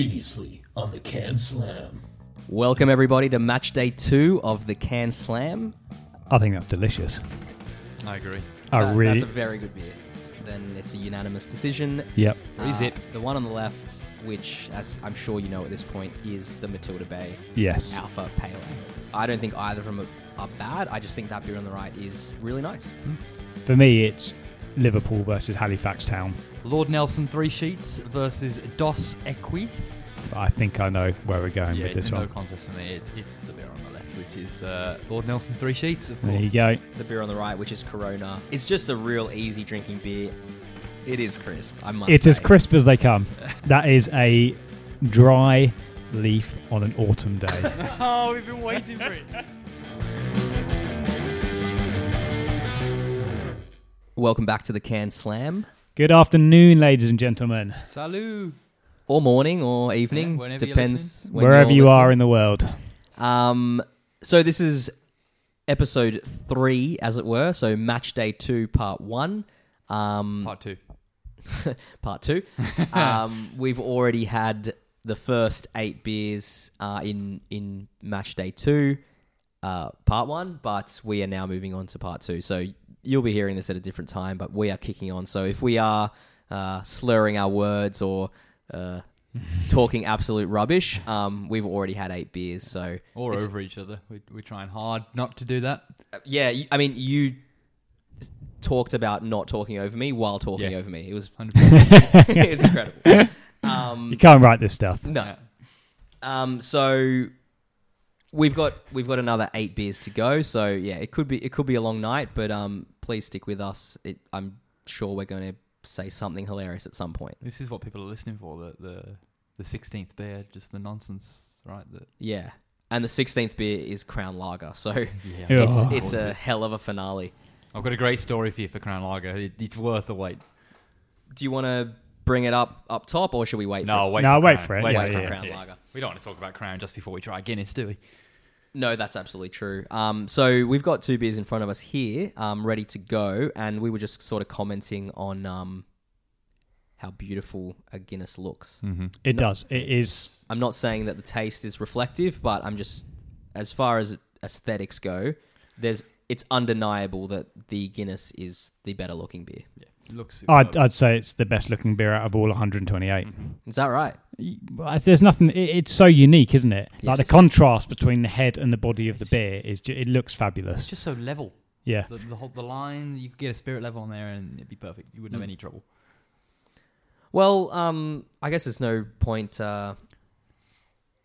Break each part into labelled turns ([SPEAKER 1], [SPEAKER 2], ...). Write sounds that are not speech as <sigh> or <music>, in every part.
[SPEAKER 1] Previously on the Can Slam.
[SPEAKER 2] Welcome everybody to match day two of the Can Slam.
[SPEAKER 3] I think that's delicious.
[SPEAKER 4] I agree.
[SPEAKER 3] I
[SPEAKER 2] Uh,
[SPEAKER 3] really.
[SPEAKER 2] That's a very good beer. Then it's a unanimous decision.
[SPEAKER 3] yep.
[SPEAKER 2] Uh, The one on the left, which as I'm sure you know at this point, is the Matilda Bay
[SPEAKER 3] Yes.
[SPEAKER 2] Alpha Pale Ale. I don't think either of them are, are bad. I just think that beer on the right is really nice.
[SPEAKER 3] For me, it's Liverpool versus Halifax Town.
[SPEAKER 4] Lord Nelson three sheets versus Dos Equis.
[SPEAKER 3] I think I know where we're going
[SPEAKER 4] yeah,
[SPEAKER 3] with this
[SPEAKER 4] it's a no
[SPEAKER 3] one.
[SPEAKER 4] contest for me. It, it's the beer on the left, which is uh, Lord Nelson three sheets. Of course.
[SPEAKER 3] there you go.
[SPEAKER 2] The beer on the right, which is Corona, it's just a real easy drinking beer. It is crisp. I must.
[SPEAKER 3] It's
[SPEAKER 2] say.
[SPEAKER 3] as crisp as
[SPEAKER 2] <laughs>
[SPEAKER 3] they come. That is a dry leaf on an autumn day.
[SPEAKER 2] <laughs>
[SPEAKER 4] Oh, we've been waiting for it. <laughs>
[SPEAKER 2] Welcome back to the Can Slam,
[SPEAKER 3] Good afternoon, ladies and gentlemen,
[SPEAKER 4] Salut.
[SPEAKER 2] or morning, or evening.
[SPEAKER 4] Yeah, whenever you're
[SPEAKER 2] depends when
[SPEAKER 3] wherever
[SPEAKER 2] you're
[SPEAKER 3] you are
[SPEAKER 2] listening.
[SPEAKER 3] in the world.
[SPEAKER 2] Um, so this is episode three, as it were. So match day two, part one. Um,
[SPEAKER 4] Part two.
[SPEAKER 2] part two. um, we've already had the first eight beers uh, in in match day two, uh, part one, but we are now moving on to part two. So you'll be hearing this at a different time, but we are kicking on. So if we are uh, slurring our words or uh, talking absolute rubbish, um, we've already had eight beers. So
[SPEAKER 4] Or
[SPEAKER 2] it's-
[SPEAKER 4] over each other. We, we're trying hard not to
[SPEAKER 3] <laughs>
[SPEAKER 4] do that.
[SPEAKER 2] yeah, y- I mean you talked about not talking over me while talking
[SPEAKER 4] Yeah.
[SPEAKER 2] over me. It
[SPEAKER 4] <laughs>
[SPEAKER 2] was <laughs>
[SPEAKER 4] 100%.
[SPEAKER 2] it was incredible. Um,
[SPEAKER 3] You can't write this stuff.
[SPEAKER 2] no.
[SPEAKER 4] <laughs> Yeah.
[SPEAKER 2] Um, so we've got we've got another eight beers to go. So yeah, it could be it could be a long night, but um, please stick with us. It, I'm sure we're going to say something hilarious at some point.
[SPEAKER 4] This is what people are listening for. The the the sixteenth beer, just the nonsense, right? The,
[SPEAKER 2] Yeah, and the sixteenth beer is Crown Lager, <laughs> so
[SPEAKER 4] yeah.
[SPEAKER 3] Yeah.
[SPEAKER 2] it's
[SPEAKER 3] Oh.
[SPEAKER 2] it's a hell of a finale.
[SPEAKER 4] I've got a great story for you for Crown Lager. It, it's worth the wait.
[SPEAKER 2] Do you want to bring it up up top, or should we wait?
[SPEAKER 4] No,
[SPEAKER 2] for,
[SPEAKER 4] wait.
[SPEAKER 3] No,
[SPEAKER 4] for
[SPEAKER 3] wait
[SPEAKER 4] Crown.
[SPEAKER 3] for it.
[SPEAKER 4] Wait
[SPEAKER 3] Yeah,
[SPEAKER 4] for
[SPEAKER 3] yeah,
[SPEAKER 2] yeah.
[SPEAKER 4] Crown
[SPEAKER 2] Yeah.
[SPEAKER 4] Lager. We don't want to talk about Crown just before we try Guinness, do we?
[SPEAKER 2] No, that's absolutely true. Um, so we've got two beers in front of us here, um, ready to go, and we were just sort of commenting on um, how beautiful a Guinness looks.
[SPEAKER 4] Mm-hmm.
[SPEAKER 3] It does. It is.
[SPEAKER 2] I'm not saying that the taste is reflective, but I'm just as far as aesthetics go, there's it's undeniable that the Guinness is the better looking beer.
[SPEAKER 4] Yeah. It looks. superb.
[SPEAKER 3] I'd, I'd say it's the best looking beer out of all 128.
[SPEAKER 2] Is that right?
[SPEAKER 3] Well, it's- There's nothing. It, it's so unique, isn't it? Like the
[SPEAKER 2] Yes.
[SPEAKER 3] contrast between the head and the body of the beer is. Ju- it looks fabulous.
[SPEAKER 4] It's just so level.
[SPEAKER 3] yeah.
[SPEAKER 4] The, the whole the line, you could get a spirit level on there and it'd be perfect. You wouldn't have
[SPEAKER 2] Hmm.
[SPEAKER 4] any trouble.
[SPEAKER 2] Well, um, I guess there's no point uh,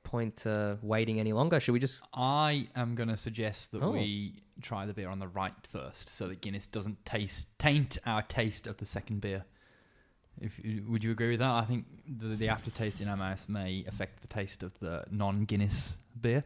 [SPEAKER 2] point uh, waiting any longer. Should we just
[SPEAKER 4] I am going to suggest that
[SPEAKER 2] Oh.
[SPEAKER 4] we try the beer on the right first, so that Guinness doesn't taste taint our taste of the second beer. If you- would you agree with that? I think the, the aftertaste in our mouth may affect the taste of the non-Guinness beer,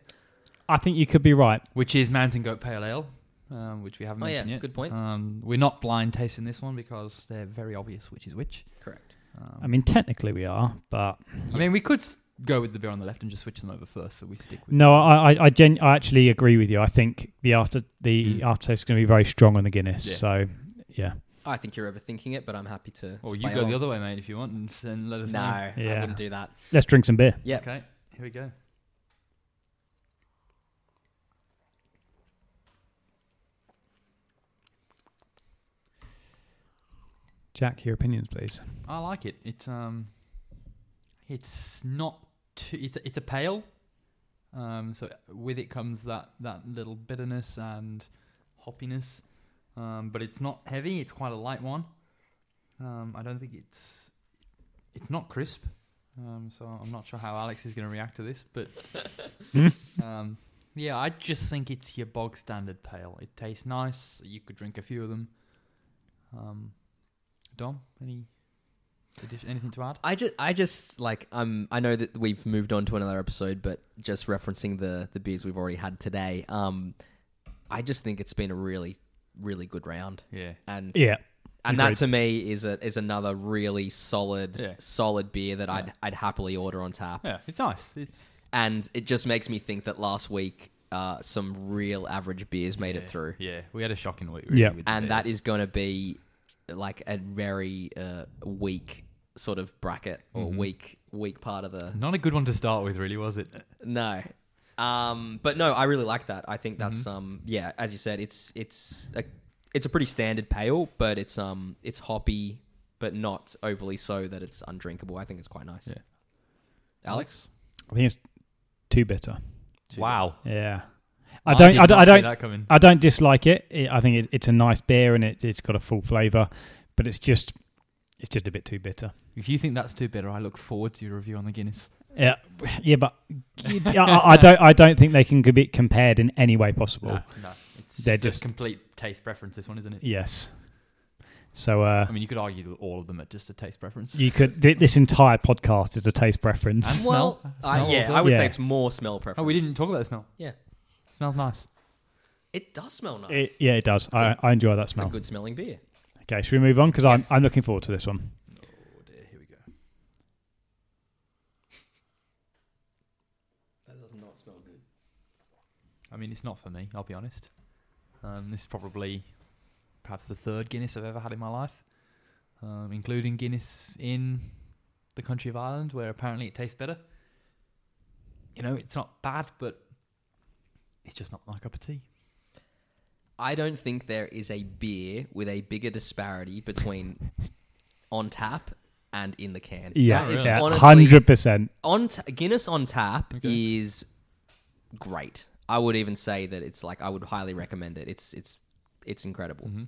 [SPEAKER 3] I think you could be right.
[SPEAKER 4] which is Mountain Goat Pale Ale, um, which we haven't
[SPEAKER 2] Oh, yeah,
[SPEAKER 4] mentioned yet.
[SPEAKER 2] good point.
[SPEAKER 4] Um, we're not blind tasting this one because they're very obvious which is which.
[SPEAKER 2] correct?
[SPEAKER 4] Um,
[SPEAKER 3] I mean, technically we are, but
[SPEAKER 4] I mean, we could s- go with the beer on the left and just switch them over first, so we stick with.
[SPEAKER 3] no, I I I, gen- I actually agree with you. I think the after the
[SPEAKER 4] Mm.
[SPEAKER 3] aftertaste is going to be very strong on the Guinness.
[SPEAKER 4] Yeah.
[SPEAKER 3] So yeah,
[SPEAKER 2] I think you're overthinking it, but I'm happy to. to
[SPEAKER 4] Or you
[SPEAKER 2] play
[SPEAKER 4] go
[SPEAKER 2] along.
[SPEAKER 4] the other way, mate, if you want, and, s- and let us
[SPEAKER 2] No,
[SPEAKER 4] know.
[SPEAKER 2] I
[SPEAKER 3] Yeah.
[SPEAKER 2] wouldn't do that.
[SPEAKER 3] let's drink some beer.
[SPEAKER 2] Yep.
[SPEAKER 4] Okay, here we go.
[SPEAKER 3] Jack, your opinions, please.
[SPEAKER 4] I like it. It's um, it's not too. It's a, it's a pale. Um, so with it comes that that little bitterness and hoppiness, um, but it's not heavy. It's quite a light one. Um, I don't think it's it's not crisp. Um, so I'm not sure how Alex is going to react to this, but um, yeah, I just think it's your bog standard pale. It tastes nice. You could drink a few of them. Um, Dom, any addi- anything to add?
[SPEAKER 2] I just, I just like, um, I know that we've moved on to another episode, but just referencing the the beers we've already had today, um, I just think it's been a really, really good round,
[SPEAKER 4] Yeah.
[SPEAKER 2] and
[SPEAKER 3] Yeah,
[SPEAKER 2] and that to me is a is another really solid,
[SPEAKER 4] Yeah.
[SPEAKER 2] solid beer that I'd I'd happily order on tap,
[SPEAKER 4] Yeah, it's nice. It's
[SPEAKER 2] and it just makes me think that last week, uh, some real average beers made it through.
[SPEAKER 4] yeah. We had a shocking week.
[SPEAKER 3] Yeah.
[SPEAKER 4] with the
[SPEAKER 2] and that
[SPEAKER 4] beers.
[SPEAKER 2] is going to be like a very uh, weak sort of bracket or
[SPEAKER 4] Mhm.
[SPEAKER 2] weak weak part of the
[SPEAKER 4] Not a good one to start with, really, was it?
[SPEAKER 2] no. Um, but no, I really like that. I think that's
[SPEAKER 4] Mhm.
[SPEAKER 2] um, yeah, as you said, it's it's a it's a pretty standard pale, but it's um it's hoppy, but not overly so that it's undrinkable. I think it's quite nice.
[SPEAKER 4] Yeah.
[SPEAKER 2] Alex,
[SPEAKER 3] I think it's too bitter.
[SPEAKER 2] Too
[SPEAKER 3] Yeah, I don't. I,
[SPEAKER 4] did
[SPEAKER 3] don't.
[SPEAKER 4] not
[SPEAKER 3] I
[SPEAKER 4] see
[SPEAKER 3] don't.
[SPEAKER 4] that coming.
[SPEAKER 3] I don't dislike it. it I think it, it's a nice beer and it, it's got a full flavour, but it's just it's just a bit too bitter.
[SPEAKER 4] If you think that's too bitter, I look forward to your review on the Guinness.
[SPEAKER 3] Yeah, yeah, but I, I- I don't. I don't think they can be compared in any way possible.
[SPEAKER 4] no, it's
[SPEAKER 3] They're
[SPEAKER 4] just,
[SPEAKER 3] just-
[SPEAKER 4] a complete taste preference. This one, isn't it?
[SPEAKER 3] Yes. So uh,
[SPEAKER 4] I mean, you could argue that all of them are just a taste preference.
[SPEAKER 3] you could. Th- this entire podcast is a taste preference.
[SPEAKER 4] And-
[SPEAKER 2] Well,
[SPEAKER 4] Smell?
[SPEAKER 2] I-
[SPEAKER 4] Smell
[SPEAKER 2] Uh, yeah,
[SPEAKER 4] also?
[SPEAKER 2] I would
[SPEAKER 3] Yeah.
[SPEAKER 2] say it's more smell preference.
[SPEAKER 4] Oh, we didn't talk about the smell.
[SPEAKER 2] Yeah.
[SPEAKER 4] smells nice.
[SPEAKER 2] It does smell nice.
[SPEAKER 3] It, yeah, it does. I, I enjoy that
[SPEAKER 2] It's a
[SPEAKER 3] smell.
[SPEAKER 2] good smelling beer.
[SPEAKER 3] Okay, should we move on? Because
[SPEAKER 2] Yes.
[SPEAKER 3] I'm I'm looking forward to this one.
[SPEAKER 4] Oh dear, here we go.
[SPEAKER 2] That does not smell good.
[SPEAKER 4] I mean, it's not for me. I'll be honest. Um, this is probably perhaps the third Guinness I've ever had in my life, um, including Guinness in the country of Ireland, where apparently it tastes better. You know, it's not bad, but it's just not my cup of tea.
[SPEAKER 2] I don't think there is a beer with a bigger disparity between on tap and in the can.
[SPEAKER 3] Yeah,
[SPEAKER 2] That is
[SPEAKER 3] yeah,
[SPEAKER 2] honestly-
[SPEAKER 3] hundred percent.
[SPEAKER 2] on ta Guinness on tap
[SPEAKER 4] Okay.
[SPEAKER 2] is great. I would even say that it's like I would highly recommend it. It's it's it's incredible.
[SPEAKER 4] Mm-hmm.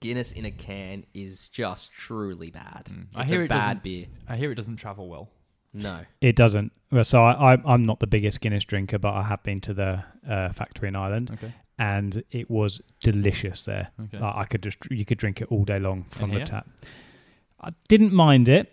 [SPEAKER 2] Guinness in a can is just truly bad. It's
[SPEAKER 4] Mm. I hear
[SPEAKER 2] a
[SPEAKER 4] it
[SPEAKER 2] bad
[SPEAKER 4] doesn't-
[SPEAKER 2] beer.
[SPEAKER 4] I hear it doesn't travel well.
[SPEAKER 2] No,
[SPEAKER 3] It doesn't. Well, So I, I I'm not the biggest Guinness drinker, but I have been to the uh, factory in Ireland,
[SPEAKER 4] Okay.
[SPEAKER 3] and it was delicious there.
[SPEAKER 4] Okay.
[SPEAKER 3] Like, I could just you could drink it all day long from
[SPEAKER 4] And
[SPEAKER 3] the
[SPEAKER 4] here?
[SPEAKER 3] tap. I didn't mind it,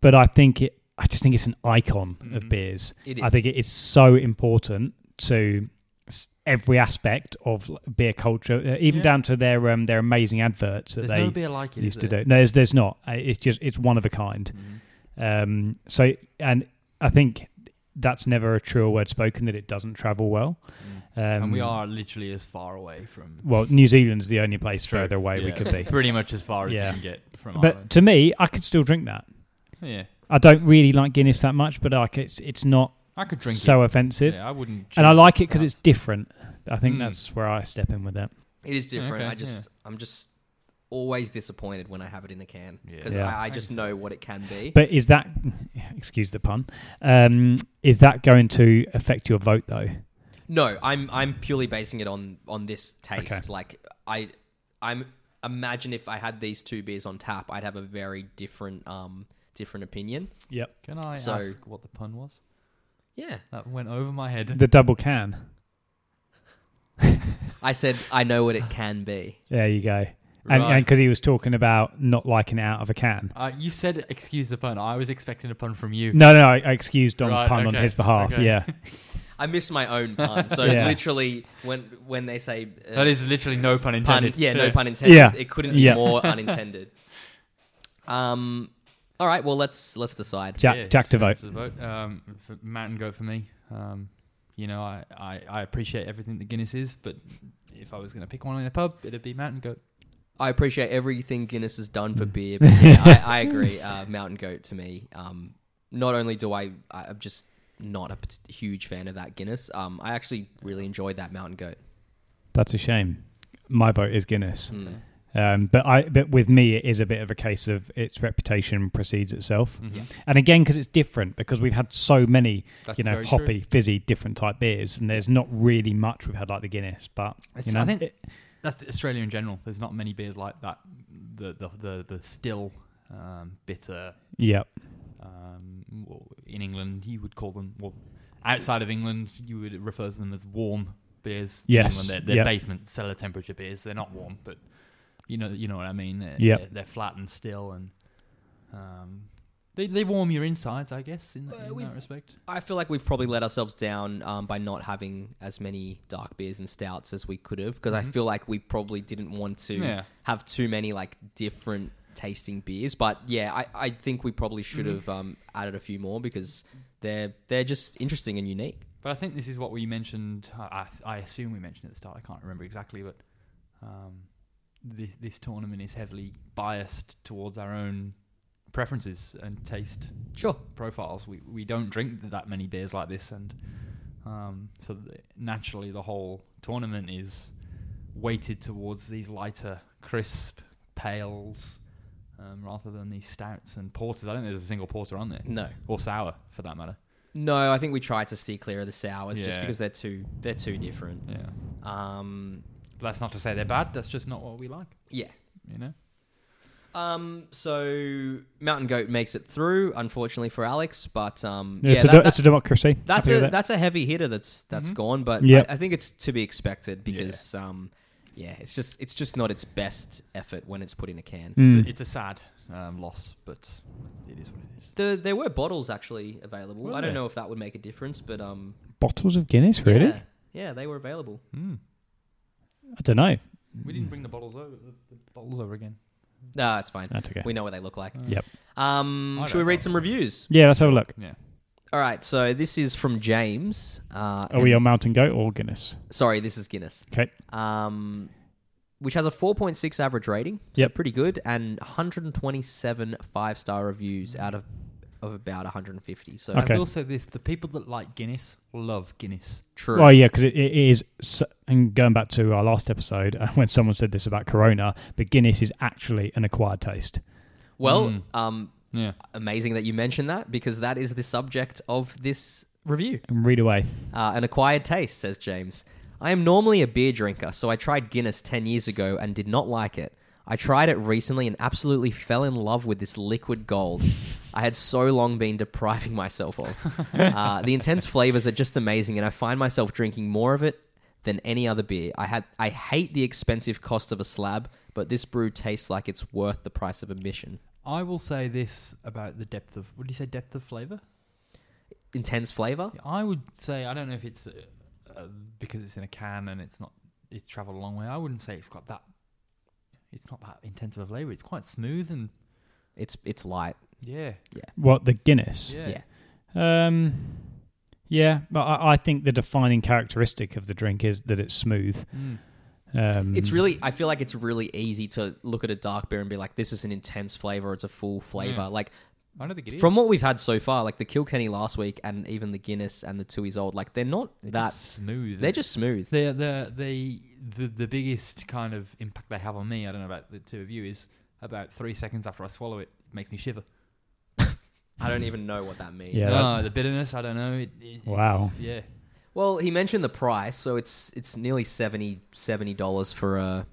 [SPEAKER 3] but I think it. I just think it's an icon of
[SPEAKER 4] Mhm.
[SPEAKER 3] beers.
[SPEAKER 2] it is.
[SPEAKER 3] I think it is so important to s- every aspect of l- beer culture, uh, even
[SPEAKER 4] Yeah.
[SPEAKER 3] down to their um, their amazing adverts that
[SPEAKER 4] There's
[SPEAKER 3] they
[SPEAKER 4] no beer like it. is
[SPEAKER 3] used to
[SPEAKER 4] there?
[SPEAKER 3] do. No, there's, there's not. Uh, It's just it's one of a kind.
[SPEAKER 4] Mhm.
[SPEAKER 3] Um, so, and I think that's never a truer word spoken that it doesn't travel well. Um,
[SPEAKER 4] and we are literally as far away from
[SPEAKER 3] Well, New Zealand's the only place
[SPEAKER 4] It's true.
[SPEAKER 3] further away we
[SPEAKER 4] Yeah.
[SPEAKER 3] could
[SPEAKER 4] <laughs>
[SPEAKER 3] be.
[SPEAKER 4] pretty much as far as
[SPEAKER 3] Yeah.
[SPEAKER 4] you can get from
[SPEAKER 3] but
[SPEAKER 4] Ireland.
[SPEAKER 3] to me, I could still drink that.
[SPEAKER 4] Yeah,
[SPEAKER 3] I don't really like Guinness that much, but like it's it's not
[SPEAKER 4] I could drink
[SPEAKER 3] so
[SPEAKER 4] it.
[SPEAKER 3] offensive,
[SPEAKER 4] Yeah, I wouldn't.
[SPEAKER 3] and I
[SPEAKER 4] choose
[SPEAKER 3] like it because it's
[SPEAKER 4] perhaps.
[SPEAKER 3] different. I think
[SPEAKER 4] Mm.
[SPEAKER 3] that's where I step in with that.
[SPEAKER 2] It is different.
[SPEAKER 4] Okay,
[SPEAKER 2] I just I'm just always disappointed when I have it in a can
[SPEAKER 4] Yeah.
[SPEAKER 2] because
[SPEAKER 3] Yeah.
[SPEAKER 2] I, I
[SPEAKER 4] I
[SPEAKER 2] just
[SPEAKER 4] can see
[SPEAKER 2] know what it can be.
[SPEAKER 3] But is that, <laughs> excuse the pun, um, is that going to affect your vote though?
[SPEAKER 2] No, I'm I'm purely basing it on on this taste.
[SPEAKER 3] Okay.
[SPEAKER 2] Like I I'm imagine if I had these two beers on tap, I'd have a very different um different opinion.
[SPEAKER 3] Yep.
[SPEAKER 4] Can I
[SPEAKER 2] So-
[SPEAKER 4] ask what the pun was?
[SPEAKER 2] Yeah.
[SPEAKER 4] That went over my head.
[SPEAKER 3] The double can.
[SPEAKER 2] I said I know what it can be.
[SPEAKER 3] There you go. And
[SPEAKER 4] Right.
[SPEAKER 3] and because he was talking about not liking it out of a can.
[SPEAKER 4] Uh, you said excuse the pun. I was expecting a pun from you.
[SPEAKER 3] No, no, I I excused Dom's
[SPEAKER 4] Right,
[SPEAKER 3] pun on
[SPEAKER 4] okay,
[SPEAKER 3] his behalf.
[SPEAKER 4] okay.
[SPEAKER 3] Yeah,
[SPEAKER 2] I miss my
[SPEAKER 4] <laughs>
[SPEAKER 2] own pun. So
[SPEAKER 3] Yeah.
[SPEAKER 2] literally when when they say uh,
[SPEAKER 4] That is literally no pun
[SPEAKER 2] pun,
[SPEAKER 4] intended.
[SPEAKER 2] yeah, no pun intended.
[SPEAKER 3] Yeah.
[SPEAKER 2] It couldn't be
[SPEAKER 3] Yeah. <laughs>
[SPEAKER 2] more unintended. Um all right, well let's let's decide.
[SPEAKER 3] Jack,
[SPEAKER 4] Yeah,
[SPEAKER 3] Jack to
[SPEAKER 4] it's-
[SPEAKER 3] vote.
[SPEAKER 4] it's a vote. Um, for mountain goat for me. Um, you know, I, I, I appreciate everything that Guinness is, but if I was going to pick one in a pub, it'd be mountain goat.
[SPEAKER 2] Mm. I appreciate everything Guinness has done for beer, but yeah, I, I agree. Uh, Mountain Goat to me. Um, not only do I, I- I'm just not a pat- huge fan of that Guinness. Um, I actually really enjoyed that Mountain Goat.
[SPEAKER 3] That's a shame. My vote is Guinness,
[SPEAKER 2] Mm.
[SPEAKER 3] um, but I but with me it is a bit of a case of its reputation precedes itself,
[SPEAKER 4] Mhm.
[SPEAKER 2] Yeah.
[SPEAKER 3] and again because it's different because we've had so many
[SPEAKER 4] That's
[SPEAKER 3] you know
[SPEAKER 4] very true.
[SPEAKER 3] hoppy, fizzy, different type beers, and there's not really much we've had like the Guinness, but you
[SPEAKER 4] It's-
[SPEAKER 3] know
[SPEAKER 4] I think
[SPEAKER 3] it-
[SPEAKER 4] that's Australia in general. There's not many beers like that. The the the, the still um, bitter.
[SPEAKER 3] yeah,
[SPEAKER 4] Um, well, in England, you would call them. Well, outside of England, you would refer to them as warm beers. In
[SPEAKER 3] Yes,
[SPEAKER 4] England, they're,
[SPEAKER 3] yep.
[SPEAKER 4] they're basement cellar temperature beers. They're not warm, but you know you know what I mean. They're,
[SPEAKER 3] Yep.
[SPEAKER 4] they're, they're flat and still, and um, they they warm your insides, I guess, in,
[SPEAKER 2] Uh,
[SPEAKER 4] in
[SPEAKER 2] we've-
[SPEAKER 4] that respect.
[SPEAKER 2] I feel like we've probably let ourselves down um, by not having as many dark beers and stouts as we could have because I
[SPEAKER 4] Mhm.
[SPEAKER 2] feel like we probably didn't want to
[SPEAKER 4] Yeah.
[SPEAKER 2] have too many like different tasting beers. But yeah, I, I think we probably should have um, added a few more because they're they're just interesting and unique.
[SPEAKER 4] But I think this is what we mentioned. I, I I assume we mentioned at the start. I can't remember exactly, but um, this this tournament is heavily biased towards our own preferences and taste
[SPEAKER 2] Sure.
[SPEAKER 4] profiles. We we don't drink that many beers like this, and um, so th- naturally the whole tournament is weighted towards these lighter, crisp pales um, rather than these stouts and porters. I don't think there's a single porter on there,
[SPEAKER 2] No.
[SPEAKER 4] or sour for that matter.
[SPEAKER 2] No, I think we tried to steer clear of the sours just
[SPEAKER 4] Yeah.
[SPEAKER 2] because they're too they're too different.
[SPEAKER 4] Yeah,
[SPEAKER 2] Um,
[SPEAKER 4] but that's not to say they're bad. That's just not what we like.
[SPEAKER 2] yeah.
[SPEAKER 4] You know,
[SPEAKER 2] Um, so Mountain Goat makes it through, unfortunately for Alex, but um,
[SPEAKER 3] It's,
[SPEAKER 2] yeah,
[SPEAKER 3] a,
[SPEAKER 2] that-
[SPEAKER 3] de-
[SPEAKER 2] that-
[SPEAKER 3] it's a democracy.
[SPEAKER 2] that's
[SPEAKER 3] Happy
[SPEAKER 2] a
[SPEAKER 3] with it.
[SPEAKER 2] that's a heavy hitter that's that's
[SPEAKER 4] Mhm.
[SPEAKER 2] gone, but
[SPEAKER 3] Yep.
[SPEAKER 2] I, I think it's to be expected because um, yeah, it's just it's just not its best effort when it's put in a can.
[SPEAKER 3] Mm.
[SPEAKER 4] it's, a, it's a sad um, loss, but it is what it is.
[SPEAKER 2] The, there were bottles actually available.
[SPEAKER 4] Were
[SPEAKER 2] I don't
[SPEAKER 4] there?
[SPEAKER 2] know if that would make a difference, but um,
[SPEAKER 3] Bottles of Guinness, really?
[SPEAKER 2] Yeah, yeah, they were available.
[SPEAKER 4] Mm.
[SPEAKER 3] I don't know.
[SPEAKER 4] We didn't bring the bottles over. The, the bottles over again.
[SPEAKER 2] No, it's fine.
[SPEAKER 3] That's okay.
[SPEAKER 2] We know what they look like.
[SPEAKER 3] Yep.
[SPEAKER 2] Um,
[SPEAKER 4] I
[SPEAKER 2] should we
[SPEAKER 4] don't
[SPEAKER 2] read
[SPEAKER 4] know.
[SPEAKER 2] some reviews?
[SPEAKER 3] Yeah, let's have a look.
[SPEAKER 4] Yeah.
[SPEAKER 2] All right, so this is from James. Uh,
[SPEAKER 3] Are we
[SPEAKER 2] and-
[SPEAKER 3] on Mountain Goat or Guinness?
[SPEAKER 2] Sorry, this is Guinness.
[SPEAKER 3] Okay.
[SPEAKER 2] Um, which has a 4.6 average rating. So
[SPEAKER 3] Yep.
[SPEAKER 2] pretty good. And 127 five star reviews out of of about 150. So
[SPEAKER 3] Okay.
[SPEAKER 4] I will say this: the people that like Guinness love Guinness.
[SPEAKER 2] true.
[SPEAKER 3] Oh yeah, because it, it is. s- And going back to our last episode, <laughs> uh, when someone said this about Corona, but Guinness is actually an acquired taste.
[SPEAKER 2] Well,
[SPEAKER 4] Mm.
[SPEAKER 2] um,
[SPEAKER 4] Yeah.
[SPEAKER 2] amazing that you mentioned that because that is the subject of this review.
[SPEAKER 3] And read away.
[SPEAKER 2] Uh, an acquired taste, says James. I am normally a beer drinker, so I tried Guinness 10 years ago and did not like it. I tried it recently and absolutely fell in love with this liquid gold I had so long been depriving myself of. Uh, the intense flavors are just amazing, and I find myself drinking more of it than any other beer. I had I hate the expensive cost of a slab, but this brew tastes like it's worth the price of admission.
[SPEAKER 4] I will say this about the depth of. What did you say? Depth of flavor?
[SPEAKER 2] Intense flavor?
[SPEAKER 4] I would say I don't know if it's uh, uh, because it's in a can and it's not. It's travelled a long way. I wouldn't say it's got that. It's not that intense of a flavor. It's quite smooth and
[SPEAKER 2] It's it's light.
[SPEAKER 4] yeah,
[SPEAKER 3] What the Guinness?
[SPEAKER 4] yeah.
[SPEAKER 2] Yeah.
[SPEAKER 3] Um, yeah, but I, I think the defining characteristic of the drink is that it's smooth.
[SPEAKER 4] Mm.
[SPEAKER 3] Um,
[SPEAKER 2] It's really, I feel like it's really easy to look at a dark beer and be like, this is an intense flavor. It's a full flavor.
[SPEAKER 4] Yeah.
[SPEAKER 2] Like,
[SPEAKER 4] I don't think it is.
[SPEAKER 2] from what we've had so far, like the Kilkenny last week and even the Guinness and the two is old, like they're not
[SPEAKER 4] They're
[SPEAKER 2] that,
[SPEAKER 4] just smooth.
[SPEAKER 2] they're just smooth.
[SPEAKER 4] the the the the the biggest kind of impact they have on me. I don't know about the two of you. Is about three seconds after I swallow it, it makes me shiver.
[SPEAKER 2] I don't even know what that means.
[SPEAKER 3] Yeah,
[SPEAKER 4] no, the bitterness. I don't know. It, it-
[SPEAKER 3] Wow.
[SPEAKER 4] it's- Yeah.
[SPEAKER 2] Well, he mentioned the price, so it's it's nearly 70 dollars for a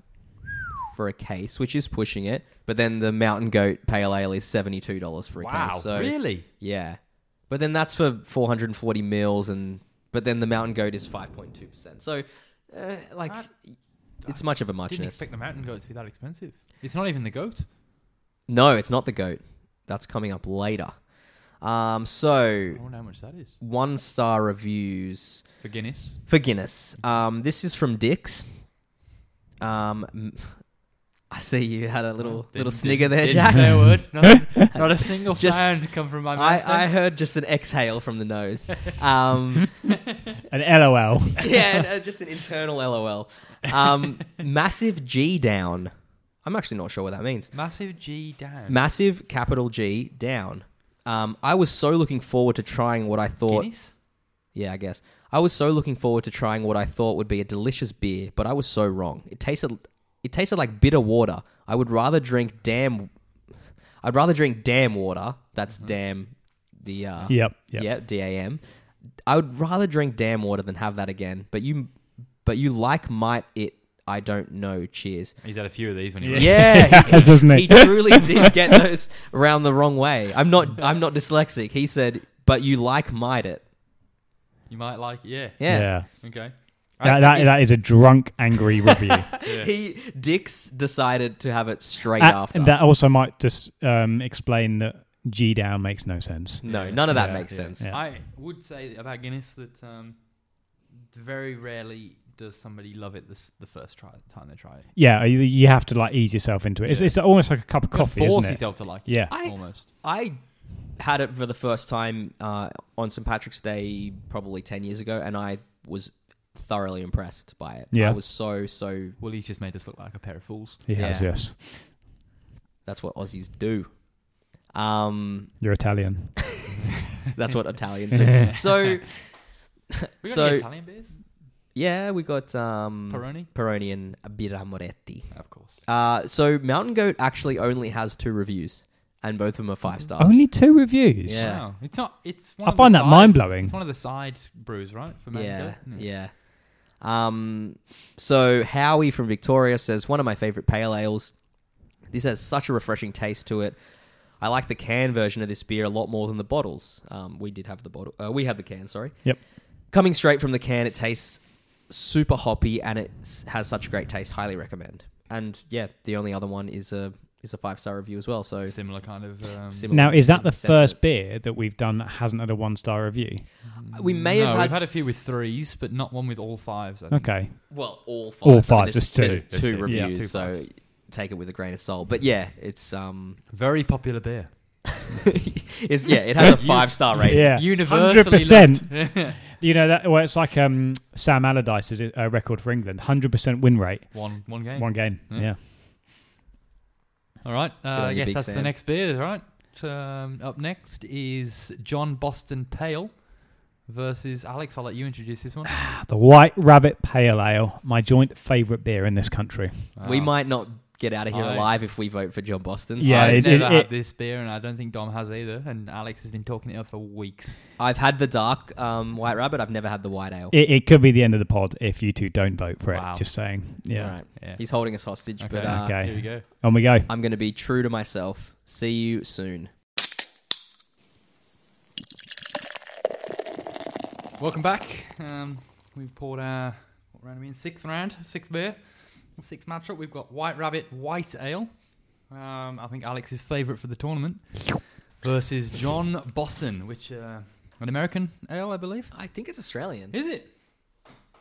[SPEAKER 2] for a case, which is pushing it. But then the Mountain Goat Pale Ale is seventy two dollars for a
[SPEAKER 4] Wow.
[SPEAKER 2] case. So
[SPEAKER 4] really?
[SPEAKER 2] Yeah. But then that's for 440 mils and but then the mountain goat is 5.2%. So uh, like
[SPEAKER 4] That-
[SPEAKER 2] it's much of a
[SPEAKER 4] Didn't
[SPEAKER 2] muchness.
[SPEAKER 4] expect the mountain goat to be that expensive. It's not even the goat.
[SPEAKER 2] No, it's not the goat. That's coming up later. Um so
[SPEAKER 4] I wonder how much that is
[SPEAKER 2] one star reviews
[SPEAKER 4] for Guinness.
[SPEAKER 2] for Guinness. Um this is from Dix. Um m- I see you had a little
[SPEAKER 4] Didn't-
[SPEAKER 2] little
[SPEAKER 4] didn't-
[SPEAKER 2] snigger there,
[SPEAKER 4] didn't
[SPEAKER 2] Jack.
[SPEAKER 4] say
[SPEAKER 2] <laughs>
[SPEAKER 4] a word. Nothing. not a single
[SPEAKER 2] Just-
[SPEAKER 4] sound come from my mouth.
[SPEAKER 2] I, I heard just an exhale from the nose.
[SPEAKER 4] <laughs>
[SPEAKER 2] Um,
[SPEAKER 3] an LOL.
[SPEAKER 2] <laughs> yeah, and, uh, just an internal LOL. <laughs> Um, massive G down. I'm actually not sure what that means.
[SPEAKER 4] Massive G down.
[SPEAKER 2] Massive capital G down. Um, I was so looking forward to trying what I thought.
[SPEAKER 4] Guinness.
[SPEAKER 2] Yeah, I guess. I was so looking forward to trying what I thought would be a delicious beer, but I was so wrong. It tasted it tasted like bitter water. I would rather drink damn I'd rather drink damn water. That's damn the uh
[SPEAKER 3] <laughs> Yep, yep.
[SPEAKER 2] Yeah, D A M. I would rather drink damn water than have that again. But you but you like might it I don't know. Cheers.
[SPEAKER 4] He's had a few of these when he
[SPEAKER 3] <laughs>
[SPEAKER 4] was
[SPEAKER 2] Yeah, he,
[SPEAKER 3] Yes,
[SPEAKER 2] he-
[SPEAKER 3] isn't it?
[SPEAKER 2] he truly did get those round the wrong way. I'm
[SPEAKER 3] <laughs>
[SPEAKER 2] not I'm not dyslexic. He said, "But you like might it."
[SPEAKER 4] You might like. Yeah.
[SPEAKER 2] Yeah.
[SPEAKER 4] Okay.
[SPEAKER 3] That,
[SPEAKER 4] I-
[SPEAKER 3] that,
[SPEAKER 4] it-
[SPEAKER 3] that is a drunk,
[SPEAKER 4] <laughs>
[SPEAKER 3] angry review.
[SPEAKER 4] yeah.
[SPEAKER 2] He Dix decided to have it straight
[SPEAKER 3] And
[SPEAKER 2] after.
[SPEAKER 3] That also might just um, explain that G down makes no sense.
[SPEAKER 4] Mm.
[SPEAKER 2] no, none of that
[SPEAKER 3] Yeah,
[SPEAKER 2] makes
[SPEAKER 3] yeah,
[SPEAKER 2] sense.
[SPEAKER 3] yeah.
[SPEAKER 4] I would say about Guinness that um, very rarely does somebody love it this, the first try, time they try it.
[SPEAKER 3] Yeah, you, you have to like ease yourself into it. It's,
[SPEAKER 4] Yeah.
[SPEAKER 3] it's almost like a cup of
[SPEAKER 4] You
[SPEAKER 3] coffee,
[SPEAKER 4] force
[SPEAKER 3] isn't it?
[SPEAKER 4] yourself to like it.
[SPEAKER 3] Yeah.
[SPEAKER 2] I-
[SPEAKER 4] Almost.
[SPEAKER 2] I had it for the first time uh, on St. Patrick's Day probably 10 years ago, and I was thoroughly impressed by it.
[SPEAKER 3] Yeah.
[SPEAKER 2] I was so, so.
[SPEAKER 4] Well, he's just made us look like a pair of fools.
[SPEAKER 3] He has,
[SPEAKER 2] Yeah.
[SPEAKER 3] yes.
[SPEAKER 2] That's what Aussies do.
[SPEAKER 3] <laughs>
[SPEAKER 2] Um,
[SPEAKER 3] You're Italian.
[SPEAKER 2] that's what Italians do. So,
[SPEAKER 4] We got
[SPEAKER 2] So-
[SPEAKER 4] any Italian beers?
[SPEAKER 2] yeah, we got um,
[SPEAKER 4] Peroni?
[SPEAKER 2] Peroni and Birra Moretti.
[SPEAKER 4] Of course.
[SPEAKER 2] Uh, so Mountain Goat actually only has two reviews, and both of them are five stars.
[SPEAKER 3] Only two reviews.
[SPEAKER 2] Yeah.
[SPEAKER 4] Wow. It's not it's one
[SPEAKER 3] I
[SPEAKER 4] of the
[SPEAKER 3] find that
[SPEAKER 4] side-
[SPEAKER 3] mind blowing.
[SPEAKER 4] It's one of the side brews, right? For Mountain
[SPEAKER 2] yeah,
[SPEAKER 4] Goat?
[SPEAKER 2] yeah. Um, so Howie from Victoria says one of my favorite pale ales. This has such a refreshing taste to it. I like the can version of this beer a lot more than the bottles. Um, we did have the bottle. Uh, we had the can. Sorry.
[SPEAKER 3] Yep.
[SPEAKER 2] Coming straight from the can, it tastes super hoppy and it s- has such great taste. Highly recommend. And yeah, the only other one is a is a five star review as well. So
[SPEAKER 4] Similar kind of um,
[SPEAKER 2] similar.
[SPEAKER 3] Now, is that the
[SPEAKER 2] sentiment.
[SPEAKER 3] first beer that we've done that hasn't had a one star review?
[SPEAKER 4] Mm.
[SPEAKER 2] We may have
[SPEAKER 4] no,
[SPEAKER 2] had
[SPEAKER 4] we've had a few with
[SPEAKER 2] s-
[SPEAKER 4] threes, but not one with all fives. I think.
[SPEAKER 3] Okay.
[SPEAKER 2] Well, all five.
[SPEAKER 3] All
[SPEAKER 2] I mean,
[SPEAKER 3] five,
[SPEAKER 2] there's,
[SPEAKER 3] just two.
[SPEAKER 2] there's
[SPEAKER 3] Just
[SPEAKER 2] two
[SPEAKER 3] two, yeah.
[SPEAKER 2] reviews,
[SPEAKER 4] Two
[SPEAKER 2] so take it with a grain of salt. But yeah, it's um,
[SPEAKER 4] Very popular beer.
[SPEAKER 2] it's yeah,
[SPEAKER 3] <laughs>
[SPEAKER 2] it has a five star rating.
[SPEAKER 3] Yeah.
[SPEAKER 4] Universally
[SPEAKER 3] 100%.
[SPEAKER 4] loved.
[SPEAKER 3] You know that well, it's like um, Sam Allardyce's uh, record for England: hundred percent win rate,
[SPEAKER 4] <laughs> one one game.
[SPEAKER 3] one game.
[SPEAKER 4] Yeah.
[SPEAKER 3] Yeah.
[SPEAKER 4] All right. Uh,
[SPEAKER 2] on
[SPEAKER 4] I
[SPEAKER 2] you,
[SPEAKER 4] guess
[SPEAKER 2] Big
[SPEAKER 4] that's the
[SPEAKER 2] Sam.
[SPEAKER 4] next beer, right? Um, up next is John Boston Pale versus Alex. I'll let you introduce this one.
[SPEAKER 3] The White Rabbit Pale Ale, my joint favourite beer in this country.
[SPEAKER 2] We
[SPEAKER 4] Uh,
[SPEAKER 2] might not get out of here
[SPEAKER 4] I-
[SPEAKER 2] alive if we vote for John Boston. So
[SPEAKER 3] Yeah,
[SPEAKER 4] I've
[SPEAKER 3] it-
[SPEAKER 4] never
[SPEAKER 3] it-
[SPEAKER 4] had
[SPEAKER 3] it-
[SPEAKER 4] this beer, and I don't think Dom has either. And Alex has been talking it up for weeks.
[SPEAKER 2] I've had the dark um, white rabbit. I've never had the white ale.
[SPEAKER 3] It, it could be the end of the pod if you two don't vote for it.
[SPEAKER 4] Wow.
[SPEAKER 3] Just saying.
[SPEAKER 2] All
[SPEAKER 3] Yeah.
[SPEAKER 2] right.
[SPEAKER 4] Yeah.
[SPEAKER 2] He's holding us hostage, but
[SPEAKER 4] Okay.
[SPEAKER 2] uh,
[SPEAKER 3] Okay.
[SPEAKER 4] Here we go.
[SPEAKER 3] On we go.
[SPEAKER 2] I'm going to be true to myself. See you soon.
[SPEAKER 4] Welcome back. Um, we've poured our what round are we in? Sixth round, sixth beer, sixth matchup. We've got White Rabbit White Ale. Um, I think Alex's favourite for the tournament versus John Boston, which uh, an American ale, I believe.
[SPEAKER 2] I think it's Australian.
[SPEAKER 4] Is it?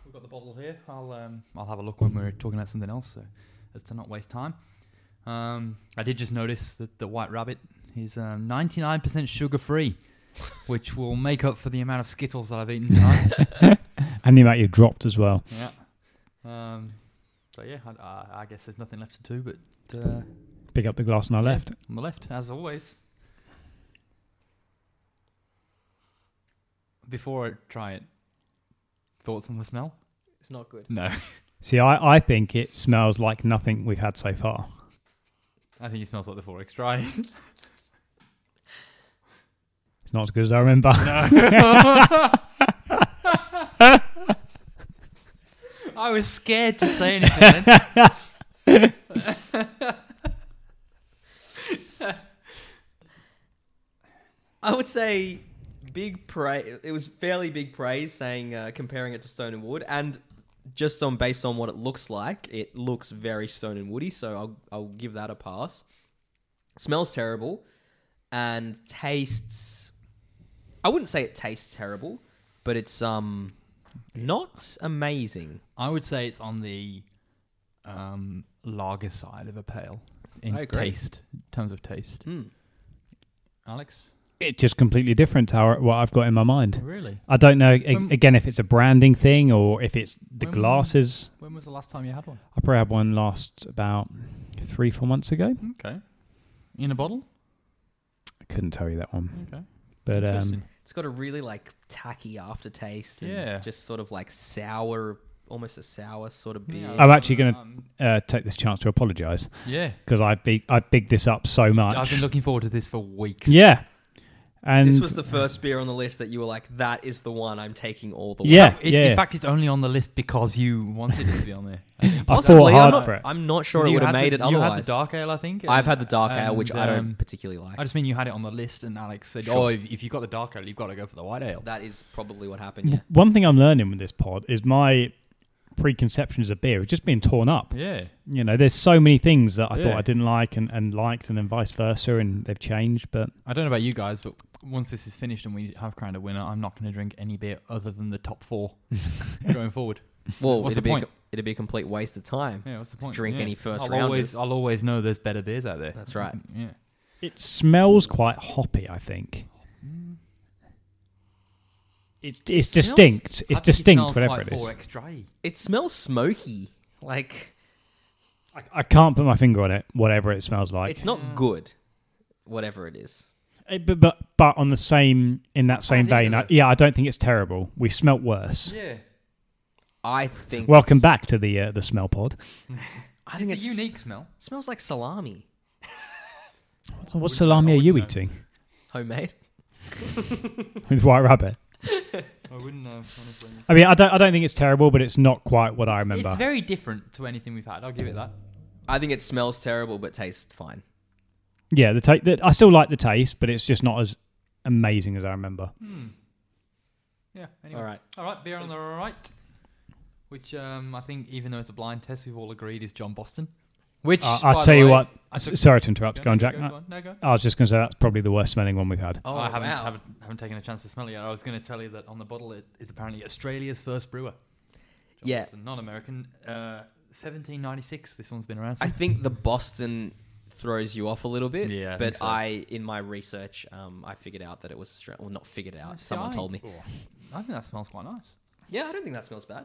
[SPEAKER 4] We've got the bottle here. I'll um, I'll have a look when we're talking about something else, so as to not waste time. Um, I did just notice that the White Rabbit is um, 99% sugar free, <laughs> which will make up for the amount of Skittles that I've <laughs> eaten tonight.
[SPEAKER 3] And the amount you've dropped as well.
[SPEAKER 4] Yeah. Um, so yeah, I, I, I guess there's nothing left to do but uh,
[SPEAKER 3] Pick up the glass on our left.
[SPEAKER 4] on the left, as always. Before I try it, thoughts on the smell?
[SPEAKER 2] It's not good.
[SPEAKER 4] No, <laughs>
[SPEAKER 3] See, I, I think it smells like nothing we've had so far.
[SPEAKER 4] I think it smells like the forex dry.
[SPEAKER 3] It's not as good as I remember.
[SPEAKER 4] I was scared to say
[SPEAKER 2] <laughs>
[SPEAKER 4] anything. Then.
[SPEAKER 2] I would say big praise. It was fairly big praise, saying uh, comparing it to Stone and Wood, and just on based on what it looks like, it looks very Stone and Woody. So I'll I'll give that a pass. Smells terrible, and tastes. I wouldn't say it tastes terrible, but it's um not amazing.
[SPEAKER 4] <laughs> I would say it's on the um, lager side of a pale in
[SPEAKER 2] I agree. Hmm.
[SPEAKER 4] taste, in terms of taste. Alex,
[SPEAKER 3] It's just completely different to how, what I've got in my mind.
[SPEAKER 4] really?
[SPEAKER 3] I don't know, a-
[SPEAKER 4] Um,
[SPEAKER 3] again, if it's a branding thing or if it's the
[SPEAKER 4] Um,
[SPEAKER 3] glasses.
[SPEAKER 4] When was the last time you had one?
[SPEAKER 3] I probably had one last about three, four months ago.
[SPEAKER 4] Okay, in a bottle.
[SPEAKER 3] I couldn't tell you that one.
[SPEAKER 4] Okay,
[SPEAKER 3] But um,
[SPEAKER 4] Interesting.
[SPEAKER 2] It's got a really like tacky aftertaste. And
[SPEAKER 4] Yeah.
[SPEAKER 2] just sort of like sour, almost a sour sort of beer.
[SPEAKER 4] Yeah.
[SPEAKER 3] I'm actually going to
[SPEAKER 4] Um,
[SPEAKER 3] uh, take this chance to apologise
[SPEAKER 4] yeah,
[SPEAKER 3] because I big I bigged this up so much.
[SPEAKER 4] I've been looking forward to this for weeks.
[SPEAKER 3] yeah, and
[SPEAKER 2] This was the first beer on the list that you were like, that is the one I'm taking all the way.
[SPEAKER 3] yeah,
[SPEAKER 4] It-
[SPEAKER 3] yeah.
[SPEAKER 4] In fact, it's only on the list because you wanted it to be on there. I think.
[SPEAKER 3] I
[SPEAKER 2] Possibly,
[SPEAKER 3] fought hard
[SPEAKER 2] I'm not,
[SPEAKER 3] for it.
[SPEAKER 2] I'm not <laughs> sure it
[SPEAKER 4] You
[SPEAKER 2] would have
[SPEAKER 4] had
[SPEAKER 2] made
[SPEAKER 4] the-
[SPEAKER 2] it
[SPEAKER 4] You
[SPEAKER 2] otherwise.
[SPEAKER 4] had the dark ale, I think.
[SPEAKER 2] I've had the dark ale,
[SPEAKER 4] and,
[SPEAKER 2] which I don't
[SPEAKER 4] um,
[SPEAKER 2] particularly like.
[SPEAKER 4] I just mean you had it on the list, and Alex said,
[SPEAKER 2] Sure.
[SPEAKER 4] "Oh, if, if you've got the dark ale, you've got to go for the white ale."
[SPEAKER 2] that is probably what happened. Yeah.
[SPEAKER 3] One thing I'm learning with this pod is my preconceptions of beer are just being torn up.
[SPEAKER 4] Yeah,
[SPEAKER 3] You know, there's so many things that I
[SPEAKER 4] Yeah.
[SPEAKER 3] thought I didn't like and, and liked, and then vice versa, and they've changed. But
[SPEAKER 4] I don't know about you guys, but once this is finished and we have crowned a winner, I'm not going to drink any beer other than the top
[SPEAKER 3] <laughs>
[SPEAKER 4] four going forward.
[SPEAKER 2] Well,
[SPEAKER 4] What's
[SPEAKER 2] it'd
[SPEAKER 4] the
[SPEAKER 2] be a,
[SPEAKER 4] point?
[SPEAKER 2] co- it'd be a complete waste of time.
[SPEAKER 4] Yeah, what's the
[SPEAKER 2] Let's
[SPEAKER 4] point?
[SPEAKER 2] drink
[SPEAKER 4] Yeah.
[SPEAKER 2] any first
[SPEAKER 4] I'll
[SPEAKER 2] rounders.
[SPEAKER 4] always, I'll always know there's better beers out there.
[SPEAKER 2] That's
[SPEAKER 4] <laughs>
[SPEAKER 2] right.
[SPEAKER 4] Yeah.
[SPEAKER 3] it smells quite hoppy. I think
[SPEAKER 4] Hmm.
[SPEAKER 3] it, it's distinct. it's distinct. Whatever it is,
[SPEAKER 2] It smells smoky. Like
[SPEAKER 3] I, I can't put my finger on it. Whatever it smells like.
[SPEAKER 2] it's not good. whatever it is.
[SPEAKER 3] Eh, But, but but on the same in that same
[SPEAKER 4] think
[SPEAKER 3] vein, I,
[SPEAKER 4] that-
[SPEAKER 3] yeah, I don't think it's terrible. We smelt worse.
[SPEAKER 4] Yeah.
[SPEAKER 2] I think
[SPEAKER 3] Welcome
[SPEAKER 2] it's-
[SPEAKER 3] back to the uh, the smell pod.
[SPEAKER 2] I think
[SPEAKER 4] it's
[SPEAKER 2] it's,
[SPEAKER 4] a unique smell.
[SPEAKER 2] Smells like salami,
[SPEAKER 3] So what
[SPEAKER 4] I
[SPEAKER 3] salami are you
[SPEAKER 4] wouldn't know.
[SPEAKER 3] eating
[SPEAKER 2] homemade.
[SPEAKER 3] <laughs> with White Rabbit?
[SPEAKER 4] I wouldn't
[SPEAKER 3] uh,
[SPEAKER 4] know, honestly.
[SPEAKER 3] I mean, I don't I don't think it's terrible, but it's not quite what I remember.
[SPEAKER 4] It's very different to anything we've had. I'll give it that.
[SPEAKER 2] I think it smells terrible but tastes fine.
[SPEAKER 3] yeah, the, ta- the I still like the taste, but it's just not as amazing as I remember.
[SPEAKER 4] Mm. Yeah. Anyway.
[SPEAKER 2] All right.
[SPEAKER 4] All right. Beer on the right, which um, I think, even though it's a blind test, we've all agreed is John Boston. Which
[SPEAKER 3] I-
[SPEAKER 4] by
[SPEAKER 3] Uh, I'll
[SPEAKER 4] the
[SPEAKER 3] tell you
[SPEAKER 4] way,
[SPEAKER 3] what.
[SPEAKER 4] I
[SPEAKER 3] s-
[SPEAKER 4] took-
[SPEAKER 3] sorry to interrupt. Go, on, Jack.
[SPEAKER 4] Go,
[SPEAKER 3] No,
[SPEAKER 4] go on. No, go.
[SPEAKER 3] I was just going to say that's probably the worst smelling one we've had.
[SPEAKER 2] Oh,
[SPEAKER 4] I haven't,
[SPEAKER 2] wow.
[SPEAKER 4] haven't haven't taken a chance to smell it yet. I was going to tell you that on the bottle it is apparently Australia's first brewer. John
[SPEAKER 2] Yeah.
[SPEAKER 4] Boston, non-American. Uh, 1796. This one's been around
[SPEAKER 2] I
[SPEAKER 4] since.
[SPEAKER 2] think the Boston throws you off a little bit.
[SPEAKER 4] Yeah, I
[SPEAKER 2] but
[SPEAKER 4] think so.
[SPEAKER 2] I, in my research, um, I figured out that it was Australian. Well, not figured out.
[SPEAKER 4] Oh, see,
[SPEAKER 2] Someone
[SPEAKER 4] I-
[SPEAKER 2] told me.
[SPEAKER 4] I think that smells quite nice.
[SPEAKER 2] Yeah, I don't think that smells bad.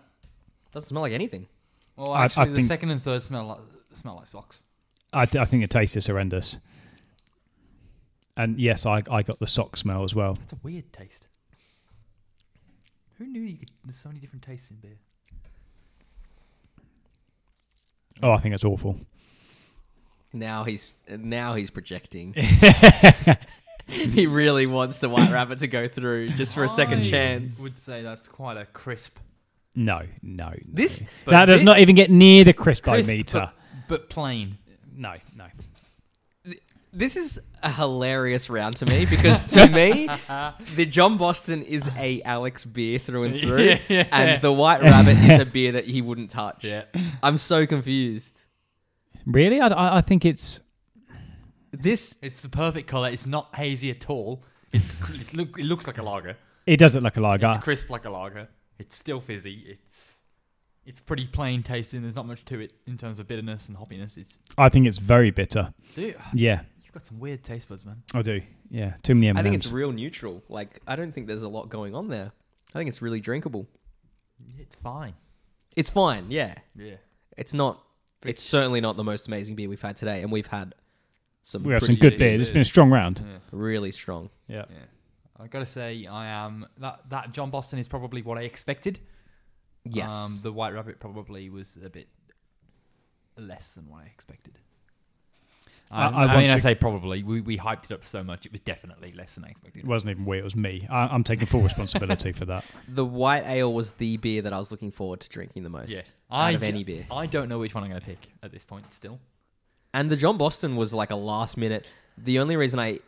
[SPEAKER 2] Doesn't smell like anything.
[SPEAKER 4] Well,
[SPEAKER 3] I- I
[SPEAKER 4] actually, the
[SPEAKER 3] think-
[SPEAKER 4] second and third smell like, smell like socks.
[SPEAKER 3] I, th- I think the taste is horrendous. And yes, I, I got the sock smell as well.
[SPEAKER 4] That's a weird taste. Who knew you could, there's so many different tastes in beer?
[SPEAKER 3] Oh, I think it's awful.
[SPEAKER 2] Now he's now he's <laughs> projecting. he really wants the White Rabbit to go through just for a second chance.
[SPEAKER 4] would say that's quite a crisp,
[SPEAKER 3] No, no. no.
[SPEAKER 2] This
[SPEAKER 3] that does
[SPEAKER 2] thi-
[SPEAKER 3] not even get near the crisp,
[SPEAKER 4] crisp
[SPEAKER 3] I meter.
[SPEAKER 4] but, but plain.
[SPEAKER 3] No, no.
[SPEAKER 2] This is a hilarious round to me because
[SPEAKER 4] <laughs>
[SPEAKER 2] to me, the John Boston is a Alex beer through and through,
[SPEAKER 4] Yeah, yeah.
[SPEAKER 2] and the White Rabbit is a beer that he wouldn't touch. I'm so confused.
[SPEAKER 3] Really, I, I, I think it's
[SPEAKER 2] This
[SPEAKER 4] It's the perfect color. It's not hazy at all. It's, cr- it's look, it looks like a lager.
[SPEAKER 3] it does look like a lager.
[SPEAKER 4] It's crisp like a lager. It's still fizzy. It's it's pretty plain tasting. There's not much to it in terms of bitterness and hoppiness. It's
[SPEAKER 3] I think it's very bitter.
[SPEAKER 4] dude,
[SPEAKER 3] Yeah,
[SPEAKER 4] you've got some weird taste buds, man.
[SPEAKER 3] I do. Yeah, too many M&Ms.
[SPEAKER 2] I think it's real neutral. Like I don't think there's a lot going on there. I think it's really drinkable.
[SPEAKER 4] It's fine.
[SPEAKER 2] It's fine, yeah.
[SPEAKER 4] Yeah.
[SPEAKER 2] It's not it's certainly not the most amazing beer we've had today, and we've had some
[SPEAKER 3] we have some
[SPEAKER 2] pretty-
[SPEAKER 3] good
[SPEAKER 4] yeah,
[SPEAKER 3] beers.
[SPEAKER 4] yeah.
[SPEAKER 3] It's been a strong round.
[SPEAKER 4] Yeah.
[SPEAKER 2] really strong.
[SPEAKER 3] Yeah.
[SPEAKER 4] Yeah. I gotta say, I am that that John Boston is probably what I expected. Um,
[SPEAKER 2] Yes.
[SPEAKER 4] the White Rabbit probably was a bit less than what I expected. I,
[SPEAKER 3] I- I
[SPEAKER 4] I
[SPEAKER 3] want
[SPEAKER 4] mean, I
[SPEAKER 3] to-
[SPEAKER 4] say probably. We, we hyped it up so much; it was definitely less than I expected.
[SPEAKER 3] It wasn't even we. It was me. I, I'm taking full responsibility for that.
[SPEAKER 2] the white ale was the beer that I was looking forward to drinking the most.
[SPEAKER 4] yeah,
[SPEAKER 2] Out
[SPEAKER 4] I
[SPEAKER 2] of
[SPEAKER 4] d-
[SPEAKER 2] any beer.
[SPEAKER 4] I don't know which one I'm going to pick at this point. Still,
[SPEAKER 2] And the John Boston was like a last minute. The only reason I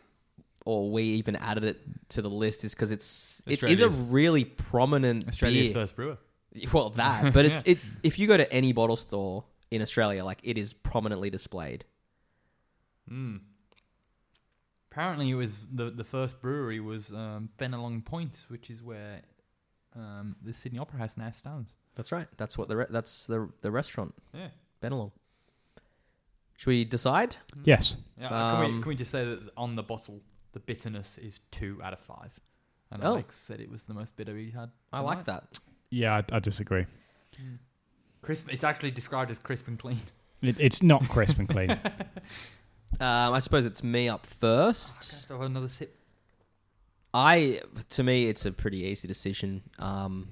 [SPEAKER 2] or we even added it to the list is because it's it is a
[SPEAKER 4] Australia's-
[SPEAKER 2] really prominent
[SPEAKER 4] Australia's
[SPEAKER 2] beer.
[SPEAKER 4] first brewer.
[SPEAKER 2] Well,
[SPEAKER 4] <laughs>
[SPEAKER 2] that, but it's it. If you go to any bottle store in Australia, like it is prominently displayed.
[SPEAKER 4] Hmm. Apparently, it was the the first brewery was um, Benelong Point, which is where um, the Sydney Opera House now stands.
[SPEAKER 2] That's right. That's what the re- that's the the restaurant
[SPEAKER 4] Yeah.
[SPEAKER 2] Benelong. Should we decide?
[SPEAKER 3] Yes.
[SPEAKER 4] Yeah, uh, can,
[SPEAKER 2] Um,
[SPEAKER 4] we, can we just say that on the bottle, the bitterness is two out of five? And
[SPEAKER 2] Oh.
[SPEAKER 4] Alex said it was the most bitter he had.
[SPEAKER 2] I like
[SPEAKER 4] tonight.
[SPEAKER 2] that.
[SPEAKER 3] Yeah, I, I disagree.
[SPEAKER 4] Crisp. It's actually described as crisp and clean.
[SPEAKER 3] It, it's not crisp and clean.
[SPEAKER 2] Um, I suppose it's me up first.
[SPEAKER 4] Just have another sip.
[SPEAKER 2] I to me it's a pretty easy decision. Um,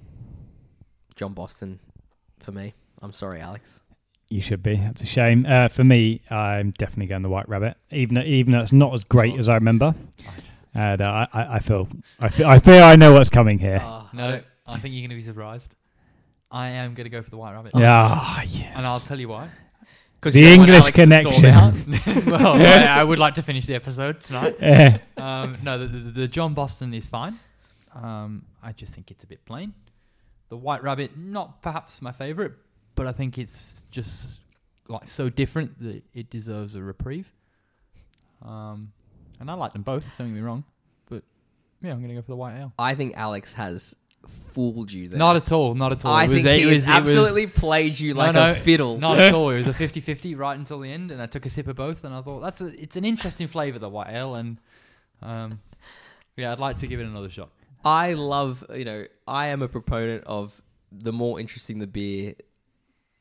[SPEAKER 2] John Boston for me. I'm sorry, Alex.
[SPEAKER 3] You should be. That's a shame. Uh, for me, I'm definitely going the White Rabbit. Even though, even though it's not as great as I remember, and uh, I, I, I feel I feel I feel I know what's coming here.
[SPEAKER 2] Ah, I
[SPEAKER 4] No,
[SPEAKER 2] don't-
[SPEAKER 4] I think you're going to be surprised. I am going to go for the white rabbit.
[SPEAKER 3] yeah, ah, yes.
[SPEAKER 4] Uh, And I'll tell you why.
[SPEAKER 2] 'cause
[SPEAKER 3] The
[SPEAKER 2] you don't want Alex
[SPEAKER 3] English
[SPEAKER 2] to storm
[SPEAKER 3] connection.
[SPEAKER 2] out.
[SPEAKER 3] <laughs>
[SPEAKER 4] well, I, I would like to finish the episode tonight.
[SPEAKER 3] Eh,
[SPEAKER 4] Um, no, the, the, the John Boston is fine. Um, I just think it's a bit plain. The White Rabbit, not perhaps my favorite, but I think it's just like so different that it deserves a reprieve. Um, and I like them both. Don't get me wrong, but yeah, I'm gonna go for the white ale.
[SPEAKER 2] I think Alex has fooled you there.
[SPEAKER 4] Not at all. Not at all.
[SPEAKER 2] I
[SPEAKER 4] It was-
[SPEAKER 2] think he
[SPEAKER 4] it was-
[SPEAKER 2] has
[SPEAKER 4] it was-
[SPEAKER 2] absolutely played you
[SPEAKER 4] No,
[SPEAKER 2] like
[SPEAKER 4] no,
[SPEAKER 2] a fiddle.
[SPEAKER 4] Not at all. It was a 50-50 right until the end, and I took a sip of both, and I thought that's a, it's an interesting flavor, the white ale, and um, yeah, I'd like to give it another shot.
[SPEAKER 2] I love, you know, I am a proponent of the more interesting the beer,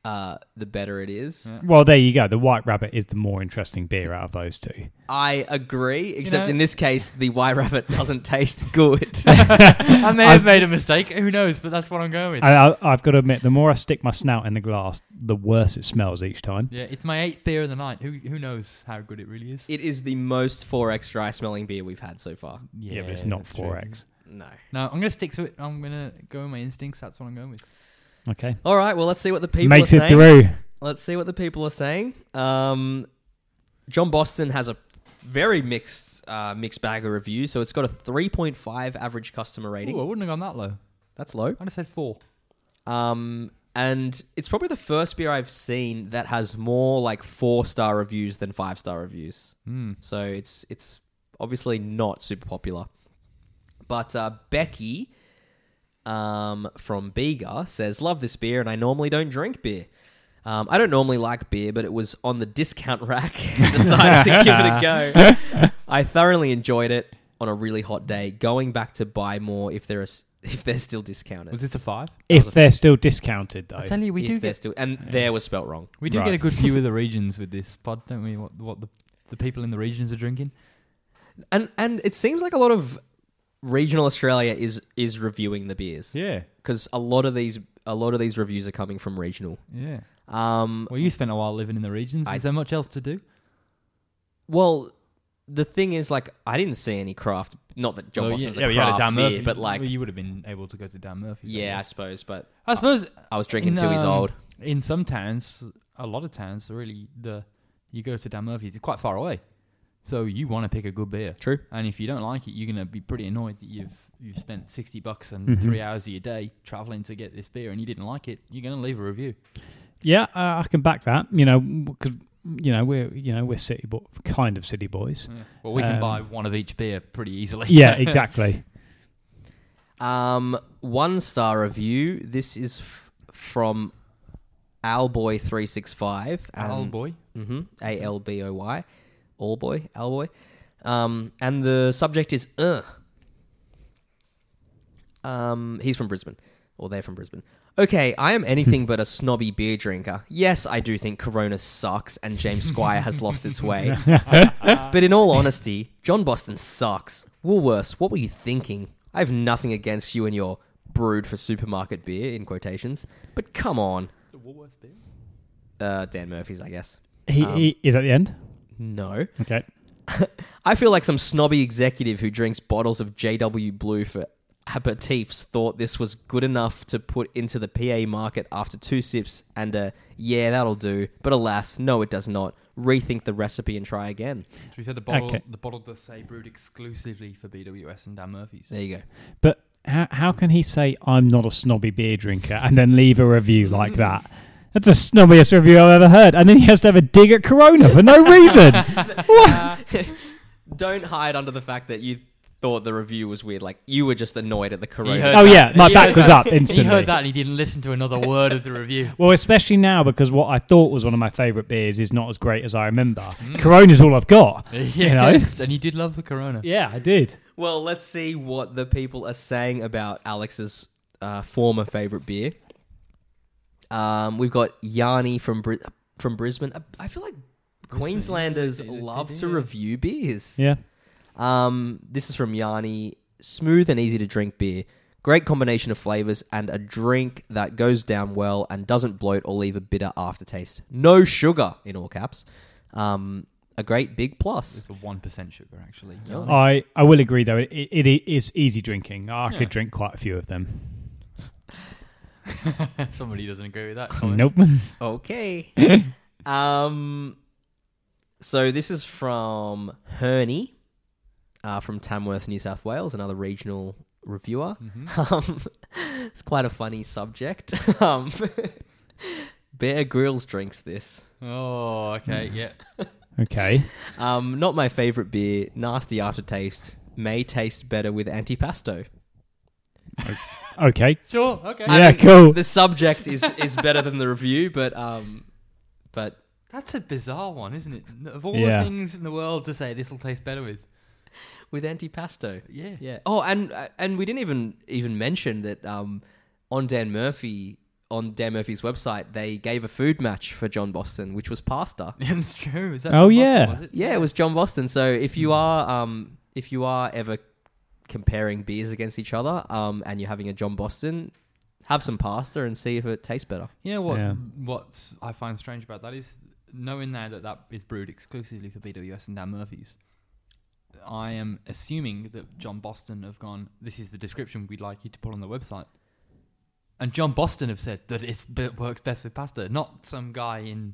[SPEAKER 2] uh, the better it is.
[SPEAKER 4] Yeah.
[SPEAKER 3] Well, there you go. The White Rabbit is the more interesting beer out of those two.
[SPEAKER 2] I agree, except
[SPEAKER 4] know-
[SPEAKER 2] in this case, the White Rabbit doesn't taste
[SPEAKER 4] <laughs>
[SPEAKER 2] good.
[SPEAKER 4] I may have made a mistake. Who knows? But that's what I'm going with.
[SPEAKER 3] I, I, I've got to admit, the more I stick my snout in the glass, the worse it smells each time.
[SPEAKER 4] yeah, it's my eighth beer of the night. Who who knows how good it really is?
[SPEAKER 2] it is the most 4X dry smelling beer we've had so far.
[SPEAKER 3] Yeah, but it's not
[SPEAKER 4] that's true.
[SPEAKER 3] 4X.
[SPEAKER 2] No.
[SPEAKER 4] No, I'm gonna stick to it. I'm gonna go with my instincts. That's what I'm going with.
[SPEAKER 3] Okay.
[SPEAKER 2] All right, well, let's see what the people
[SPEAKER 3] Makes
[SPEAKER 2] are
[SPEAKER 3] it
[SPEAKER 2] saying.
[SPEAKER 3] through.
[SPEAKER 2] Let's see what the people are saying. Um, John Boston has a very mixed uh, mixed bag of reviews, so it's got a 3.5 average customer rating.
[SPEAKER 4] Ooh, I wouldn't have gone that low.
[SPEAKER 2] That's low.
[SPEAKER 4] I'd have said four.
[SPEAKER 2] Um, and it's probably the first beer I've seen that has more like four star reviews than five star reviews.
[SPEAKER 4] Hmm.
[SPEAKER 2] So it's it's obviously not super popular. But uh, Becky um, from Bega says, "Love this beer, and I normally don't drink beer. Um, I don't normally like beer, but it was on the discount <laughs> rack. and decided to give it a
[SPEAKER 4] <laughs>
[SPEAKER 2] go. I thoroughly enjoyed it on a really hot day. Going back to buy more if there are s- <laughs> if they're still discounted.
[SPEAKER 4] Was this a five?
[SPEAKER 3] If they're still discounted, though.
[SPEAKER 4] I tell you, we
[SPEAKER 2] If
[SPEAKER 4] do
[SPEAKER 2] they're
[SPEAKER 4] get
[SPEAKER 2] still, and there was spelt wrong.
[SPEAKER 4] we do
[SPEAKER 3] Right.
[SPEAKER 4] get a good view of the regions with this pod, don't we? What what the the people in the regions are drinking.
[SPEAKER 2] And and it seems like a lot of regional Australia is is reviewing the beers
[SPEAKER 4] Yeah,
[SPEAKER 2] because a lot of these a lot of these reviews are coming from regional.
[SPEAKER 4] yeah.
[SPEAKER 2] Um,
[SPEAKER 4] Well, you spent a while living in the regions.
[SPEAKER 2] I-
[SPEAKER 4] Is there much else to do?
[SPEAKER 2] well, the thing is, like, I didn't see any craft. Not that John
[SPEAKER 4] Well,
[SPEAKER 2] Boston's
[SPEAKER 4] yeah,
[SPEAKER 2] a
[SPEAKER 4] we had
[SPEAKER 2] craft beer,
[SPEAKER 4] Murphy,
[SPEAKER 2] but like,
[SPEAKER 4] well, you would have been able to go to Dan Murphy.
[SPEAKER 2] yeah, I suppose. But
[SPEAKER 4] I suppose
[SPEAKER 2] I was drinking
[SPEAKER 4] in,
[SPEAKER 2] till he's
[SPEAKER 4] um,
[SPEAKER 2] old.
[SPEAKER 4] In some towns, a lot of towns, really, the you go to Dan Murphy's. It's quite far away, so you want to pick a good beer.
[SPEAKER 2] True.
[SPEAKER 4] And if you don't like it, you're gonna be pretty annoyed that you've you've spent sixty bucks and
[SPEAKER 3] Mhm.
[SPEAKER 4] three hours of your day traveling to get this beer, and you didn't like it. You're gonna leave a review.
[SPEAKER 3] Yeah, uh, I can back that. You know, because you know we're you know we're city bo- kind of city boys.
[SPEAKER 4] Well, we can
[SPEAKER 3] Um,
[SPEAKER 4] buy one of each beer pretty easily.
[SPEAKER 3] <laughs>
[SPEAKER 4] <laughs>
[SPEAKER 3] Yeah, exactly.
[SPEAKER 2] Um, one star review. This is f- from Owlboy three six five.
[SPEAKER 4] Al boy.
[SPEAKER 2] Mm-hmm. A L B O Y. All boy, Al boy. Um, and the subject is uh. Um, he's from Brisbane, or they're from Brisbane. Okay, I am anything but a snobby beer drinker. Yes, I do think Corona sucks and James Squire has lost its way. but in all honesty, John Boston sucks. Woolworths, what were you thinking? I have nothing against you and your brewed for supermarket beer in quotations, but come on.
[SPEAKER 4] The Woolworths beer.
[SPEAKER 2] Uh, Dan Murphy's, I guess.
[SPEAKER 3] He,
[SPEAKER 2] Um,
[SPEAKER 3] he is at the end.
[SPEAKER 2] No.
[SPEAKER 3] Okay.
[SPEAKER 2] I feel like some snobby executive who drinks bottles of JW Blue for aperitifs thought this was good enough to put into the PA market after two sips and a yeah, that'll do. But alas, no, it does not. Rethink the recipe and try again.
[SPEAKER 4] To be fair, the bottle
[SPEAKER 3] Okay.
[SPEAKER 4] the bottle does say brewed exclusively for BWS and Dan Murphy's.
[SPEAKER 2] There you go.
[SPEAKER 3] But how, how can he say I'm not a snobby beer drinker and then leave a review like that? That's the snobbiest review I've ever heard. And then he has to have a dig at Corona for no <laughs> reason.
[SPEAKER 2] Don't hide under the fact that you thought the review was weird. Like you were just annoyed at the corona.
[SPEAKER 4] heard
[SPEAKER 3] oh
[SPEAKER 4] that.
[SPEAKER 3] yeah, my
[SPEAKER 4] He
[SPEAKER 3] back
[SPEAKER 4] heard
[SPEAKER 3] was
[SPEAKER 4] that.
[SPEAKER 3] up instantly.
[SPEAKER 4] He heard that and he didn't listen to another word of the review.
[SPEAKER 3] Well, especially now because what I thought was one of my favourite beers is not as great as I remember. Corona's all I've <laughs> got. <laughs> You know?
[SPEAKER 4] Yes, <laughs> and you did love the Corona.
[SPEAKER 3] Yeah, I did.
[SPEAKER 2] Well, let's see what the people are saying about Alex's uh, former favorite beer. Um, we've got Yanni from Bri- from Brisbane. I- I feel like Queenslanders
[SPEAKER 4] yeah, they- they
[SPEAKER 2] love
[SPEAKER 4] do,
[SPEAKER 2] to
[SPEAKER 4] yeah.
[SPEAKER 2] review beers.
[SPEAKER 3] Yeah.
[SPEAKER 2] Um, this is from Yanni. Smooth and easy to drink beer. Great combination of flavors and a drink that goes down well and doesn't bloat or leave a bitter aftertaste. No sugar in all caps. Um, a great big plus.
[SPEAKER 4] It's a one percent sugar actually.
[SPEAKER 2] Oh.
[SPEAKER 3] I, I will agree though it, it, it is easy drinking. I
[SPEAKER 4] Yeah.
[SPEAKER 3] could drink quite a few of them.
[SPEAKER 4] <laughs> Somebody doesn't
[SPEAKER 3] <laughs>
[SPEAKER 4] agree with that. Colin.
[SPEAKER 3] Nope.
[SPEAKER 2] Okay. um. So this is from Herney, uh, from Tamworth, New South Wales, another regional reviewer. <laughs> Um, it's quite a funny subject. <laughs> um, Bear Grylls drinks this.
[SPEAKER 4] Oh, okay,
[SPEAKER 3] Mm.
[SPEAKER 4] yeah.
[SPEAKER 3] okay.
[SPEAKER 2] Um, not my favorite beer. Nasty aftertaste. May taste better with antipasto.
[SPEAKER 3] Okay.
[SPEAKER 4] Sure, okay.
[SPEAKER 3] Yeah, cool.
[SPEAKER 2] The subject is is better than the review, but um, but
[SPEAKER 4] That's a bizarre one, isn't it? Of all
[SPEAKER 3] Yeah.
[SPEAKER 4] the things in the world to say, this will taste better with.
[SPEAKER 2] with antipasto.
[SPEAKER 4] Yeah. <laughs>
[SPEAKER 2] uh, Yeah. Oh, and and we didn't even even mention that um, on Dan Murphy on Dan Murphy's website, they gave a food match for John Boston, which was pasta.
[SPEAKER 4] it's true. Is that
[SPEAKER 3] Oh,
[SPEAKER 4] Boston,
[SPEAKER 3] yeah.
[SPEAKER 4] was it?
[SPEAKER 2] Yeah, it was John Boston. So if you are um, if you are ever comparing beers against each other um, and you're having a John Boston, have some pasta and see if it tastes better.
[SPEAKER 4] You know what?
[SPEAKER 3] Yeah.
[SPEAKER 4] What I find strange about that is knowing now that that is brewed exclusively for BWS and Dan Murphy's. I am assuming that John Boston have gone. This is the description we'd like you to put on the website, and John Boston have said that it's, it works best with pasta, not some guy in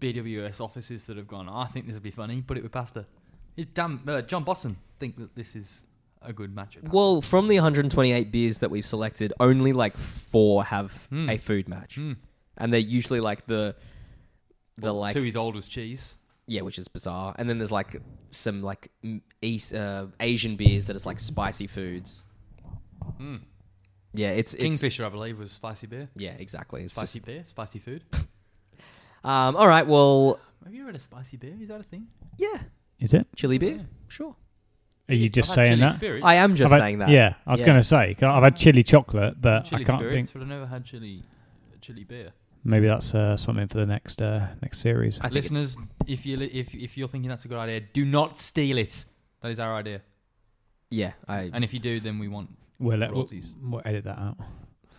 [SPEAKER 4] BWS offices that have gone. "Oh, I think this would be funny. Put it with pasta. It's damn uh, John Boston think that this is a good match. with pasta.
[SPEAKER 2] Well, from the 128 beers that we've selected, only like four have
[SPEAKER 4] Hmm.
[SPEAKER 2] a food match,
[SPEAKER 4] Hmm.
[SPEAKER 2] and they're usually like the the
[SPEAKER 4] Well,
[SPEAKER 2] like
[SPEAKER 4] two is old as cheese.
[SPEAKER 2] yeah, which is bizarre. And then there's like some like m- East uh, Asian beers that is like spicy foods.
[SPEAKER 4] Hmm.
[SPEAKER 2] Yeah, it's it's
[SPEAKER 4] Kingfisher, I believe, was spicy beer.
[SPEAKER 2] yeah exactly. It's
[SPEAKER 4] Spicy
[SPEAKER 2] just-
[SPEAKER 4] beer, spicy food.
[SPEAKER 2] um, all right, well,
[SPEAKER 4] Have you read a spicy beer? Is that a thing?
[SPEAKER 2] yeah,
[SPEAKER 3] Is it?
[SPEAKER 2] chili beer,
[SPEAKER 4] Yeah.
[SPEAKER 2] sure.
[SPEAKER 3] Are you just saying that?
[SPEAKER 2] I am just
[SPEAKER 3] I've had-
[SPEAKER 2] saying that.
[SPEAKER 3] Yeah, I was
[SPEAKER 2] Yeah.
[SPEAKER 3] going to say 'cause I've had chili chocolate, but
[SPEAKER 4] chili
[SPEAKER 3] I can't
[SPEAKER 4] spirits,
[SPEAKER 3] think.
[SPEAKER 4] but I've never had chili, chili beer.
[SPEAKER 3] Maybe that's uh, something for the next uh, next series.
[SPEAKER 2] I think it-
[SPEAKER 4] Listeners, if you li- if if you're thinking that's a good idea, do not steal it. That is our idea.
[SPEAKER 2] yeah. I
[SPEAKER 4] And if you do, then we want.
[SPEAKER 3] We'll, let, we'll,
[SPEAKER 4] Royalties.
[SPEAKER 3] we'll edit that out.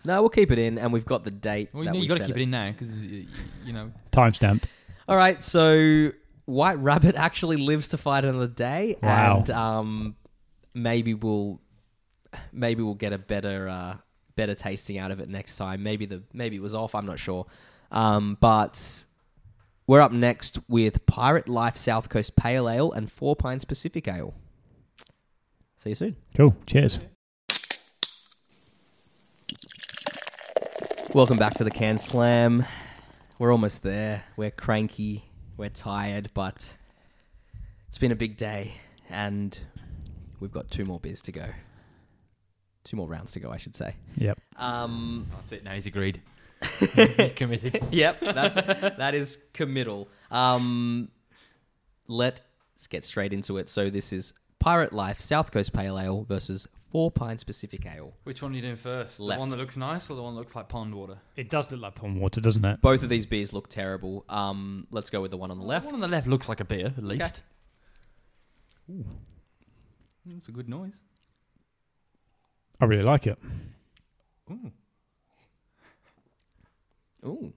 [SPEAKER 2] no, we'll keep it in, and we've got the date.
[SPEAKER 4] Well, you,
[SPEAKER 2] that
[SPEAKER 4] know,
[SPEAKER 2] we
[SPEAKER 4] you got to
[SPEAKER 2] set
[SPEAKER 4] keep it in now because you,
[SPEAKER 2] <laughs>
[SPEAKER 4] know.
[SPEAKER 3] Timestamped.
[SPEAKER 2] All right, so White Rabbit <laughs> actually lives to fight another day,
[SPEAKER 3] Wow.
[SPEAKER 2] and um, maybe we'll maybe we'll get a better uh, better tasting out of it next time. Maybe the maybe it was off. I'm not sure, um, but we're up next with Pirate Life South Coast Pale Ale and Four Pines Pacific Ale. See you soon.
[SPEAKER 3] Cool. Cheers.
[SPEAKER 2] Welcome back to the Can Slam. We're almost there. We're cranky. We're tired, but it's been a big day, and we've got two more beers to go. Two more rounds to go, I should say.
[SPEAKER 3] Yep.
[SPEAKER 2] Um,
[SPEAKER 4] That's it. Now he's agreed. <laughs> he's committed.
[SPEAKER 2] yep, that's <laughs> that is committal. Um, let's get straight into it. So this is Pirate Life South Coast Pale Ale versus Four Pines Pacific Ale.
[SPEAKER 4] Which one are you doing first?
[SPEAKER 2] Left.
[SPEAKER 4] The one that looks nice or the one that looks like pond water?
[SPEAKER 3] It does look like pond water, doesn't it?
[SPEAKER 2] Both of these beers look terrible. Um, let's go with the one on the left.
[SPEAKER 4] The one on the left looks like a beer, at least. Mm, It's a good noise.
[SPEAKER 3] I really like it.
[SPEAKER 4] Ooh.
[SPEAKER 2] Ooh,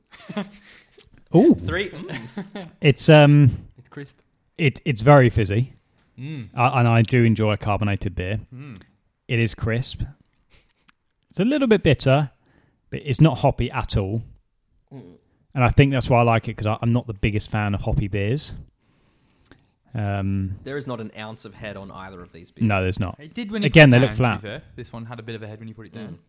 [SPEAKER 3] Oh,
[SPEAKER 2] <laughs> three. mm. ooms.
[SPEAKER 3] it's um,
[SPEAKER 4] It's crisp.
[SPEAKER 3] it it's very fizzy,
[SPEAKER 4] Mm.
[SPEAKER 3] uh, and I do enjoy a carbonated beer.
[SPEAKER 4] Mm.
[SPEAKER 3] It is crisp. It's a little bit bitter, but it's not hoppy at all.
[SPEAKER 2] Mm.
[SPEAKER 3] And I think that's why I like it because I'm not the biggest fan of hoppy beers. Um,
[SPEAKER 2] There is not an ounce of head on either of these beers.
[SPEAKER 3] no, there's not.
[SPEAKER 4] It did when it
[SPEAKER 3] Again,
[SPEAKER 4] put
[SPEAKER 3] they
[SPEAKER 4] down,
[SPEAKER 3] look
[SPEAKER 4] To be fair. This one had a bit of a head when you put it
[SPEAKER 2] Mm.
[SPEAKER 4] down.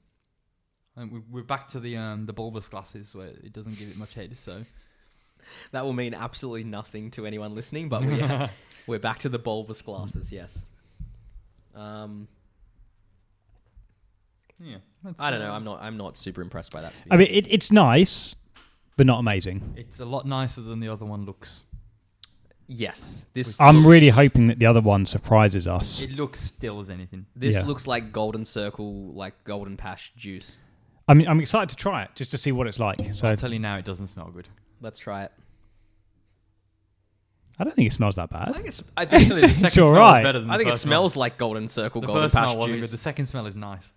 [SPEAKER 4] And we, we're back to the um, the bulbous glasses where it doesn't give it much head. So
[SPEAKER 2] That will mean absolutely nothing to anyone listening, but we
[SPEAKER 3] <laughs>
[SPEAKER 2] we're back to the bulbous glasses, yes. Um,
[SPEAKER 4] yeah, that's,
[SPEAKER 2] I don't know.
[SPEAKER 4] uh,
[SPEAKER 2] I'm not. I'm not super impressed by that. To be
[SPEAKER 3] I mean,
[SPEAKER 2] honest.
[SPEAKER 3] it, it's nice, but not amazing.
[SPEAKER 4] It's a lot nicer than the other one looks.
[SPEAKER 2] yes, this
[SPEAKER 3] I'm really hoping that the other one surprises us.
[SPEAKER 4] It looks still as anything.
[SPEAKER 2] this
[SPEAKER 3] yeah.
[SPEAKER 2] looks like golden circle, like golden pash juice.
[SPEAKER 3] I mean, I'm excited to try it just to see what it's like. So
[SPEAKER 4] I'll tell you now, it doesn't smell good.
[SPEAKER 2] Let's try it.
[SPEAKER 3] I don't think it smells that
[SPEAKER 2] I
[SPEAKER 3] bad.
[SPEAKER 2] think it's.
[SPEAKER 3] <laughs>
[SPEAKER 2] I think,
[SPEAKER 3] It's
[SPEAKER 2] it's,
[SPEAKER 3] actually all right.
[SPEAKER 2] I think it smells like golden circle,
[SPEAKER 4] The
[SPEAKER 2] golden
[SPEAKER 4] first smell
[SPEAKER 2] pash
[SPEAKER 4] wasn't
[SPEAKER 2] juice.
[SPEAKER 4] good. The second smell is nice.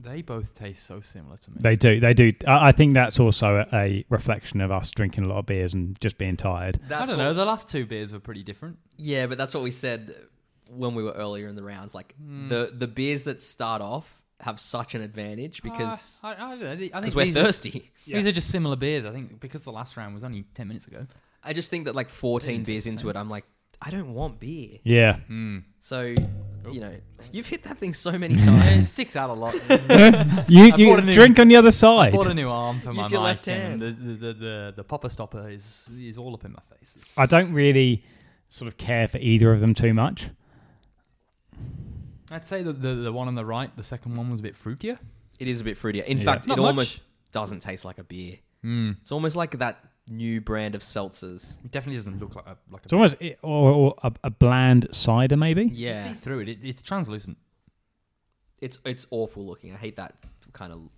[SPEAKER 4] They both taste so similar to me.
[SPEAKER 3] They do, they do. I, I think that's also a, a reflection of us drinking a lot of beers and just being tired.
[SPEAKER 2] That's
[SPEAKER 4] I don't
[SPEAKER 2] what-
[SPEAKER 4] know. The last two beers were pretty different.
[SPEAKER 2] Yeah, but that's what we said when we were earlier in the rounds. Like
[SPEAKER 3] Hmm.
[SPEAKER 2] the the beers that start off have such an advantage because
[SPEAKER 3] Ah,
[SPEAKER 4] Uh, I, I don't know. I
[SPEAKER 2] because
[SPEAKER 4] think
[SPEAKER 2] we're
[SPEAKER 4] these,
[SPEAKER 2] thirsty.
[SPEAKER 4] these are just similar beers. I think because the last round was only ten minutes ago.
[SPEAKER 2] I just think that like 14 beers into it, I'm like, I don't want beer.
[SPEAKER 3] Yeah,
[SPEAKER 4] Hmm.
[SPEAKER 2] So you know, you've hit that thing so
[SPEAKER 4] <laughs>
[SPEAKER 2] many times.
[SPEAKER 4] Sticks out a
[SPEAKER 3] <laughs>
[SPEAKER 4] lot.
[SPEAKER 3] you,
[SPEAKER 4] I
[SPEAKER 3] you
[SPEAKER 4] bought a new-
[SPEAKER 3] drink on the other side.
[SPEAKER 4] Bought a new arm for my
[SPEAKER 2] Use your
[SPEAKER 4] mic
[SPEAKER 2] left
[SPEAKER 4] and The, the, the, the, the popper stopper is is all up in my face.
[SPEAKER 3] I don't really sort of care for either of them too much.
[SPEAKER 4] I'd say that the, the one on the right, the second one was a bit fruitier.
[SPEAKER 2] <laughs> It is a bit fruitier. In
[SPEAKER 3] Yeah.
[SPEAKER 2] fact,
[SPEAKER 4] Not
[SPEAKER 2] it
[SPEAKER 4] much.
[SPEAKER 2] almost doesn't taste like a beer.
[SPEAKER 4] Mm.
[SPEAKER 2] It's almost like that new brand of seltzers.
[SPEAKER 4] It definitely doesn't look like a like
[SPEAKER 3] It's
[SPEAKER 4] a.
[SPEAKER 3] almost or, or a, a bland cider, maybe.
[SPEAKER 2] Yeah,
[SPEAKER 4] See through it. it. It's translucent.
[SPEAKER 2] it's it's awful looking. I hate that kind of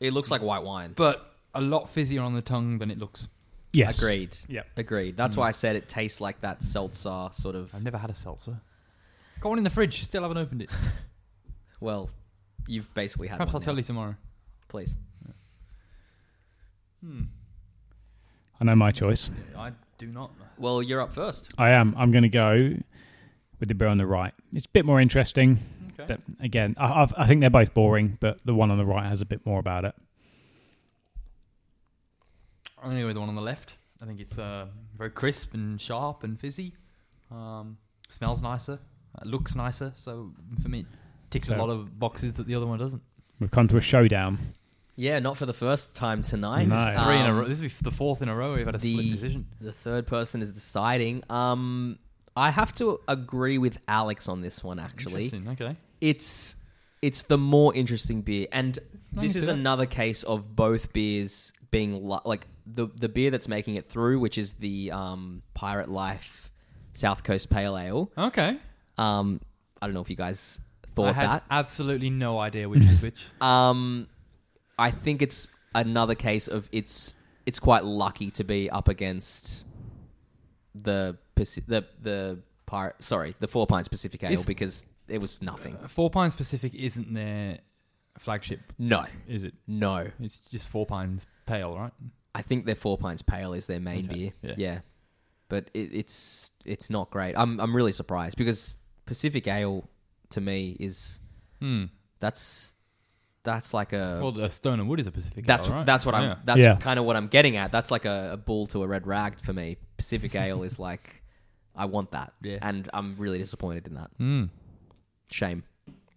[SPEAKER 2] It looks like white wine.
[SPEAKER 4] but a lot fizzier on the tongue than it looks.
[SPEAKER 3] Yes.
[SPEAKER 2] Agreed.
[SPEAKER 3] Yeah.
[SPEAKER 2] Agreed. That's
[SPEAKER 4] Hmm.
[SPEAKER 2] why I said it tastes like that seltzer sort of.
[SPEAKER 4] I've never had a seltzer. Got one in the fridge. Still haven't opened <laughs> it.
[SPEAKER 2] Well, you've basically had.
[SPEAKER 4] Perhaps I'll
[SPEAKER 2] one
[SPEAKER 4] tell
[SPEAKER 2] now.
[SPEAKER 4] you tomorrow.
[SPEAKER 2] Please.
[SPEAKER 4] Hmm.
[SPEAKER 3] I know my choice.
[SPEAKER 4] I do not.
[SPEAKER 2] Well, you're up first.
[SPEAKER 3] I am. I'm going to go with the beer on the right. It's a bit more interesting.
[SPEAKER 4] Okay.
[SPEAKER 3] But again, I, I've, I think they're both boring, but the one on the right has a bit more about it.
[SPEAKER 4] Anyway, the one on the left. I think it's uh, very crisp and sharp and fizzy. Um, smells nicer. Uh, looks nicer. So for me, it ticks a
[SPEAKER 3] So-
[SPEAKER 4] lot of boxes that the other one doesn't.
[SPEAKER 3] We've come to a showdown.
[SPEAKER 2] Yeah, not for the first time tonight.
[SPEAKER 3] No.
[SPEAKER 4] Three in a
[SPEAKER 2] Um,
[SPEAKER 4] row. This will be f- the fourth in a row we've had a split
[SPEAKER 2] the-
[SPEAKER 4] decision.
[SPEAKER 2] The third person is deciding. Um, I have to agree with Alex on this one. Actually,
[SPEAKER 4] Interesting. Okay.
[SPEAKER 2] it's it's the more interesting beer, and this
[SPEAKER 4] can
[SPEAKER 2] is
[SPEAKER 4] see that.
[SPEAKER 2] another case of both beers being li- like the the beer that's making it through, which is the um, Pirate Life South Coast Pale Ale.
[SPEAKER 4] Okay.
[SPEAKER 2] Um, I don't know if you guys
[SPEAKER 4] I
[SPEAKER 2] thought
[SPEAKER 4] had
[SPEAKER 2] that.
[SPEAKER 4] absolutely no idea which
[SPEAKER 2] <laughs>
[SPEAKER 4] was which.
[SPEAKER 2] Um, I think it's another case of it's it's quite lucky to be up against the Paci- the the pirate. Sorry, the Four Pines Pacific Ale
[SPEAKER 4] Is-
[SPEAKER 2] because it was nothing.
[SPEAKER 4] Four Pines Pacific isn't their flagship,
[SPEAKER 2] No,
[SPEAKER 4] is it?
[SPEAKER 2] no.
[SPEAKER 4] It's just Four Pines Pale, right?
[SPEAKER 2] I think their Four Pines Pale is their main
[SPEAKER 4] Okay,
[SPEAKER 2] beer.
[SPEAKER 4] yeah.
[SPEAKER 2] Yeah. but it, it's it's not great. I'm I'm really surprised because Pacific Ale to me is
[SPEAKER 4] Hmm.
[SPEAKER 2] Uh, that's that's like a
[SPEAKER 4] well, the Stone and Wood is a Pacific.
[SPEAKER 2] That's
[SPEAKER 4] ale, right?
[SPEAKER 2] that's what I'm.
[SPEAKER 4] Yeah.
[SPEAKER 2] That's
[SPEAKER 3] Yeah.
[SPEAKER 2] kind of what I'm getting at. That's like a, a bull to a red rag for me. Pacific Ale is like, I want that,
[SPEAKER 4] Yeah.
[SPEAKER 2] and I'm really disappointed in that.
[SPEAKER 4] Hmm.
[SPEAKER 2] Shame.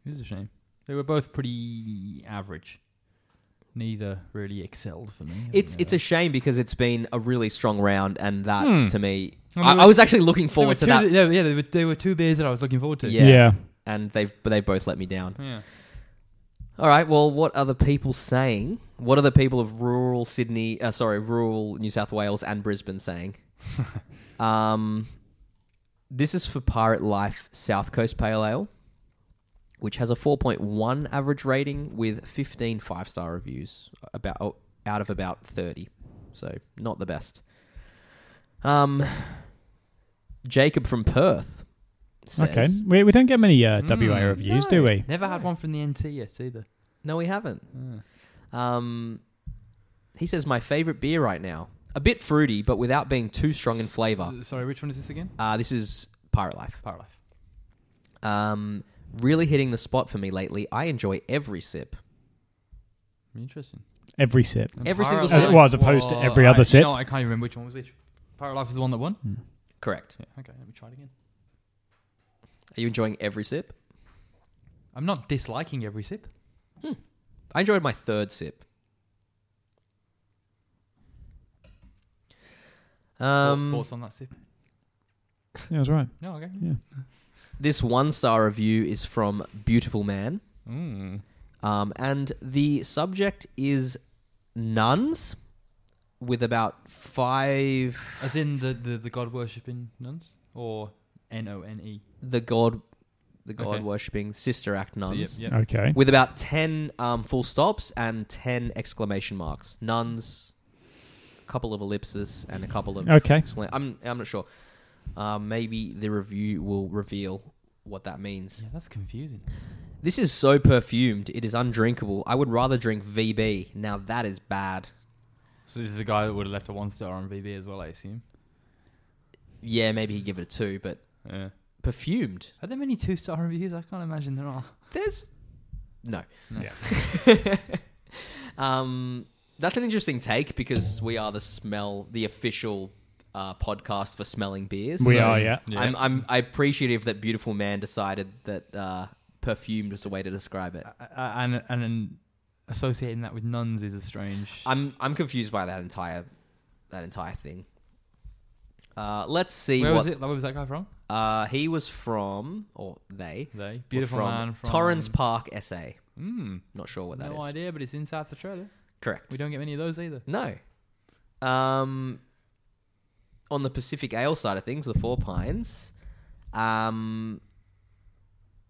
[SPEAKER 4] It is a shame. They were both pretty average. Neither really excelled for me.
[SPEAKER 2] It's it's a shame because it's been a really strong round, and that
[SPEAKER 4] Hmm.
[SPEAKER 2] to me,
[SPEAKER 4] I mean,
[SPEAKER 2] I,
[SPEAKER 4] they
[SPEAKER 2] I
[SPEAKER 4] were-
[SPEAKER 2] was actually looking forward to that,
[SPEAKER 4] Yeah, yeah, there were, there were two beers that I was looking forward to.
[SPEAKER 2] Yeah. and they've but they both let me down.
[SPEAKER 4] Yeah.
[SPEAKER 2] All right. Well, what are the people saying? What are the people of rural Sydney? Uh, sorry, rural New South Wales and Brisbane saying? um, this is for Pirate Life South Coast Pale Ale, which has a 4.1 average rating with 15 five star reviews, about oh, out of about 30. So not the best. Um, Jacob from Perth says,
[SPEAKER 3] Okay. We, we don't get many uh, WA
[SPEAKER 4] Mm.
[SPEAKER 3] reviews,
[SPEAKER 2] No.
[SPEAKER 3] do we?
[SPEAKER 4] Never had one from the NT yet either.
[SPEAKER 2] "No, we haven't."
[SPEAKER 4] Yeah.
[SPEAKER 2] Um, he says my favorite beer right now. A bit fruity, but without being too strong in flavor.
[SPEAKER 4] Uh, Sorry, which one is this again?
[SPEAKER 2] Uh, this is Pirate Life.
[SPEAKER 4] Power Life.
[SPEAKER 2] Um, really hitting the spot for me lately. I enjoy every sip.
[SPEAKER 4] Interesting.
[SPEAKER 3] Every sip.
[SPEAKER 4] And
[SPEAKER 2] Every
[SPEAKER 4] Power
[SPEAKER 2] single sip.
[SPEAKER 4] Life
[SPEAKER 3] Well, as opposed to every
[SPEAKER 4] I,
[SPEAKER 3] other sip.
[SPEAKER 4] No, I can't even remember which one was which. Power Life is the one that won.
[SPEAKER 2] Correct.
[SPEAKER 4] Yeah, okay, let me try it again.
[SPEAKER 2] Are you enjoying every sip?
[SPEAKER 4] I'm not disliking every sip.
[SPEAKER 2] I enjoyed my third sip. Um,
[SPEAKER 4] Thoughts on that sip?
[SPEAKER 3] Yeah, that's right.
[SPEAKER 4] No, okay.
[SPEAKER 2] this one star review is from Beautiful Man.
[SPEAKER 4] Mm.
[SPEAKER 2] Um, and the subject is nuns with about five
[SPEAKER 4] As in the, the, the god worshipping nuns? Or N O N E?
[SPEAKER 2] the god the god
[SPEAKER 4] Okay.
[SPEAKER 2] worshipping sister act
[SPEAKER 4] So,
[SPEAKER 2] nuns
[SPEAKER 4] yep, yep.
[SPEAKER 3] Okay.
[SPEAKER 2] with about 10 um, full stops and 10 exclamation marks nuns a couple of ellipses and a couple of
[SPEAKER 3] Okay.
[SPEAKER 2] excla- I'm I'm not sure uh, maybe the review will reveal what that means
[SPEAKER 4] Yeah, that's confusing.
[SPEAKER 2] this is so perfumed it is undrinkable i would rather drink vb now that is bad
[SPEAKER 4] So this is a guy that would have left a one star on VB as well, I assume.
[SPEAKER 2] yeah maybe he'd give it a 2 but
[SPEAKER 4] Yeah.
[SPEAKER 2] perfumed
[SPEAKER 4] Are there many two star <laughs> reviews? I can't imagine there are.
[SPEAKER 2] there's no
[SPEAKER 4] No.
[SPEAKER 3] Yeah.
[SPEAKER 2] <laughs> um, that's an interesting take because we are the smell, the official uh, podcast for smelling beers.
[SPEAKER 3] We
[SPEAKER 2] So
[SPEAKER 3] are, yeah.
[SPEAKER 4] Yeah.
[SPEAKER 2] I'm, I'm I appreciative that beautiful man decided that uh, perfumed was a way to describe it.
[SPEAKER 4] A- a- and, and then associating that with nuns is a strange.
[SPEAKER 2] I'm I'm confused by that entire that entire thing. Uh, let's see
[SPEAKER 4] Where
[SPEAKER 2] what
[SPEAKER 4] was it? Where was that guy from?
[SPEAKER 2] Uh, he was from, or they were
[SPEAKER 4] They. Beautiful
[SPEAKER 2] from
[SPEAKER 4] man from
[SPEAKER 2] Torrens Park, SA.
[SPEAKER 4] Mm,
[SPEAKER 2] Not sure what that is.
[SPEAKER 4] no idea, but it's in South Australia.
[SPEAKER 2] Correct.
[SPEAKER 4] We don't get many of those either.
[SPEAKER 2] No. Um, on the Pacific Ale side of things, the Four Pines, um,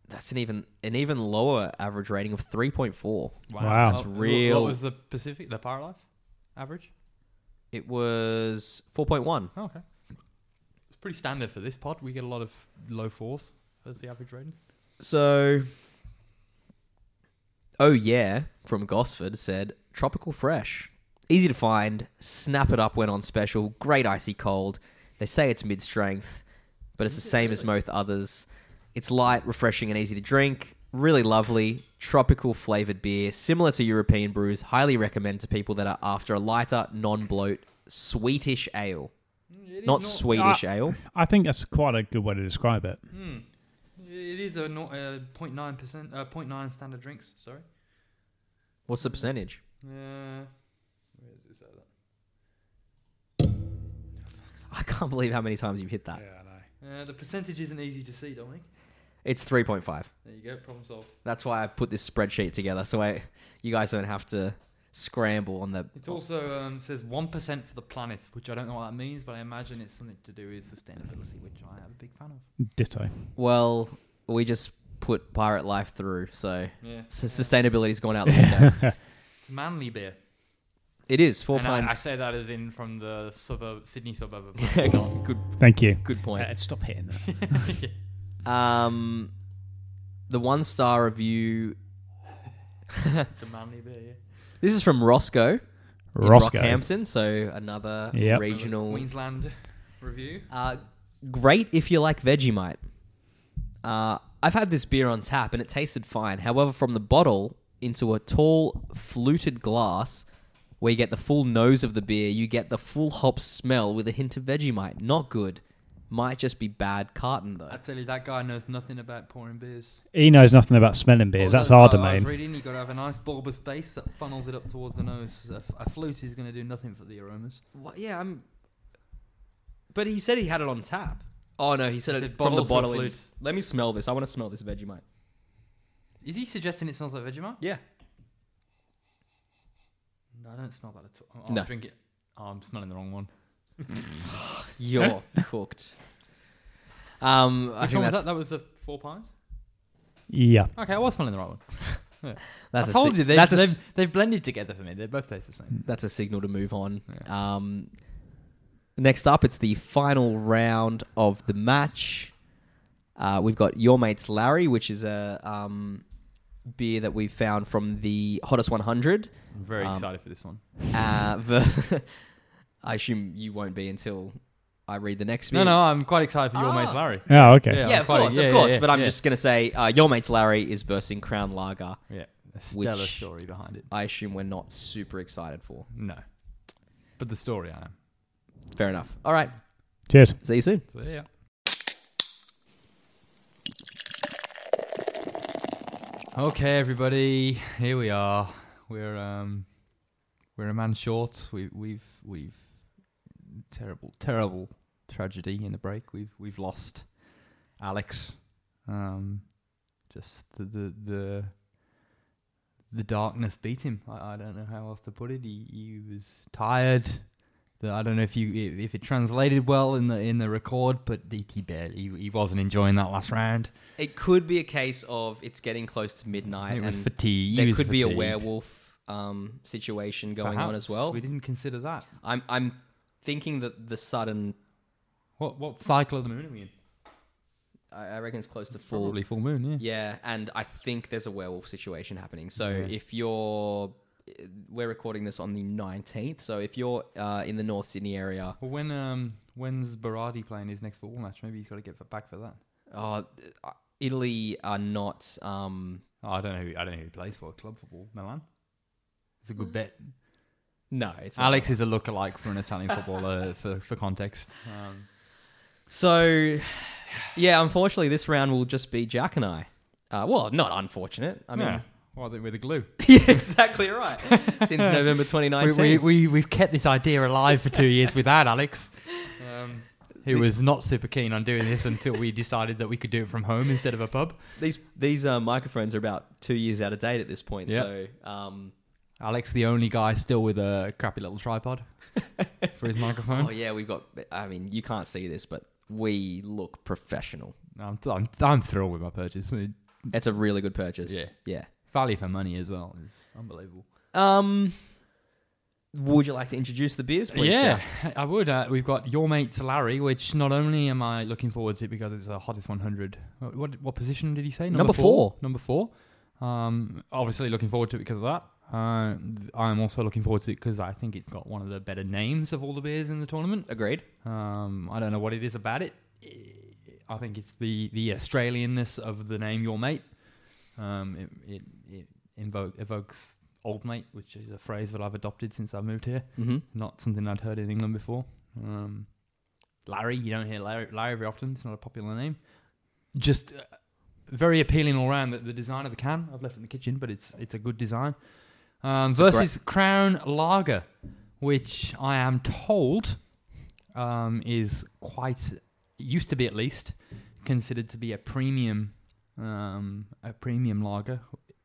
[SPEAKER 2] That's an even an even lower average rating of three point four.
[SPEAKER 3] Wow.
[SPEAKER 2] That's
[SPEAKER 4] What-
[SPEAKER 2] real-
[SPEAKER 4] What was the Pacific, the Power Life average?
[SPEAKER 2] It was four point one.
[SPEAKER 4] Oh, okay. It's pretty standard for this pod. We get a lot of low fours as the average rating.
[SPEAKER 2] So, oh yeah, from Gosford said tropical fresh, easy to find. Snap it up when on special. Great icy cold. They say it's mid strength, but it's the same as most others. It's light, refreshing, and easy to drink. Really lovely tropical flavored beer, similar to European brews. Highly recommend to people that are after a lighter, non-bloat, sweetish ale.
[SPEAKER 4] Hmm,
[SPEAKER 2] Not, Swedish ale.
[SPEAKER 3] I think that's quite a good way to describe it.
[SPEAKER 4] hmm. It is a not, uh, 0.9 percent, uh, 0.9 standard drinks. Sorry.
[SPEAKER 2] What's the percentage?
[SPEAKER 4] Uh, where does it say that?
[SPEAKER 2] I can't believe how many times you've hit that.
[SPEAKER 3] I know.
[SPEAKER 4] Uh, the percentage isn't easy to see, Dominic.
[SPEAKER 2] It's three point five.
[SPEAKER 4] There you go. Problem solved.
[SPEAKER 2] That's why I put this spreadsheet together, so I, you guys don't have to scramble on the.
[SPEAKER 4] It also um, says one percent for the planet, which I don't know what that means, but I imagine it's something to do with sustainability, which I am a big fan of.
[SPEAKER 3] Ditto.
[SPEAKER 2] Well, we just put pirate life through, so
[SPEAKER 4] Yeah.
[SPEAKER 2] s- sustainability's gone out the window. <laughs>
[SPEAKER 4] It's manly beer.
[SPEAKER 2] it is four
[SPEAKER 4] and
[SPEAKER 2] pints.
[SPEAKER 4] I, I say that as in from the suburb, Sydney suburb
[SPEAKER 2] <laughs>
[SPEAKER 4] of <laughs>
[SPEAKER 2] Yeah, God, good,
[SPEAKER 3] Thank you. Uh,
[SPEAKER 2] good point.
[SPEAKER 3] stop hitting that.
[SPEAKER 4] Uh,
[SPEAKER 2] Um, the one star review. <laughs>
[SPEAKER 4] It's a manly beer, yeah.
[SPEAKER 2] This is from Roscoe, in
[SPEAKER 3] Roscoe.
[SPEAKER 2] Rockhampton, so another
[SPEAKER 3] Yep.
[SPEAKER 4] Another
[SPEAKER 2] regional.
[SPEAKER 4] Queensland review.
[SPEAKER 2] Uh, great if you like Vegemite. Uh, I've had this beer on tap and it tasted fine. However, from the bottle into a tall, fluted glass where you get the full nose of the beer, you get the full hop smell with a hint of Vegemite. Not good. Might just be bad carton, though.
[SPEAKER 4] I tell you, that guy knows nothing about pouring beers.
[SPEAKER 3] He knows nothing about smelling beers.
[SPEAKER 4] Oh,
[SPEAKER 3] That's
[SPEAKER 4] no,
[SPEAKER 3] our
[SPEAKER 4] I- I
[SPEAKER 3] domain.
[SPEAKER 4] was reading you got to have a nice bulbous base that funnels it up towards the nose. A, f- a flute is going to do nothing for the aromas.
[SPEAKER 2] Wha- yeah, I'm. But he said he had it on tap. Oh, no, he said
[SPEAKER 4] He
[SPEAKER 2] it
[SPEAKER 4] said
[SPEAKER 2] from the
[SPEAKER 4] bottles or
[SPEAKER 2] bottle. in-
[SPEAKER 4] flute.
[SPEAKER 2] Let me smell this. I want to smell this Vegemite.
[SPEAKER 4] Is he suggesting it smells like Vegemite?
[SPEAKER 2] Yeah.
[SPEAKER 4] No, I don't smell that at all. I'll
[SPEAKER 2] No.
[SPEAKER 4] drink it. Oh, I'm smelling the wrong one.
[SPEAKER 2] <laughs> You're cooked. Um, I
[SPEAKER 4] Which
[SPEAKER 2] think
[SPEAKER 4] one was
[SPEAKER 2] that's,
[SPEAKER 4] that? That was the four pints?
[SPEAKER 3] Yeah.
[SPEAKER 4] Okay, I was smelling the right one.
[SPEAKER 2] that's
[SPEAKER 4] I
[SPEAKER 2] a
[SPEAKER 4] told
[SPEAKER 2] si-
[SPEAKER 4] you, they've,
[SPEAKER 2] that's a
[SPEAKER 4] they've,
[SPEAKER 2] s-
[SPEAKER 4] they've blended together for me. They both taste the same.
[SPEAKER 2] that's a signal to move on. Um, next up, it's the final round of the match. Uh, we've got Your Mates Larry, which is a um, beer that we found from the Hottest 100.
[SPEAKER 4] I'm very
[SPEAKER 2] Um,
[SPEAKER 4] excited for this one.
[SPEAKER 2] Uh, ver- <laughs> I assume you won't be until I read the next beer.
[SPEAKER 4] No, no, I'm quite excited for your
[SPEAKER 2] Ah.
[SPEAKER 4] mate's Larry.
[SPEAKER 3] Oh, okay.
[SPEAKER 4] Yeah.
[SPEAKER 2] Yeah, of
[SPEAKER 4] quite-
[SPEAKER 2] course,
[SPEAKER 4] yeah,
[SPEAKER 2] of course.
[SPEAKER 4] yeah,
[SPEAKER 2] but I'm
[SPEAKER 4] yeah.
[SPEAKER 2] just going to say uh, Your Mates Larry is versing Crown Lager.
[SPEAKER 4] Yeah, a stellar
[SPEAKER 2] Which-
[SPEAKER 4] story behind it.
[SPEAKER 2] I assume we're not super excited for.
[SPEAKER 4] No, but the story I am.
[SPEAKER 2] Fair enough. All right.
[SPEAKER 3] Cheers.
[SPEAKER 2] See you soon.
[SPEAKER 4] So yeah. Okay, everybody, here we are. We're um, we're a man short. We, we've we've terrible terrible tragedy in the break. We've we've lost Alex. Um, just the the the, the darkness beat him. I, I don't know how else to put it. He he was tired. The, I don't know if you if it translated well in the in the record, but he, he barely he, he wasn't enjoying that last round.
[SPEAKER 2] It could be a case of it's getting close to midnight,
[SPEAKER 4] It
[SPEAKER 2] and
[SPEAKER 4] was fatigue.
[SPEAKER 2] there
[SPEAKER 4] He
[SPEAKER 2] could
[SPEAKER 4] was
[SPEAKER 2] be a
[SPEAKER 4] fatigued.
[SPEAKER 2] werewolf um, situation going on as
[SPEAKER 4] Perhaps
[SPEAKER 2] well.
[SPEAKER 4] We didn't consider that.
[SPEAKER 2] I'm I'm thinking that the sudden
[SPEAKER 4] What what cycle of the moon are we in?
[SPEAKER 2] I I reckon it's close to full.
[SPEAKER 4] Probably full moon. Yeah.
[SPEAKER 2] Yeah, and I think there's a werewolf situation happening. So
[SPEAKER 4] Yeah.
[SPEAKER 2] if you're, we're recording this on the 19th. So if you're uh, in the North Sydney area,
[SPEAKER 4] Well, when um when's Berardi playing his next football match? Maybe he's got to get back for that.
[SPEAKER 2] uh, Italy are not. Um,
[SPEAKER 4] Oh, I don't know. Who, I don't know who he plays for. Club football, Milan. It's a good bet.
[SPEAKER 2] no, it's not.
[SPEAKER 4] Alex is a lookalike for an Italian footballer. for for context, um,
[SPEAKER 2] So, yeah, unfortunately, this round will just be Jack and I. Uh, well, not unfortunate. I mean,
[SPEAKER 4] yeah. Well, I think we're the glue.
[SPEAKER 2] <laughs> yeah, exactly <laughs> right. Since November 2019.
[SPEAKER 4] we, we, we, we've kept this idea alive for two years without Alex, um, who was not super keen on doing this until we decided that we could do it from home instead of a pub.
[SPEAKER 2] these these uh, microphones are about two years out of date at this point.
[SPEAKER 4] Yeah.
[SPEAKER 2] So, um,
[SPEAKER 4] Alex, the only guy still with a crappy little tripod for his microphone.
[SPEAKER 2] oh, yeah, we've got. I mean, you can't see this, but we look professional.
[SPEAKER 4] I'm, I'm, I'm thrilled with my purchase. It
[SPEAKER 2] It's a really good purchase.
[SPEAKER 4] Yeah.
[SPEAKER 2] Yeah.
[SPEAKER 4] Value for money as well is unbelievable.
[SPEAKER 2] Um, would you like to introduce the beers, please?
[SPEAKER 4] yeah, <laughs>
[SPEAKER 2] Jack?
[SPEAKER 4] I would. Uh, we've got Your Mate's Larry, which not only am I looking forward to because it's the hottest 100. What, what, what position did he say?
[SPEAKER 2] Number four.
[SPEAKER 4] Number four. Um, obviously looking forward to it because of that. Uh, th- I'm also looking forward to it because I think it's got one of the better names of all the beers in the tournament.
[SPEAKER 2] Agreed.
[SPEAKER 4] Um, I don't know what it is about it. I think it's the the Australianness of the name Your Mate. Um, it it, it invoke, evokes old mate, which is a phrase that I've adopted since I moved here.
[SPEAKER 2] Mm-hmm.
[SPEAKER 4] Not something I'd heard in England before. Um, Larry, you don't hear Larry, Larry very often. It's not a popular name. Just uh, very appealing all round. The, the design of the can I've left in the kitchen, but it's it's a good design. Um,
[SPEAKER 2] a great-
[SPEAKER 4] versus Crown Lager, which I am told um, is quite used to be at least considered to be a premium um, a premium lager,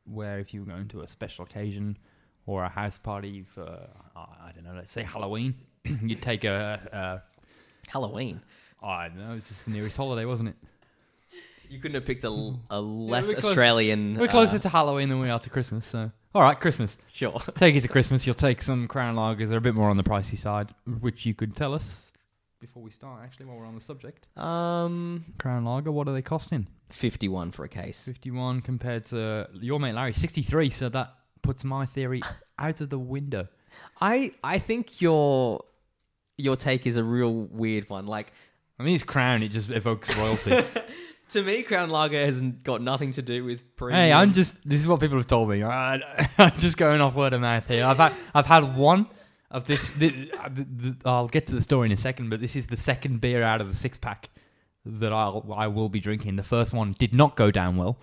[SPEAKER 4] where if you were going to a special occasion or a house party for I I don't know, let's say Halloween, <clears throat> you'd take a,
[SPEAKER 2] Halloween.
[SPEAKER 4] a I don't know, it's just the nearest holiday, wasn't it?
[SPEAKER 2] You couldn't have picked a, l- a less
[SPEAKER 4] we're close-
[SPEAKER 2] Australian.
[SPEAKER 4] We're closer
[SPEAKER 2] uh,
[SPEAKER 4] to Halloween than we are to Christmas, so all right, Christmas.
[SPEAKER 2] sure.
[SPEAKER 4] Take it to Christmas. You'll take some Crown Lagers. They're a bit more on the pricey side, which you could tell us before we start. Actually, while we're on the subject,
[SPEAKER 2] Um,
[SPEAKER 4] Crown Lager, what are they costing?
[SPEAKER 2] fifty-one for a case.
[SPEAKER 4] 51 compared to your mate Larry 63 so that puts my theory out of the window
[SPEAKER 2] I I think your your take is a real weird one. Like
[SPEAKER 4] I mean his crown it just evokes royalty
[SPEAKER 2] to me, Crown Lager has got nothing to do with premium.
[SPEAKER 4] hey I'm just this is what people have told me I, <laughs> I'm just going off word of mouth here I've had I've had one of this, this I'll get to the story in a second but this is the second beer out of the six pack that I'll I will be drinking the first one did not go down well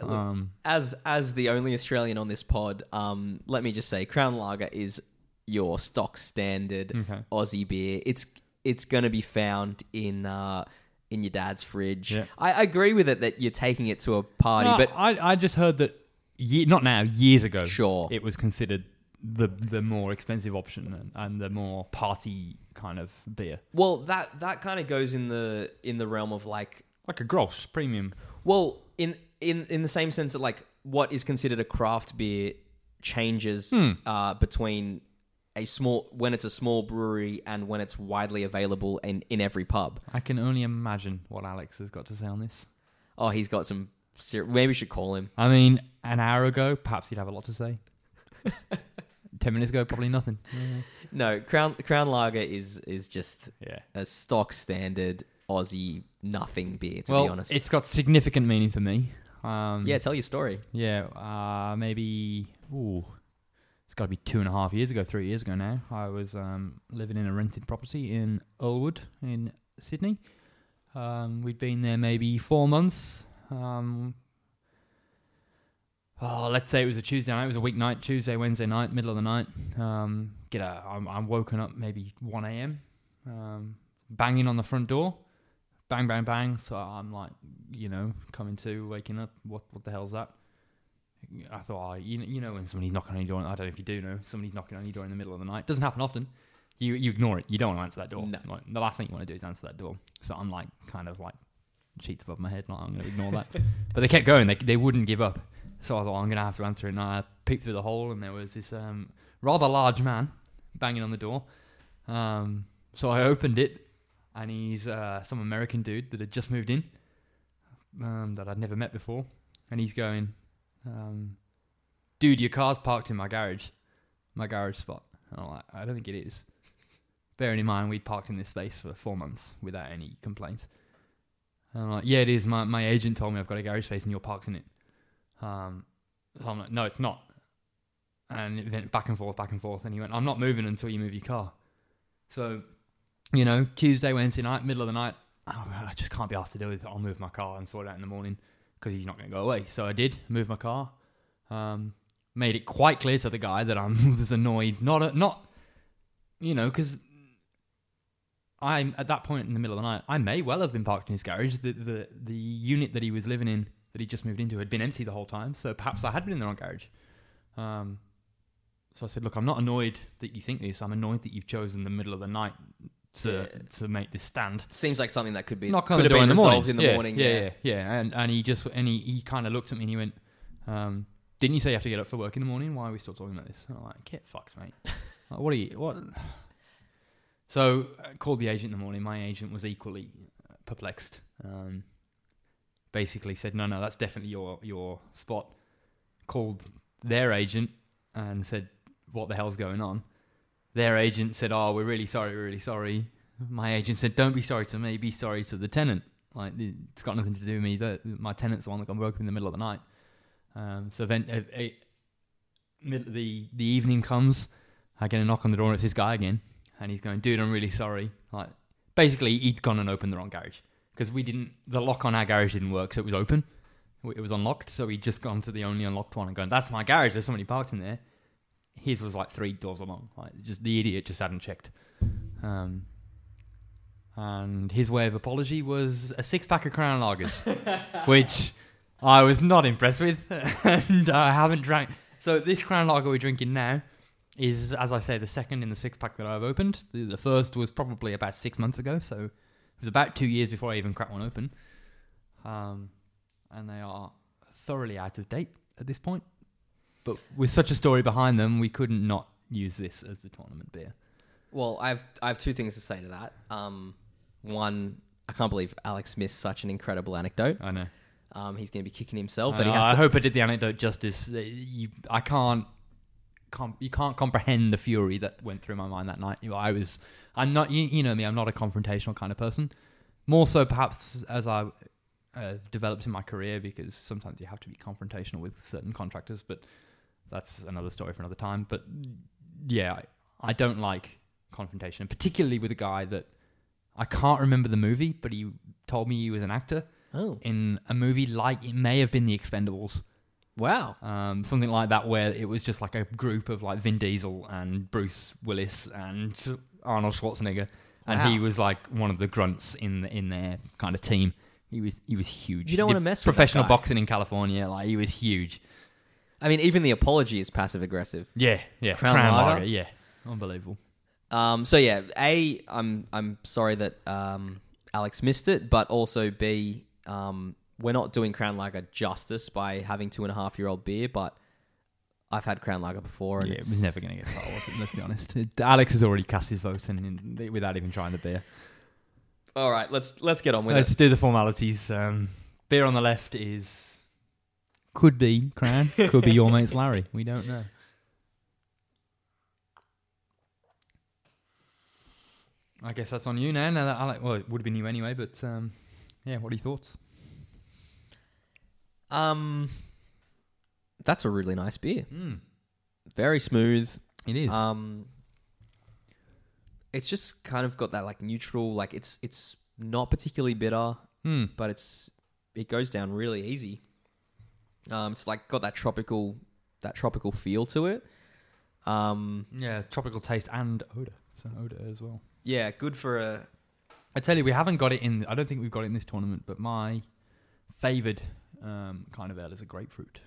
[SPEAKER 2] Uh,
[SPEAKER 4] um
[SPEAKER 2] as as the only Australian on this pod. Um, let me just say, Crown Lager is your stock standard
[SPEAKER 4] Okay.
[SPEAKER 2] Aussie beer. It's it's gonna be found in. Uh, in your dad's fridge,
[SPEAKER 4] Yeah.
[SPEAKER 2] I I agree with it that you're taking it to a party,
[SPEAKER 4] No,
[SPEAKER 2] but
[SPEAKER 4] I, I just heard that ye- not now years ago.
[SPEAKER 2] Sure.
[SPEAKER 4] it was considered the the more expensive option and, and the more party kind of beer,
[SPEAKER 2] Well, that that kind of goes in the in the realm of like,
[SPEAKER 4] like a Gross premium.
[SPEAKER 2] well, in in in the same sense that like what is considered a craft beer changes
[SPEAKER 4] Hmm.
[SPEAKER 2] uh, between a small when it's a small brewery and when it's widely available in in every pub.
[SPEAKER 4] I can only imagine what Alex has got to say on this.
[SPEAKER 2] Oh, he's got some. Ser- Maybe we should call him.
[SPEAKER 4] I mean, an hour ago, perhaps he'd have a lot to say. <laughs> Ten minutes ago, probably nothing.
[SPEAKER 2] No, Crown Crown Lager is is just
[SPEAKER 4] Yeah.
[SPEAKER 2] a stock standard Aussie nothing beer. To
[SPEAKER 4] well,
[SPEAKER 2] be honest,
[SPEAKER 4] it's got significant meaning for me. Um,
[SPEAKER 2] yeah. Tell your story.
[SPEAKER 4] Yeah, uh, maybe. Ooh, it's got to be two and a half years ago, three years ago now. I was um, living in a rented property in Earlwood in Sydney. Um, we'd been there maybe four months. Um, oh, let's say it was a Tuesday night. It was a weeknight, Tuesday, Wednesday night, middle of the night. Um, get out. I'm, I'm woken up maybe 1 a.m. Um, banging on the front door. Bang, bang, bang. So I'm like, you know, coming to, waking up. What, what the hell's that? I thought, oh, you, you know, when somebody's knocking on your door, I don't know if you do know, somebody's knocking on your door in the middle of the night. Doesn't happen often. You you ignore it. You don't want to answer that door.
[SPEAKER 2] No.
[SPEAKER 4] Like, the last thing you want to do is answer that door. So I'm like, kind of like, sheets above my head. Like, I'm going to ignore that. but they kept going. They, they wouldn't give up. So I thought, I'm going to have to answer it. And I peeped through the hole, and there was this um, rather large man banging on the door. Um, so I opened it, and he's uh, some American dude that had just moved in um, that I'd never met before. And he's going, um, Dude, your car's parked in my garage, my garage spot. And I'm like, I don't think it is. Bearing in mind, we'd parked in this space for four months without any complaints. And I'm like, yeah, it is. My, my agent told me I've got a garage space and you're parked in it. Um, so I'm like, no, it's not. And it went back and forth, back and forth. And he went, I'm not moving until you move your car. So, you know, Tuesday, Wednesday night, middle of the night, oh, well, I just can't be asked to deal with it. I'll move my car and sort it out in the morning because he's not going to go away. So I did move my car. Um, made it quite clear to the guy that I <laughs> was annoyed. Not, a, not, you know, because I'm at that point in the middle of the night. I may well have been parked in his garage. The the the unit that he was living in, that he just moved into, had been empty the whole time. So perhaps I had been in the wrong garage. Um, so I said, look, I'm not annoyed that you think this. I'm annoyed that you've chosen the middle of the night to
[SPEAKER 2] Yeah.
[SPEAKER 4] to make this stand.
[SPEAKER 2] Seems like something that could be
[SPEAKER 4] Knock on
[SPEAKER 2] could
[SPEAKER 4] the
[SPEAKER 2] have
[SPEAKER 4] door
[SPEAKER 2] been
[SPEAKER 4] in the
[SPEAKER 2] resolved
[SPEAKER 4] morning.
[SPEAKER 2] in the
[SPEAKER 4] yeah,
[SPEAKER 2] morning.
[SPEAKER 4] Yeah, yeah, yeah. And and he just and he, he kind of looked at me and he went, um, "Didn't you say you have to get up for work in the morning? Why are we still talking about this?" And I'm like, "Get fucked, mate. <laughs> like, what are you? What?" So I called the agent in the morning. My agent was equally uh, perplexed. Um, basically said, "No, no, that's definitely your your spot." Called their agent and said, "What the hell's going on?" Their agent said, "Oh, we're really sorry. We're really sorry." My agent said, "Don't be sorry to me. Be sorry to the tenant. Like th- it's got nothing to do with me. The, my tenant's the one that got woke up in the middle of the night." Um, so then, uh, it, mid- the the evening comes. I get a knock on the door, and it's this guy again, and he's going, "Dude, I'm really sorry." Like basically, he'd gone and opened the wrong garage because we didn't. The lock on our garage didn't work, so it was open. It was unlocked, so he'd just gone to the only unlocked one and going, "That's my garage. There's somebody parked in there." his was like three doors along. Like just the idiot just hadn't checked. Um, and his way of apology was a six pack of Crown Lagers, <laughs> which I was not impressed with, <laughs> and I haven't drank. So this Crown Lager we're drinking now is, as I say, the second in the six pack that I've opened. The, the first was probably about six months ago, so it was about two years before I even cracked one open. Um, and they are thoroughly out of date at this point. But with such a story behind them, we couldn't not use this as the tournament beer.
[SPEAKER 2] Well, I've I have two things to say to that. Um, one, I can't believe Alex missed such an incredible anecdote.
[SPEAKER 4] I know.
[SPEAKER 2] Um, he's going to be kicking himself,
[SPEAKER 4] I,
[SPEAKER 2] and
[SPEAKER 4] know.
[SPEAKER 2] he has
[SPEAKER 4] I
[SPEAKER 2] to.
[SPEAKER 4] hope I did the anecdote justice. Uh, You, I can't. Com- you can't comprehend the fury that went through my mind that night. You know, I was. I'm not. You, you know me. I'm not a confrontational kind of person. More so, perhaps as I uh, developed in my career, because sometimes you have to be confrontational with certain contractors. But that's another story for another time. But yeah, I, I don't like confrontation, particularly with a guy that I can't remember the movie, but he told me he was an actor
[SPEAKER 2] Oh
[SPEAKER 4] in a movie like it may have been The Expendables,
[SPEAKER 2] wow!
[SPEAKER 4] um, something like that, where it was just like a group of like Vin Diesel and Bruce Willis and Arnold Schwarzenegger, and
[SPEAKER 2] Wow.
[SPEAKER 4] he was like one of the grunts in in their kind of team. He was he was huge.
[SPEAKER 2] You don't
[SPEAKER 4] Did
[SPEAKER 2] wanna mess with that
[SPEAKER 4] professional
[SPEAKER 2] guy.
[SPEAKER 4] boxing in California. Like he was huge.
[SPEAKER 2] I mean, even the apology is passive aggressive.
[SPEAKER 4] Yeah, yeah.
[SPEAKER 2] Crown Lager?
[SPEAKER 4] Yeah, unbelievable.
[SPEAKER 2] Um, so yeah, a I'm I'm sorry that um, Alex missed it, but also b um, we're not doing Crown Lager justice by having two and a half year old beer, but I've had Crown Lager before, and
[SPEAKER 4] Yeah, it
[SPEAKER 2] it's,
[SPEAKER 4] was never going to get far, was it? Let's be honest. Alex has already cast his vote in, in without even trying the beer.
[SPEAKER 2] All right, let's let's get on with
[SPEAKER 4] Let's
[SPEAKER 2] it.
[SPEAKER 4] Uh, do the formalities. Um, beer on the left is could be Cran, could <laughs> be your mate's Larry. We don't know. I guess that's on you now. Now that Alex, well, it would have been you anyway. But um, yeah, what are your thoughts?
[SPEAKER 2] Um, that's a really nice beer.
[SPEAKER 4] Mm,
[SPEAKER 2] Very smooth.
[SPEAKER 4] it is.
[SPEAKER 2] Um, it's just kind of got that like neutral, like it's it's not particularly bitter,
[SPEAKER 4] Mm,
[SPEAKER 2] but it's it goes down really easy. Um, it's like got that tropical that tropical feel to it. Um,
[SPEAKER 4] yeah, tropical taste and odor. So odor as well.
[SPEAKER 2] yeah, good for a
[SPEAKER 4] I tell you, we haven't got it in. I don't think we've got it in this tournament. But my favoured um, kind of ale is a grapefruit.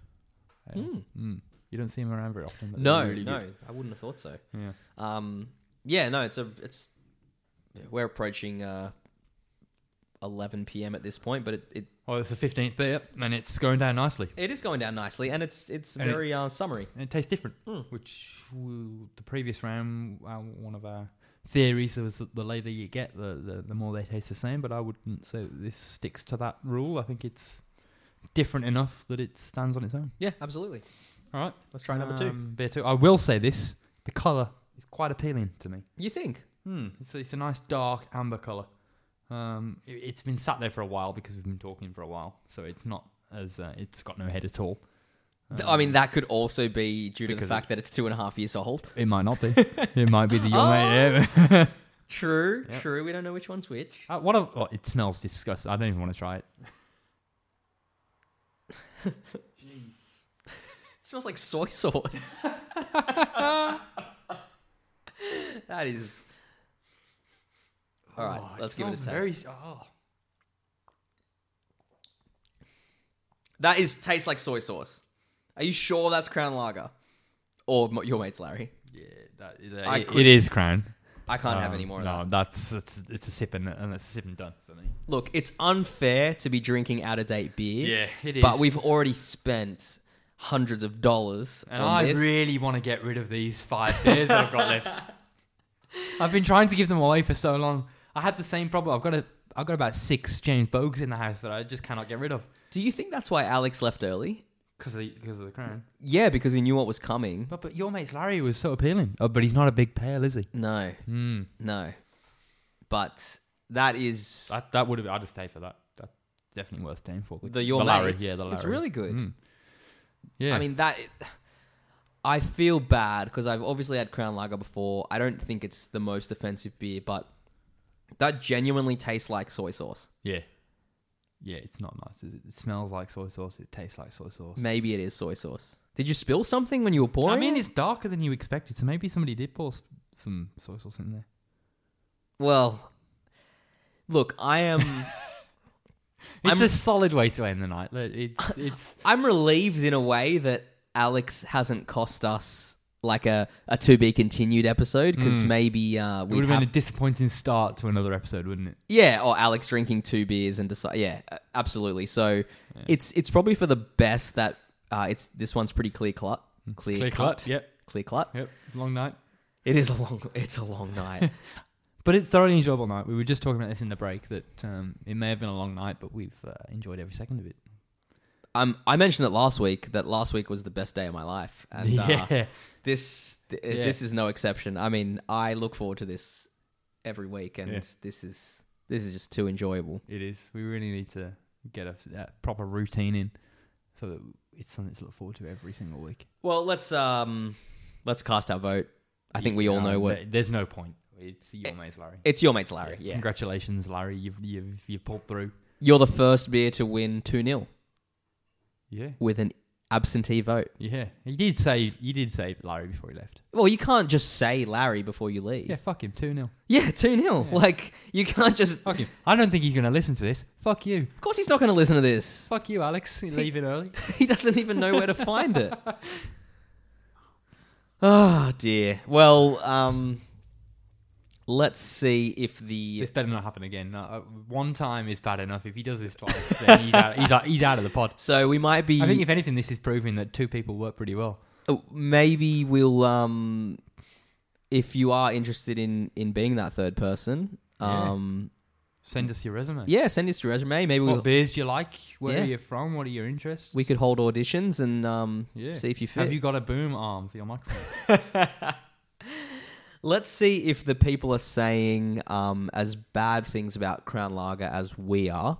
[SPEAKER 4] ale.
[SPEAKER 2] Mm.
[SPEAKER 4] Mm. You don't see them around very often. But they're
[SPEAKER 2] no,
[SPEAKER 4] really
[SPEAKER 2] no.
[SPEAKER 4] good.
[SPEAKER 2] I wouldn't have thought so.
[SPEAKER 4] Yeah.
[SPEAKER 2] Um, yeah, no, it's a it's we're approaching uh 11 p.m. at this point, but it, it
[SPEAKER 4] Well, it's the fifteenth beer, and it's going down nicely.
[SPEAKER 2] it is going down nicely, and it's it's
[SPEAKER 4] And it-
[SPEAKER 2] very uh, summery.
[SPEAKER 4] And it tastes different,
[SPEAKER 2] Mm.
[SPEAKER 4] which we, the previous round, uh, one of our theories was that the later you get, the, the the more they taste the same. But I wouldn't say that this sticks to that rule. I think it's different enough that it stands on its own.
[SPEAKER 2] Yeah, absolutely.
[SPEAKER 4] All right.
[SPEAKER 2] Let's try number two.
[SPEAKER 4] Um, Beer two. I will say this: the color is quite appealing to me.
[SPEAKER 2] You think?
[SPEAKER 4] Hmm. It's, it's a nice dark amber color. Um, it, it's been sat there for a while because we've been talking for a while, so it's not as uh, it's got no head at all.
[SPEAKER 2] Th- I mean, that could also be due to the
[SPEAKER 4] Um, because
[SPEAKER 2] fact that it's two and a half years old.
[SPEAKER 4] It might <laughs> not be. it might be the young
[SPEAKER 2] Oh!
[SPEAKER 4] mate. yeah.
[SPEAKER 2] True,
[SPEAKER 4] Yep.
[SPEAKER 2] true. We don't know which one's which.
[SPEAKER 4] <laughs> Uh, what? A, oh, it smells disgusting. I don't even want to try it.
[SPEAKER 2] It smells like soy
[SPEAKER 4] <laughs>
[SPEAKER 2] sauce. that is. All right,
[SPEAKER 4] Oh,
[SPEAKER 2] let's give it a
[SPEAKER 4] smells
[SPEAKER 2] taste.
[SPEAKER 4] Very. Oh.
[SPEAKER 2] That is tastes like soy sauce. Are you sure that's Crown Lager or m- your mates, Larry?
[SPEAKER 4] Yeah. That,
[SPEAKER 2] I
[SPEAKER 4] it-
[SPEAKER 2] could-
[SPEAKER 4] it is crown.
[SPEAKER 2] I can't have
[SPEAKER 4] Um,
[SPEAKER 2] any more of
[SPEAKER 4] no,
[SPEAKER 2] that.
[SPEAKER 4] that's it's, it's a sip and, and it's a sip and done for me.
[SPEAKER 2] Look, it's unfair to be drinking out of date beer.
[SPEAKER 4] Yeah, it is.
[SPEAKER 2] But we've already spent hundreds of dollars
[SPEAKER 4] and
[SPEAKER 2] on
[SPEAKER 4] I
[SPEAKER 2] this.
[SPEAKER 4] really want to get rid of these five beers that I've got left. <laughs> I've been trying to give them away for so long. I had the same problem. I've got a I've got about six James Bogues in the house that I just cannot get rid of
[SPEAKER 2] Do you think that's why Alex left early?
[SPEAKER 4] because of, the- 'cause of the crown.
[SPEAKER 2] Yeah, because he knew what was coming.
[SPEAKER 4] But but your mate's Larry was so appealing. Oh, but he's not a big pale, is he?
[SPEAKER 2] No,
[SPEAKER 4] Hmm.
[SPEAKER 2] no. But that is
[SPEAKER 4] That that would have. I'd have stayed for that. That's definitely worth staying for.
[SPEAKER 2] the your
[SPEAKER 4] Larry,
[SPEAKER 2] Mates.
[SPEAKER 4] yeah, the Larry.
[SPEAKER 2] It's really good.
[SPEAKER 4] Mm. Yeah,
[SPEAKER 2] I mean that. I feel bad because I've obviously had Crown Lager before. I don't think it's the most offensive beer, but that genuinely tastes like soy sauce.
[SPEAKER 4] yeah, yeah. It's not nice. Is it? it smells like soy sauce. It tastes like soy sauce.
[SPEAKER 2] Maybe it is soy sauce. Did you spill something when you were pouring?
[SPEAKER 4] I mean,
[SPEAKER 2] it?
[SPEAKER 4] it's darker than you expected, so maybe somebody did pour s- some soy sauce in there.
[SPEAKER 2] well, look, I am.
[SPEAKER 4] <laughs> It's
[SPEAKER 2] I'm-
[SPEAKER 4] a solid way to end the night. Like, <laughs> It's it's
[SPEAKER 2] I'm relieved in a way that Alex hasn't cost us like a, a to be continued episode because maybe uh,
[SPEAKER 4] Mm.
[SPEAKER 2] we
[SPEAKER 4] it would
[SPEAKER 2] would have
[SPEAKER 4] have been a disappointing start to another episode, wouldn't it?
[SPEAKER 2] yeah or Alex drinking two beers and decide yeah a- absolutely so it's it's probably for the best that uh, it's this one's pretty clear cut
[SPEAKER 4] Mm.
[SPEAKER 2] clear, cut,
[SPEAKER 4] Yep.
[SPEAKER 2] clear cut
[SPEAKER 4] Yep. Long night.
[SPEAKER 2] it is a long it's a long
[SPEAKER 4] <laughs>
[SPEAKER 2] night
[SPEAKER 4] But it's thoroughly enjoyable night. We were just talking about this in the break that um, it may have been a long night, but we've uh, enjoyed every second of it.
[SPEAKER 2] um I mentioned it last week that last week was the best day of my life and
[SPEAKER 4] <laughs>
[SPEAKER 2] uh, this th- uh,
[SPEAKER 4] Yeah.
[SPEAKER 2] this is no exception. I mean, I look forward to this every week, and
[SPEAKER 4] Yeah.
[SPEAKER 2] this is this is just too enjoyable.
[SPEAKER 4] It is. We really need to get a, a proper routine in so that it's something to look forward to every single week.
[SPEAKER 2] Well, let's um let's cast our vote. I think we all
[SPEAKER 4] Um,
[SPEAKER 2] know what
[SPEAKER 4] there- There's no point. It's your maze, Larry.
[SPEAKER 2] it's your mates, Larry. Yeah,
[SPEAKER 4] Congratulations, Larry. You've, you've, you've pulled through.
[SPEAKER 2] you're the first beer to win two 0
[SPEAKER 4] Yeah.
[SPEAKER 2] with an absentee vote.
[SPEAKER 4] Yeah. You did save, you did save Larry before he left.
[SPEAKER 2] Well, you can't just say Larry before you leave.
[SPEAKER 4] Yeah, fuck him. 2 0.
[SPEAKER 2] Yeah, two 0
[SPEAKER 4] Yeah.
[SPEAKER 2] Like you can't just.
[SPEAKER 4] Fuck him. I don't think he's going to listen to this. Fuck you.
[SPEAKER 2] Of course, he's not going to listen to this.
[SPEAKER 4] Fuck you, Alex. <laughs> Leave it early.
[SPEAKER 2] he doesn't even know where to find <laughs> it. Oh dear. Well, um, let's see if the
[SPEAKER 4] This better not happen again. No, uh, one time is bad enough. If he does this twice, then he's out, he's out, he's out of the pod.
[SPEAKER 2] so we might be
[SPEAKER 4] I think, if anything, this is proving that two people work pretty well.
[SPEAKER 2] oh, maybe we'll um, if you are interested in in being that third person,
[SPEAKER 4] Yeah.
[SPEAKER 2] um,
[SPEAKER 4] Send us your resume.
[SPEAKER 2] yeah, send us your resume. Maybe
[SPEAKER 4] What
[SPEAKER 2] we'll,
[SPEAKER 4] beers do you like? Where
[SPEAKER 2] Yeah.
[SPEAKER 4] are you from? What are your interests?
[SPEAKER 2] we could hold auditions and um,
[SPEAKER 4] Yeah.
[SPEAKER 2] see if you fit.
[SPEAKER 4] Have you got a boom arm for your microphone?
[SPEAKER 2] <laughs> Let's see if the people are saying um, as bad things about Crown Lager as we are.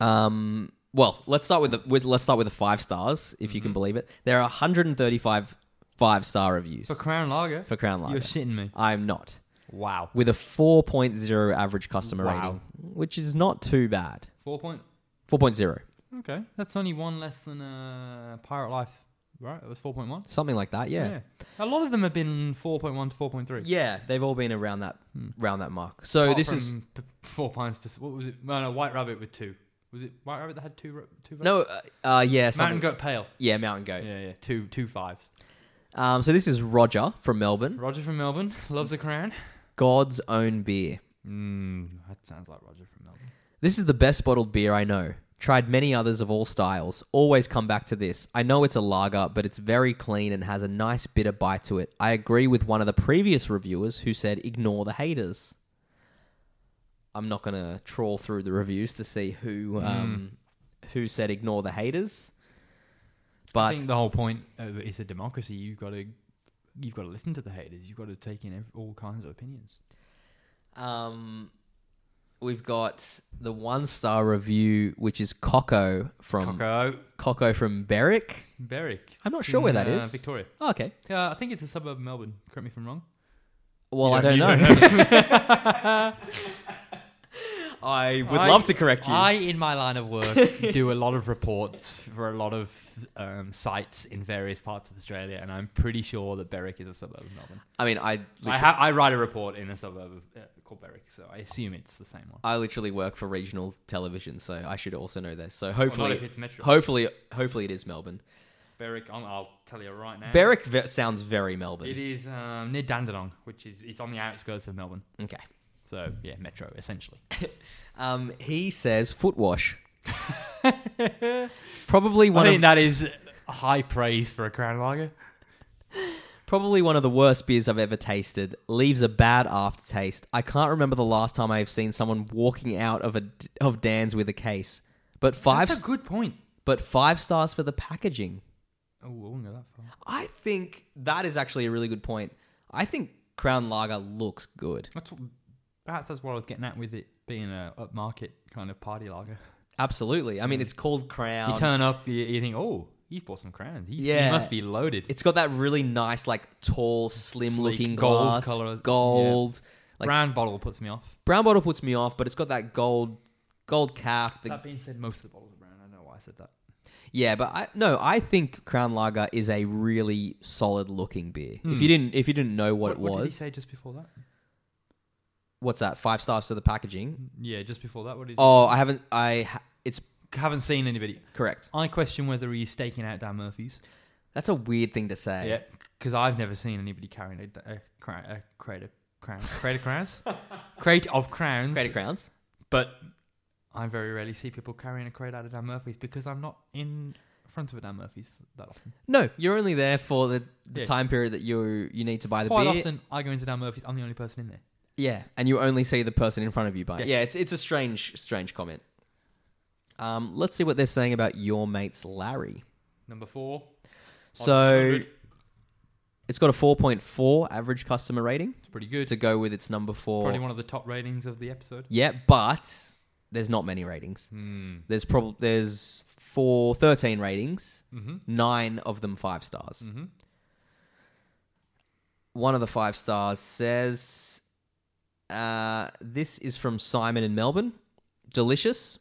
[SPEAKER 2] Um, well, let's start with the with, let's start with the five stars, if you
[SPEAKER 4] Mm-hmm.
[SPEAKER 2] can believe it. There are 135 five star reviews
[SPEAKER 4] for
[SPEAKER 2] for,
[SPEAKER 4] Crown Lager?
[SPEAKER 2] Crown Lager.
[SPEAKER 4] You're shitting me.
[SPEAKER 2] I'm not
[SPEAKER 4] Wow.
[SPEAKER 2] with a 4.0 average customer
[SPEAKER 4] Wow.
[SPEAKER 2] rating, which is not too bad.
[SPEAKER 4] Four point.
[SPEAKER 2] 4.0,
[SPEAKER 4] Okay, that's only one less than uh, Pirate Life, right? It was four point one.
[SPEAKER 2] something like that. Yeah. yeah,
[SPEAKER 4] A lot of them have been four point one to four point three.
[SPEAKER 2] they've all been around that
[SPEAKER 4] Hmm.
[SPEAKER 2] around that mark. So this is
[SPEAKER 4] four pints. Per, what was it? No, no, White Rabbit with two. Was it White Rabbit that had two? ro- Two. votes?
[SPEAKER 2] no, uh, uh, yeah,
[SPEAKER 4] Mountain
[SPEAKER 2] something,
[SPEAKER 4] Goat Pale.
[SPEAKER 2] yeah, Mountain Goat.
[SPEAKER 4] Yeah, yeah. Two, two fives.
[SPEAKER 2] Um, so this is Roger from Melbourne.
[SPEAKER 4] Roger from Melbourne <laughs> loves a crown.
[SPEAKER 2] God's own beer.
[SPEAKER 4] Mm, that sounds like Roger from Melbourne.
[SPEAKER 2] This is the best bottled beer I know. Tried many others of all styles. Always come back to this. I know it's a lager, but it's very clean and has a nice bitter bite to it. I agree with one of the previous reviewers who said ignore the haters. I'm not going to trawl through the reviews to see who um, who said ignore the haters.
[SPEAKER 4] I
[SPEAKER 2] But
[SPEAKER 4] think the whole point of it's a democracy. You've got to, you've got to listen to the haters. You've got to take in ev all kinds of opinions.
[SPEAKER 2] Um, we've got the one star review, which is Coco from Coco,
[SPEAKER 4] Coco
[SPEAKER 2] from Berwick.
[SPEAKER 4] Berwick.
[SPEAKER 2] I'm not
[SPEAKER 4] It's
[SPEAKER 2] sure where
[SPEAKER 4] in,
[SPEAKER 2] that
[SPEAKER 4] uh,
[SPEAKER 2] is.
[SPEAKER 4] Victoria.
[SPEAKER 2] Oh, okay.
[SPEAKER 4] Uh, I think it's a suburb of Melbourne. Correct me if I'm wrong.
[SPEAKER 2] Well, I don't
[SPEAKER 4] You
[SPEAKER 2] know.
[SPEAKER 4] you don't
[SPEAKER 2] <laughs> I would
[SPEAKER 4] I-
[SPEAKER 2] love to correct you.
[SPEAKER 4] I, in my line of <laughs> work, do a lot of reports for a lot of um, sites in various parts of Australia, and I'm pretty sure that Berwick is a suburb of Melbourne.
[SPEAKER 2] I mean, I
[SPEAKER 4] I,
[SPEAKER 2] literally,
[SPEAKER 4] ha- I write a report in a suburb of, uh, called Berwick, so I assume it's the same one.
[SPEAKER 2] I literally work for regional television, so I should also know this. So
[SPEAKER 4] Well, not
[SPEAKER 2] hopefully,
[SPEAKER 4] if it's Metro.
[SPEAKER 2] hopefully, hopefully it is Melbourne.
[SPEAKER 4] Berwick. i I'll tell you right now.
[SPEAKER 2] Berwick ve- sounds very Melbourne.
[SPEAKER 4] It is um, near Dandenong, which is it's on the outskirts of Melbourne.
[SPEAKER 2] Okay.
[SPEAKER 4] So yeah, metro <laughs> essentially.
[SPEAKER 2] Um, he says foot
[SPEAKER 4] <laughs>
[SPEAKER 2] wash. probably
[SPEAKER 4] I
[SPEAKER 2] one
[SPEAKER 4] think
[SPEAKER 2] of
[SPEAKER 4] that is high praise for a Crown Lager.
[SPEAKER 2] probably one of the worst beers I've ever tasted. Leaves a bad aftertaste. I can't remember the last time I have seen someone walking out of a of Dan's with a case. But five,
[SPEAKER 4] That's a good point.
[SPEAKER 2] but five stars for the packaging.
[SPEAKER 4] Oh, I wouldn't go that far.
[SPEAKER 2] I think that is actually a really good point. I think Crown Lager looks good.
[SPEAKER 4] That's what, perhaps that's what I was getting at with it being a upmarket kind of party lager.
[SPEAKER 2] Absolutely. I mean, it's called Crown.
[SPEAKER 4] You turn up, you, you think, oh, he's bought some crowns. He,
[SPEAKER 2] Yeah.
[SPEAKER 4] he must be loaded.
[SPEAKER 2] it's got that really nice, like tall, slim-looking
[SPEAKER 4] Sleek gold
[SPEAKER 2] glass,
[SPEAKER 4] colour,
[SPEAKER 2] gold. Like
[SPEAKER 4] Brown bottle puts me off.
[SPEAKER 2] brown bottle puts me off, but it's got that gold, gold cap. The,
[SPEAKER 4] that being said, most of the bottles are brown. I don't know why I said that.
[SPEAKER 2] Yeah, but I no, I think Crown Lager is a really solid looking beer. If you didn't if you didn't know what, it was.
[SPEAKER 4] Hmm. What did he say just before that?
[SPEAKER 2] What's that? 5 stars to the packaging.
[SPEAKER 4] Yeah, just before that. What did he
[SPEAKER 2] Oh, I haven't I ha- it's
[SPEAKER 4] Haven't seen anybody.
[SPEAKER 2] correct.
[SPEAKER 4] I question whether he's staking out Dan Murphy's.
[SPEAKER 2] That's a weird thing to say.
[SPEAKER 4] Yeah, because I've never seen anybody carrying a, a, crown, a crate of crowns, crate of <laughs> crowns, crate of crowns.
[SPEAKER 2] Creative Crowns.
[SPEAKER 4] but I very rarely see people carrying a crate out of Dan Murphy's because I'm not in front of a Dan Murphy's that often.
[SPEAKER 2] No, you're only there for the, the
[SPEAKER 4] Yeah.
[SPEAKER 2] time period that you you need to buy the
[SPEAKER 4] Quite
[SPEAKER 2] beer.
[SPEAKER 4] often, I go into Dan Murphy's. I'm the only person in there.
[SPEAKER 2] Yeah, and you only see the person in front of you buy. it.
[SPEAKER 4] Yeah.
[SPEAKER 2] Yeah, it's it's a strange strange comment. Um, let's see what they're saying about your mates Larry.
[SPEAKER 4] Number four.
[SPEAKER 2] So it's got a 4.4 average customer rating.
[SPEAKER 4] it's pretty good.
[SPEAKER 2] to go with its number four.
[SPEAKER 4] Probably one of the top ratings of the episode.
[SPEAKER 2] Yeah, but there's not many ratings.
[SPEAKER 4] Hmm.
[SPEAKER 2] There's probably there's four, 13 ratings,
[SPEAKER 4] Mm-hmm.
[SPEAKER 2] nine of them five stars.
[SPEAKER 4] Mm-hmm.
[SPEAKER 2] One of the five stars says, uh, "This is from Simon in Melbourne. Delicious.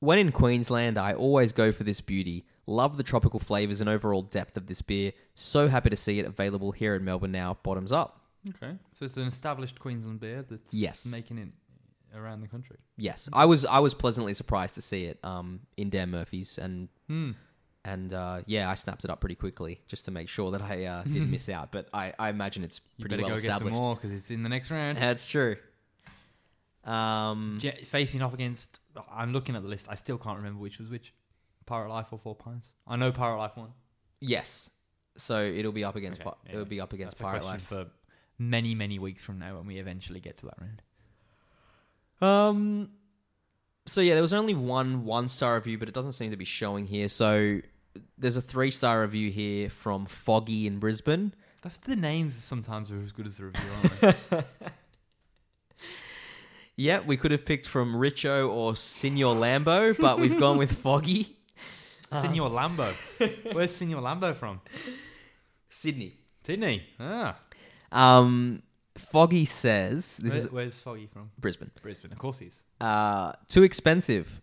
[SPEAKER 2] When in Queensland, I always go for this beauty. Love the tropical flavors and overall depth of this beer. So happy to see it available here in Melbourne now. Bottoms up.
[SPEAKER 4] Okay. So it's an established Queensland beer that's
[SPEAKER 2] Yes.
[SPEAKER 4] making it around the country.
[SPEAKER 2] Yes, I was I was pleasantly surprised to see it um, in Dan Murphy's and
[SPEAKER 4] Hmm.
[SPEAKER 2] and uh, yeah, I snapped it up pretty quickly just to make sure that I uh, didn't miss out. But I, I imagine it's
[SPEAKER 4] You
[SPEAKER 2] pretty
[SPEAKER 4] better
[SPEAKER 2] well
[SPEAKER 4] go get some
[SPEAKER 2] established.
[SPEAKER 4] more because it's in the next
[SPEAKER 2] <laughs>
[SPEAKER 4] round.
[SPEAKER 2] That's true. Um,
[SPEAKER 4] Je- facing off against, I'm looking at the list. I still can't remember which was which. Pirate Life or Four Pines? I know Pirate Life won.
[SPEAKER 2] yes, so it'll be up against
[SPEAKER 4] Okay,
[SPEAKER 2] Pi-
[SPEAKER 4] yeah.
[SPEAKER 2] it'll be up against
[SPEAKER 4] That's a
[SPEAKER 2] Pirate
[SPEAKER 4] question
[SPEAKER 2] Life.
[SPEAKER 4] for many, many weeks from now when we eventually get to that round.
[SPEAKER 2] Um, so yeah, there was only one one star review, but it doesn't seem to be showing here. So there's a three star review here from Foggy in Brisbane.
[SPEAKER 4] That's the names sometimes are as good as the review,
[SPEAKER 2] <laughs>
[SPEAKER 4] aren't they?
[SPEAKER 2] Yeah, we could have picked from Richo or Signor Lambo, but we've gone
[SPEAKER 4] <laughs>
[SPEAKER 2] with Foggy.
[SPEAKER 4] Senor
[SPEAKER 2] <laughs>
[SPEAKER 4] Lambo. Where's Senor Lambo from?
[SPEAKER 2] Sydney.
[SPEAKER 4] Sydney. Ah.
[SPEAKER 2] Um, Foggy says this
[SPEAKER 4] Where-
[SPEAKER 2] is
[SPEAKER 4] where's Foggy from?
[SPEAKER 2] Brisbane.
[SPEAKER 4] Brisbane. Of course he is.
[SPEAKER 2] Uh, too expensive.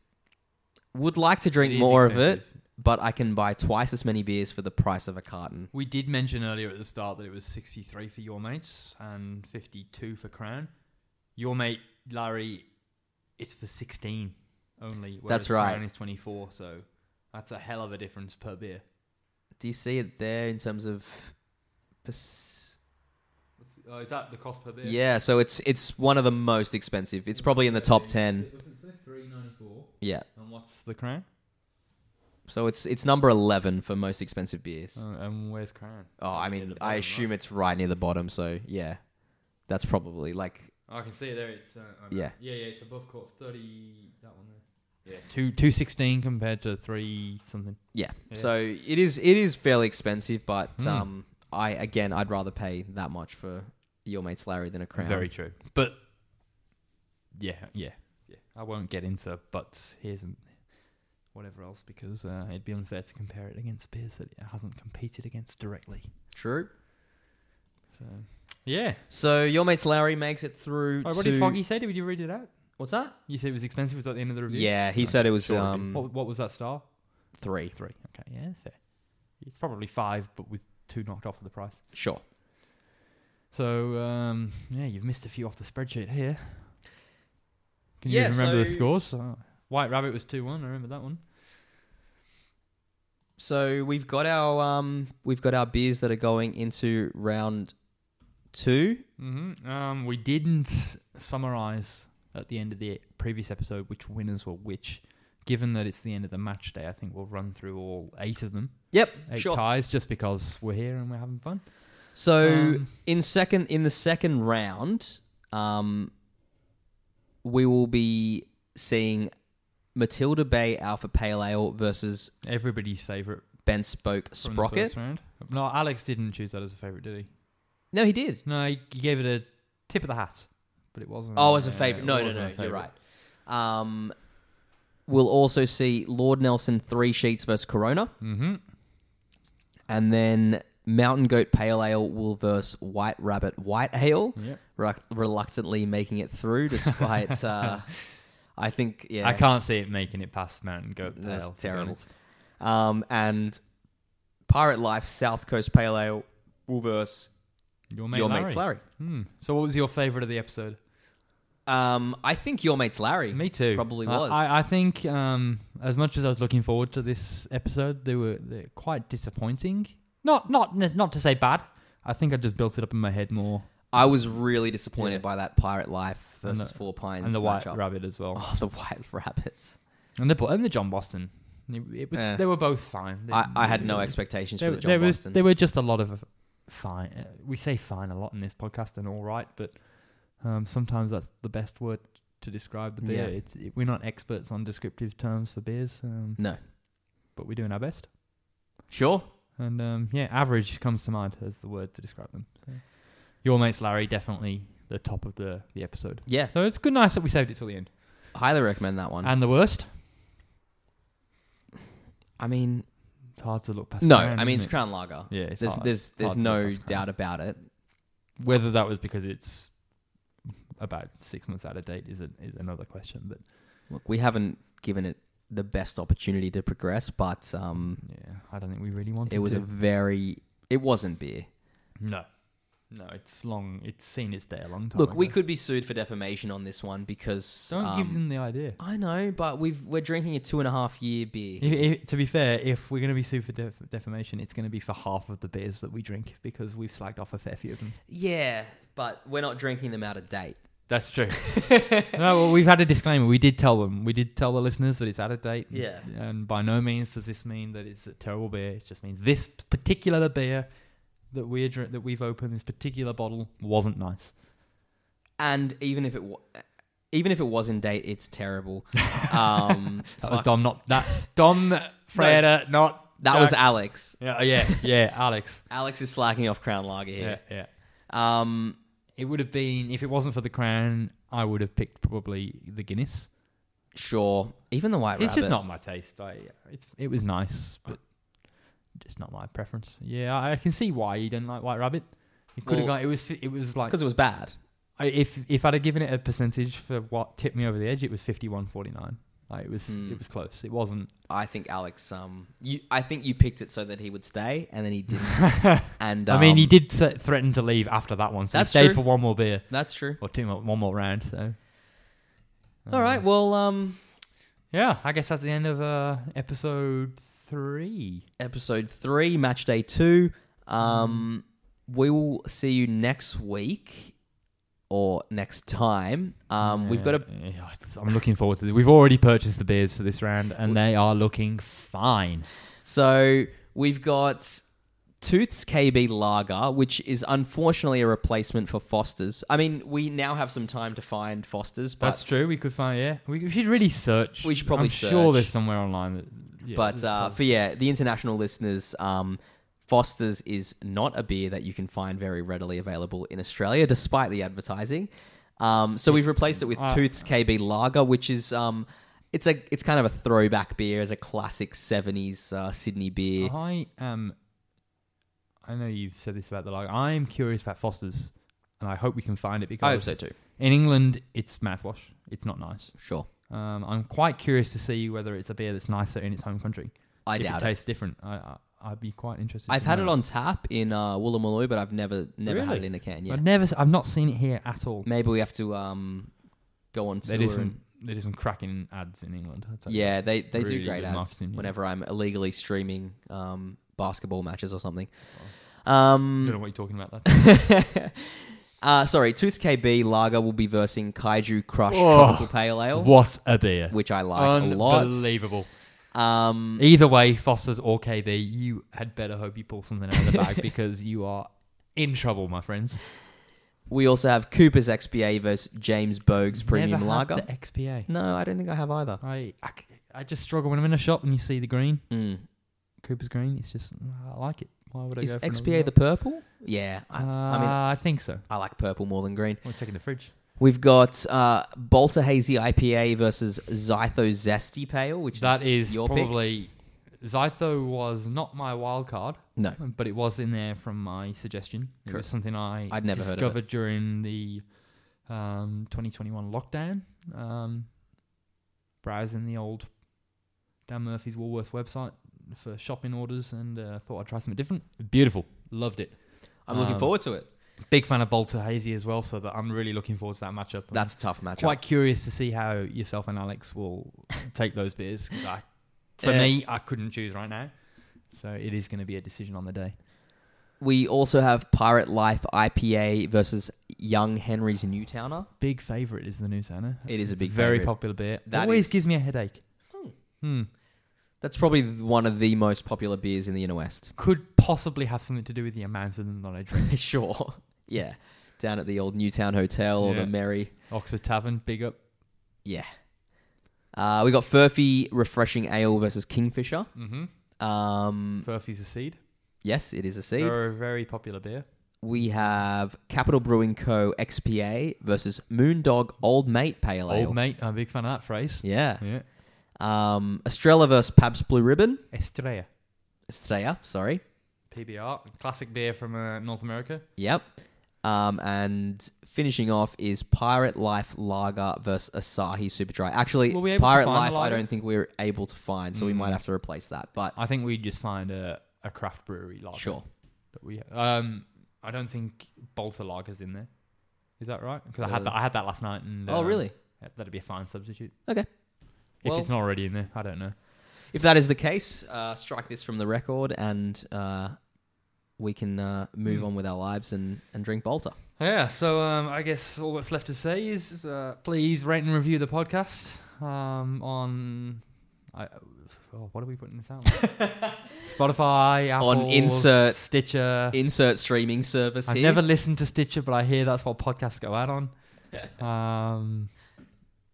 [SPEAKER 2] Would like to drink
[SPEAKER 4] It is
[SPEAKER 2] more of it,
[SPEAKER 4] expensive.
[SPEAKER 2] but I can buy twice as many beers for the price of a carton.
[SPEAKER 4] We did mention earlier at the start that it was 63 for your mates and 52 for Crown. Your mate Larry, it's for 16 only. whereas
[SPEAKER 2] That's right.
[SPEAKER 4] Crown is 24, so that's a hell of a difference per beer.
[SPEAKER 2] Do you see it there in terms of? pers-
[SPEAKER 4] Oh, is that the cost per beer?
[SPEAKER 2] Yeah, so it's it's one of the most expensive. It's probably in the top ten.
[SPEAKER 4] Three ninety-four.
[SPEAKER 2] Yeah,
[SPEAKER 4] And what's the Crown?
[SPEAKER 2] so it's it's number eleven for most expensive beers.
[SPEAKER 4] and where's Crown?
[SPEAKER 2] Oh, I mean, I assume it's right near the bottom. So yeah, that's probably like
[SPEAKER 4] I can see there. It's uh,
[SPEAKER 2] know. Yeah.
[SPEAKER 4] yeah, yeah. It's above corpse thirty. That one there. Yeah, two two sixteen compared to three something.
[SPEAKER 2] Yeah.
[SPEAKER 4] Yeah.
[SPEAKER 2] So it is it is fairly expensive, but
[SPEAKER 4] Hmm.
[SPEAKER 2] um, I again I'd rather pay that much for your mate's Larry than a crown.
[SPEAKER 4] Very true. But yeah, yeah, yeah. I won't get into buts, here's and whatever else because uh, it'd be unfair to compare it against beers that it hasn't competed against directly.
[SPEAKER 2] true.
[SPEAKER 4] So yeah.
[SPEAKER 2] So your mate's Larry makes it through.
[SPEAKER 4] Oh,
[SPEAKER 2] to,
[SPEAKER 4] what did Foggy say? Did you read it out?
[SPEAKER 2] What's that?
[SPEAKER 4] You said it was expensive. Was that the end of the review?
[SPEAKER 2] Yeah, he
[SPEAKER 4] Oh,
[SPEAKER 2] said it was
[SPEAKER 4] sure.
[SPEAKER 2] um
[SPEAKER 4] what, what was that star?
[SPEAKER 2] three.
[SPEAKER 4] Three. Okay, yeah, that's fair. It's probably five, but with two knocked off of the price.
[SPEAKER 2] Sure.
[SPEAKER 4] So um, yeah, you've missed a few off the spreadsheet here. Can you
[SPEAKER 2] Yeah,
[SPEAKER 4] even remember the
[SPEAKER 2] so-
[SPEAKER 4] scores? Uh, White Rabbit was two one. I remember that one.
[SPEAKER 2] So we've got our um, we've got our beers that are going into round two.
[SPEAKER 4] Mm-hmm. Um, we didn't summarize at the end of the previous episode which winners were which. Given that it's the end of the match day, I think we'll run through all eight of them,
[SPEAKER 2] Yep,
[SPEAKER 4] eight
[SPEAKER 2] sure.
[SPEAKER 4] ties, just because we're here and we're having fun.
[SPEAKER 2] So
[SPEAKER 4] Um,
[SPEAKER 2] in second in the second round, um, we will be seeing Matilda Bay Alpha Pale Ale versus
[SPEAKER 4] Everybody's favorite
[SPEAKER 2] Ben Spoke
[SPEAKER 4] from the
[SPEAKER 2] Sprocket.
[SPEAKER 4] first round. No, Alex didn't choose that as a favorite, did he?
[SPEAKER 2] No, he did.
[SPEAKER 4] No, he he gave it a tip of the hat, but it wasn't.
[SPEAKER 2] Oh, as a
[SPEAKER 4] yeah,
[SPEAKER 2] favorite.
[SPEAKER 4] it
[SPEAKER 2] No, no,
[SPEAKER 4] wasn't
[SPEAKER 2] no.
[SPEAKER 4] a
[SPEAKER 2] You're
[SPEAKER 4] favourite.
[SPEAKER 2] right. Um, we'll also see Lord Nelson three sheets versus Corona,
[SPEAKER 4] Mhm.
[SPEAKER 2] and then Mountain Goat Pale Ale will versus White Rabbit White Ale.
[SPEAKER 4] Yep.
[SPEAKER 2] Relu- reluctantly making it through,
[SPEAKER 4] <laughs>
[SPEAKER 2] despite uh, I think yeah,
[SPEAKER 4] I can't see it making it past Mountain Goat
[SPEAKER 2] That's
[SPEAKER 4] Pale. to be
[SPEAKER 2] terrible.
[SPEAKER 4] honest.
[SPEAKER 2] Um, and Pirate Life South Coast Pale Ale will verse
[SPEAKER 4] Your mate
[SPEAKER 2] Your
[SPEAKER 4] Larry.
[SPEAKER 2] Mates Larry.
[SPEAKER 4] Hmm. So, what was your favorite of the episode?
[SPEAKER 2] Um, I think Your Mates Larry.
[SPEAKER 4] Me too.
[SPEAKER 2] Probably
[SPEAKER 4] I-
[SPEAKER 2] was.
[SPEAKER 4] I, I think um, as much as I was looking forward to this episode, they were they're quite disappointing. Not not not to say bad. I think I just built it up in my head more,
[SPEAKER 2] I was really disappointed
[SPEAKER 4] Yeah.
[SPEAKER 2] by that Pirate Life
[SPEAKER 4] And
[SPEAKER 2] versus
[SPEAKER 4] the-
[SPEAKER 2] Four Pines
[SPEAKER 4] and the White
[SPEAKER 2] matchup.
[SPEAKER 4] Rabbit as well,
[SPEAKER 2] Oh, the White <laughs> Rabbits.
[SPEAKER 4] and the and the John Boston. It, it was
[SPEAKER 2] Eh.
[SPEAKER 4] they were both fine. They-
[SPEAKER 2] I, I had
[SPEAKER 4] they
[SPEAKER 2] no
[SPEAKER 4] were-
[SPEAKER 2] expectations
[SPEAKER 4] There,
[SPEAKER 2] for the John
[SPEAKER 4] there was
[SPEAKER 2] Boston.
[SPEAKER 4] there were just a lot of fine. Uh, we say fine a lot in this podcast, and all right, but um, sometimes that's the best word to describe the beer.
[SPEAKER 2] Yeah.
[SPEAKER 4] It's it, we're not experts on descriptive terms for beers, um,
[SPEAKER 2] No.
[SPEAKER 4] but we're doing our best.
[SPEAKER 2] Sure.
[SPEAKER 4] And um, yeah, average comes to mind as the word to describe them. So. Your mates Larry definitely the top of the, the episode.
[SPEAKER 2] Yeah.
[SPEAKER 4] So it's good, nice that we saved it till the end.
[SPEAKER 2] Highly recommend that one.
[SPEAKER 4] And the worst,
[SPEAKER 2] I mean,
[SPEAKER 4] it's hard to look past.
[SPEAKER 2] no,
[SPEAKER 4] Crown,
[SPEAKER 2] I mean, it's
[SPEAKER 4] isn't
[SPEAKER 2] Crown Lager.
[SPEAKER 4] it? yeah. It's
[SPEAKER 2] There's,
[SPEAKER 4] hard.
[SPEAKER 2] there's, there's
[SPEAKER 4] hard to
[SPEAKER 2] no
[SPEAKER 4] look past Crown.
[SPEAKER 2] doubt about it.
[SPEAKER 4] Whether that was because it's about six months out of date is a, is another question, but
[SPEAKER 2] Look, we haven't given it the best opportunity to progress, but um,
[SPEAKER 4] yeah, I don't think we really wanted.
[SPEAKER 2] it was
[SPEAKER 4] to.
[SPEAKER 2] a very it wasn't beer
[SPEAKER 4] no, no. It's long. It's seen its day a long time.
[SPEAKER 2] look we
[SPEAKER 4] ago.
[SPEAKER 2] could be sued for defamation on this one because
[SPEAKER 4] don't
[SPEAKER 2] um,
[SPEAKER 4] give them the idea.
[SPEAKER 2] i know but we've we're drinking a two and a half year beer
[SPEAKER 4] If, if, to be fair, if we're going to be sued for def- defamation, it's going to be for half of the beers that we drink because we've slagged off a fair few of them.
[SPEAKER 2] yeah but we're not drinking them out of date <laughs>
[SPEAKER 4] That's true. no, well, we've had a disclaimer. We did tell them. We did tell the listeners that it's out of date.
[SPEAKER 2] Yeah.
[SPEAKER 4] And by no means does this mean that it's a terrible beer. It just means this particular beer that we drink, that we've opened, this particular bottle wasn't nice.
[SPEAKER 2] and even if it wa- even if it was in date it's
[SPEAKER 4] <laughs>
[SPEAKER 2] terrible um
[SPEAKER 4] That was
[SPEAKER 2] fuck-
[SPEAKER 4] Dom, not that
[SPEAKER 2] <laughs>
[SPEAKER 4] Dom Freda, not
[SPEAKER 2] that was
[SPEAKER 4] Jack.
[SPEAKER 2] alex
[SPEAKER 4] yeah,
[SPEAKER 2] <laughs>
[SPEAKER 4] oh, yeah, yeah, Alex.
[SPEAKER 2] alex is slacking off crown lager
[SPEAKER 4] Yeah,
[SPEAKER 2] here
[SPEAKER 4] yeah.
[SPEAKER 2] um
[SPEAKER 4] It would have been if it wasn't for the crown, I would have picked probably the Guinness.
[SPEAKER 2] sure even the white
[SPEAKER 4] It's just
[SPEAKER 2] Rabbit.
[SPEAKER 4] not my taste. I, it's it was nice, but just not my preference. Yeah, I I can see why you don't like White Rabbit. It could have
[SPEAKER 2] Well-
[SPEAKER 4] gone. It was fi- it was like
[SPEAKER 2] because it was bad
[SPEAKER 4] I, if if I'd have given it a percentage for what tipped me over the edge, it was fifty one forty nine. Like it was
[SPEAKER 2] Hmm.
[SPEAKER 4] it was close. It wasn't.
[SPEAKER 2] I think Alex, um, you, I think you picked it so that he would stay, and then he didn't.
[SPEAKER 4] <laughs>
[SPEAKER 2] and um,
[SPEAKER 4] I mean, he did se- threaten to leave after that one, so
[SPEAKER 2] That's
[SPEAKER 4] he stayed
[SPEAKER 2] true.
[SPEAKER 4] for one more beer
[SPEAKER 2] That's true.
[SPEAKER 4] or two more one more round. So
[SPEAKER 2] All right. Well, um,
[SPEAKER 4] yeah, I guess that's the end of uh, episode three.
[SPEAKER 2] episode three, match day two. Um, we will see you next week or next time. Um, we've got a
[SPEAKER 4] Yeah, yeah, it's- I'm looking forward to this. We've already purchased the beers for this round, and they are looking fine.
[SPEAKER 2] so we've got Tooth's KB Lager, which is unfortunately a replacement for Foster's. I mean, we now have some time to find Foster's, but
[SPEAKER 4] That's true. We could find. Yeah, we, we should really search.
[SPEAKER 2] We should probably
[SPEAKER 4] I'm sure
[SPEAKER 2] search.
[SPEAKER 4] there's somewhere online that. yeah,
[SPEAKER 2] but
[SPEAKER 4] that
[SPEAKER 2] uh,
[SPEAKER 4] tells-
[SPEAKER 2] for yeah, the international listeners, um, Foster's is not a beer that you can find very readily available in Australia, despite the advertising. Um, so we've replaced it with
[SPEAKER 4] I-
[SPEAKER 2] Tooth's KB Lager, which is um, it's a it's kind of a throwback beer, as a classic '70s uh, Sydney beer.
[SPEAKER 4] I am. I know you've said this about the lager. I am curious about Foster's, and I hope we can find it because
[SPEAKER 2] I hope so too.
[SPEAKER 4] in England it's mouthwash. It's not nice.
[SPEAKER 2] Sure,
[SPEAKER 4] Um, I'm quite curious to see whether it's a beer that's nicer in its home country.
[SPEAKER 2] I
[SPEAKER 4] if
[SPEAKER 2] doubt
[SPEAKER 4] it
[SPEAKER 2] it.
[SPEAKER 4] tastes different. I, I I'd be quite interested.
[SPEAKER 2] I've
[SPEAKER 4] to
[SPEAKER 2] had
[SPEAKER 4] know.
[SPEAKER 2] it on tap in uh, Woolloomooloo, but I've never never had
[SPEAKER 4] Really?
[SPEAKER 2] it in a can yet.
[SPEAKER 4] I've never. s- I've not seen it here at all.
[SPEAKER 2] Maybe we have to um, go on tour
[SPEAKER 4] They do some.
[SPEAKER 2] and
[SPEAKER 4] they do some cracking ads in England. That's how-
[SPEAKER 2] Yeah, they, they
[SPEAKER 4] Really
[SPEAKER 2] do great
[SPEAKER 4] good
[SPEAKER 2] ads
[SPEAKER 4] marketing, yeah.
[SPEAKER 2] whenever I'm illegally streaming um, basketball matches or something.
[SPEAKER 4] don't know
[SPEAKER 2] Um,
[SPEAKER 4] what you're talking about. That
[SPEAKER 2] <laughs> uh, sorry, Tooth KB Lager will be versing Kaiju Crush
[SPEAKER 4] Oh,
[SPEAKER 2] Tropical Pale Ale,
[SPEAKER 4] what a beer!
[SPEAKER 2] which I like a lot.
[SPEAKER 4] Unbelievable. E-
[SPEAKER 2] Um,
[SPEAKER 4] Either way, Foster's or KB, you had better hope you pull something out of the
[SPEAKER 2] <laughs>
[SPEAKER 4] bag because you are in trouble, my friends.
[SPEAKER 2] we also have Cooper's XPA versus James Bogue's Premium
[SPEAKER 4] Never had
[SPEAKER 2] Lager.
[SPEAKER 4] the XPA.
[SPEAKER 2] No, I don't think I have either.
[SPEAKER 4] I, I c- I just struggle when I'm in a shop and you see the green,
[SPEAKER 2] Mm.
[SPEAKER 4] Cooper's green. It's just I like it. Why would I
[SPEAKER 2] Is
[SPEAKER 4] go for another
[SPEAKER 2] XPA the
[SPEAKER 4] one?
[SPEAKER 2] purple? Yeah, I, I mean,
[SPEAKER 4] Uh, I think so.
[SPEAKER 2] I like purple more than green.
[SPEAKER 4] We're checking the fridge.
[SPEAKER 2] We've got uh, Bolter Hazy IPA versus Zytho Zesty Pale, which
[SPEAKER 4] That
[SPEAKER 2] is
[SPEAKER 4] is
[SPEAKER 2] your pick.
[SPEAKER 4] probably Zytho was not my wild card,
[SPEAKER 2] No.
[SPEAKER 4] <clears throat> but it was in there from my suggestion. It
[SPEAKER 2] Correct.
[SPEAKER 4] was something I
[SPEAKER 2] I'd never heard of it.
[SPEAKER 4] discovered during the um, 2021 lockdown, um, browsing the old Dan Murphy's Woolworths website for shopping orders, and uh, thought I'd try something different. Beautiful, loved it.
[SPEAKER 2] I'm looking
[SPEAKER 4] Um,
[SPEAKER 2] forward to it.
[SPEAKER 4] Big fan of Bolter Hazy as well, so that I'm really looking forward to that matchup. I'm
[SPEAKER 2] That's a tough matchup.
[SPEAKER 4] quite curious to see how yourself and Alex will <laughs> take those beers. 'cause I, for
[SPEAKER 2] Yeah.
[SPEAKER 4] me, I couldn't choose right now. So it is going to be a decision on the day.
[SPEAKER 2] we also have Pirate Life IPA versus Young Henry's Newtowner.
[SPEAKER 4] Big favorite is the new Santa.
[SPEAKER 2] It is a
[SPEAKER 4] It's
[SPEAKER 2] big
[SPEAKER 4] very
[SPEAKER 2] favourite.
[SPEAKER 4] popular beer.
[SPEAKER 2] That
[SPEAKER 4] Always
[SPEAKER 2] is-
[SPEAKER 4] gives me a headache. Hmm.
[SPEAKER 2] That's probably one of the most popular beers in the inner
[SPEAKER 4] <laughs>
[SPEAKER 2] west. <laughs>
[SPEAKER 4] Could possibly have something to do with the amount of them that I <laughs> drink.
[SPEAKER 2] sure. Yeah. Down at the old Newtown Hotel or
[SPEAKER 4] Yeah.
[SPEAKER 2] the Merry.
[SPEAKER 4] Oxford Tavern, big up.
[SPEAKER 2] Yeah. Uh, we got Furphy Refreshing Ale versus Kingfisher.
[SPEAKER 4] Mm-hmm.
[SPEAKER 2] Um,
[SPEAKER 4] Furphy's a seed.
[SPEAKER 2] yes, it is a seed.
[SPEAKER 4] They're a very popular beer.
[SPEAKER 2] We have Capital Brewing Co. XPA versus Moondog Old Mate Pale Ale.
[SPEAKER 4] Old mate, I'm a big fan of that phrase.
[SPEAKER 2] Yeah.
[SPEAKER 4] Yeah.
[SPEAKER 2] Um, Estrella versus Pabst Blue Ribbon.
[SPEAKER 4] Estrella.
[SPEAKER 2] Estrella, sorry.
[SPEAKER 4] PBR, classic beer from uh, North America.
[SPEAKER 2] Yep. Um, and finishing off is Pirate Life Lager versus Asahi Super Dry. Actually,
[SPEAKER 4] Were we able to
[SPEAKER 2] Pirate
[SPEAKER 4] find
[SPEAKER 2] Life,
[SPEAKER 4] the
[SPEAKER 2] I
[SPEAKER 4] lager?
[SPEAKER 2] don't think we are able to find, so we might
[SPEAKER 4] Mm.
[SPEAKER 2] have to replace that. But
[SPEAKER 4] I think we'd just find a, a craft brewery lager.
[SPEAKER 2] sure.
[SPEAKER 4] that we um I don't think Bolter Lager's in there. Is that right? Because I
[SPEAKER 2] Uh,
[SPEAKER 4] had that I had that last night and
[SPEAKER 2] oh,
[SPEAKER 4] um,
[SPEAKER 2] really?
[SPEAKER 4] that- That'd be a fine substitute.
[SPEAKER 2] Okay.
[SPEAKER 4] If
[SPEAKER 2] Well-
[SPEAKER 4] it's not already in there, I don't know.
[SPEAKER 2] If that is the case, uh, strike this from the record and uh, we can uh, move
[SPEAKER 4] Mm.
[SPEAKER 2] on with our lives and, and drink Bolter.
[SPEAKER 4] Yeah, so um, I guess all that's left to say is uh, please rate and review the podcast um, on. I, oh, what are we putting this out? <laughs> on? Spotify, Apple,
[SPEAKER 2] On insert-
[SPEAKER 4] Stitcher.
[SPEAKER 2] <laughs> Insert streaming service
[SPEAKER 4] I've
[SPEAKER 2] here.
[SPEAKER 4] never listened to Stitcher, but I hear that's what podcasts go out <laughs> on. um,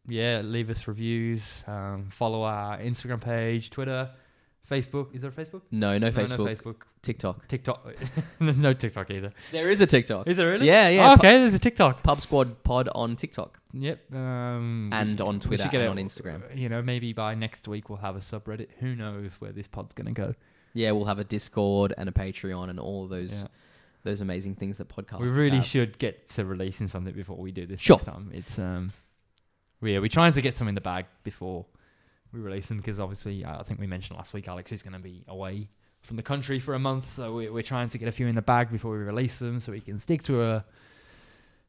[SPEAKER 4] yeah, leave us reviews. Um, follow our Instagram page, Twitter, Facebook. Is there a Facebook?
[SPEAKER 2] No, no Facebook,
[SPEAKER 4] No, Facebook.
[SPEAKER 2] TikTok.
[SPEAKER 4] TikTok. <laughs> There's no TikTok either.
[SPEAKER 2] There is a TikTok.
[SPEAKER 4] Is there really?
[SPEAKER 2] Yeah, yeah.
[SPEAKER 4] Oh, okay, there's a TikTok.
[SPEAKER 2] Pub Squad Pod on TikTok
[SPEAKER 4] Yep. Um,
[SPEAKER 2] and on
[SPEAKER 4] we
[SPEAKER 2] Twitter
[SPEAKER 4] should get
[SPEAKER 2] and
[SPEAKER 4] it-
[SPEAKER 2] on Instagram.
[SPEAKER 4] You know, maybe by next week we'll have a subreddit. Who knows where this pod's going to go?
[SPEAKER 2] Yeah, we'll have a Discord and a Patreon and all of those
[SPEAKER 4] Yeah.
[SPEAKER 2] those amazing things that podcasts.
[SPEAKER 4] we really
[SPEAKER 2] have.
[SPEAKER 4] should get to releasing something before we do this
[SPEAKER 2] Sure.
[SPEAKER 4] next time. It's um, we- yeah, we're trying to get some in the bag before we release them because obviously uh, I think we mentioned last week Alex is going to be away from the country for a month, so we, we're trying to get a few in the bag before we release them so we can stick to a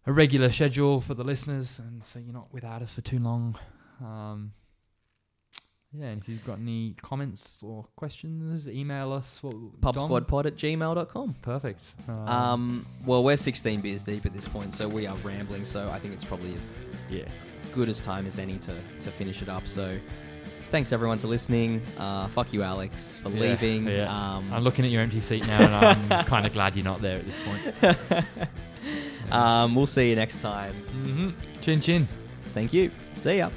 [SPEAKER 4] a regular schedule for the listeners, and so you're not without us for too long. Um, yeah, and if you've got any comments or questions, email us. What, Dom?
[SPEAKER 2] PubSquadPod at gmail.com.
[SPEAKER 4] Perfect.
[SPEAKER 2] Um, well, we're 16 beers deep at this point, so we are rambling. So I think it's probably
[SPEAKER 4] yeah.
[SPEAKER 2] as good as time as any to, to finish it up. So thanks everyone for listening. Uh, fuck you, Alex, for
[SPEAKER 4] Yeah,
[SPEAKER 2] leaving.
[SPEAKER 4] yeah.
[SPEAKER 2] Um,
[SPEAKER 4] I'm looking at your empty seat now, and I'm kind of glad you're not there at this point.
[SPEAKER 2] <laughs> um, we'll see you next time.
[SPEAKER 4] Mm-hmm. Chin chin.
[SPEAKER 2] Thank you. See ya.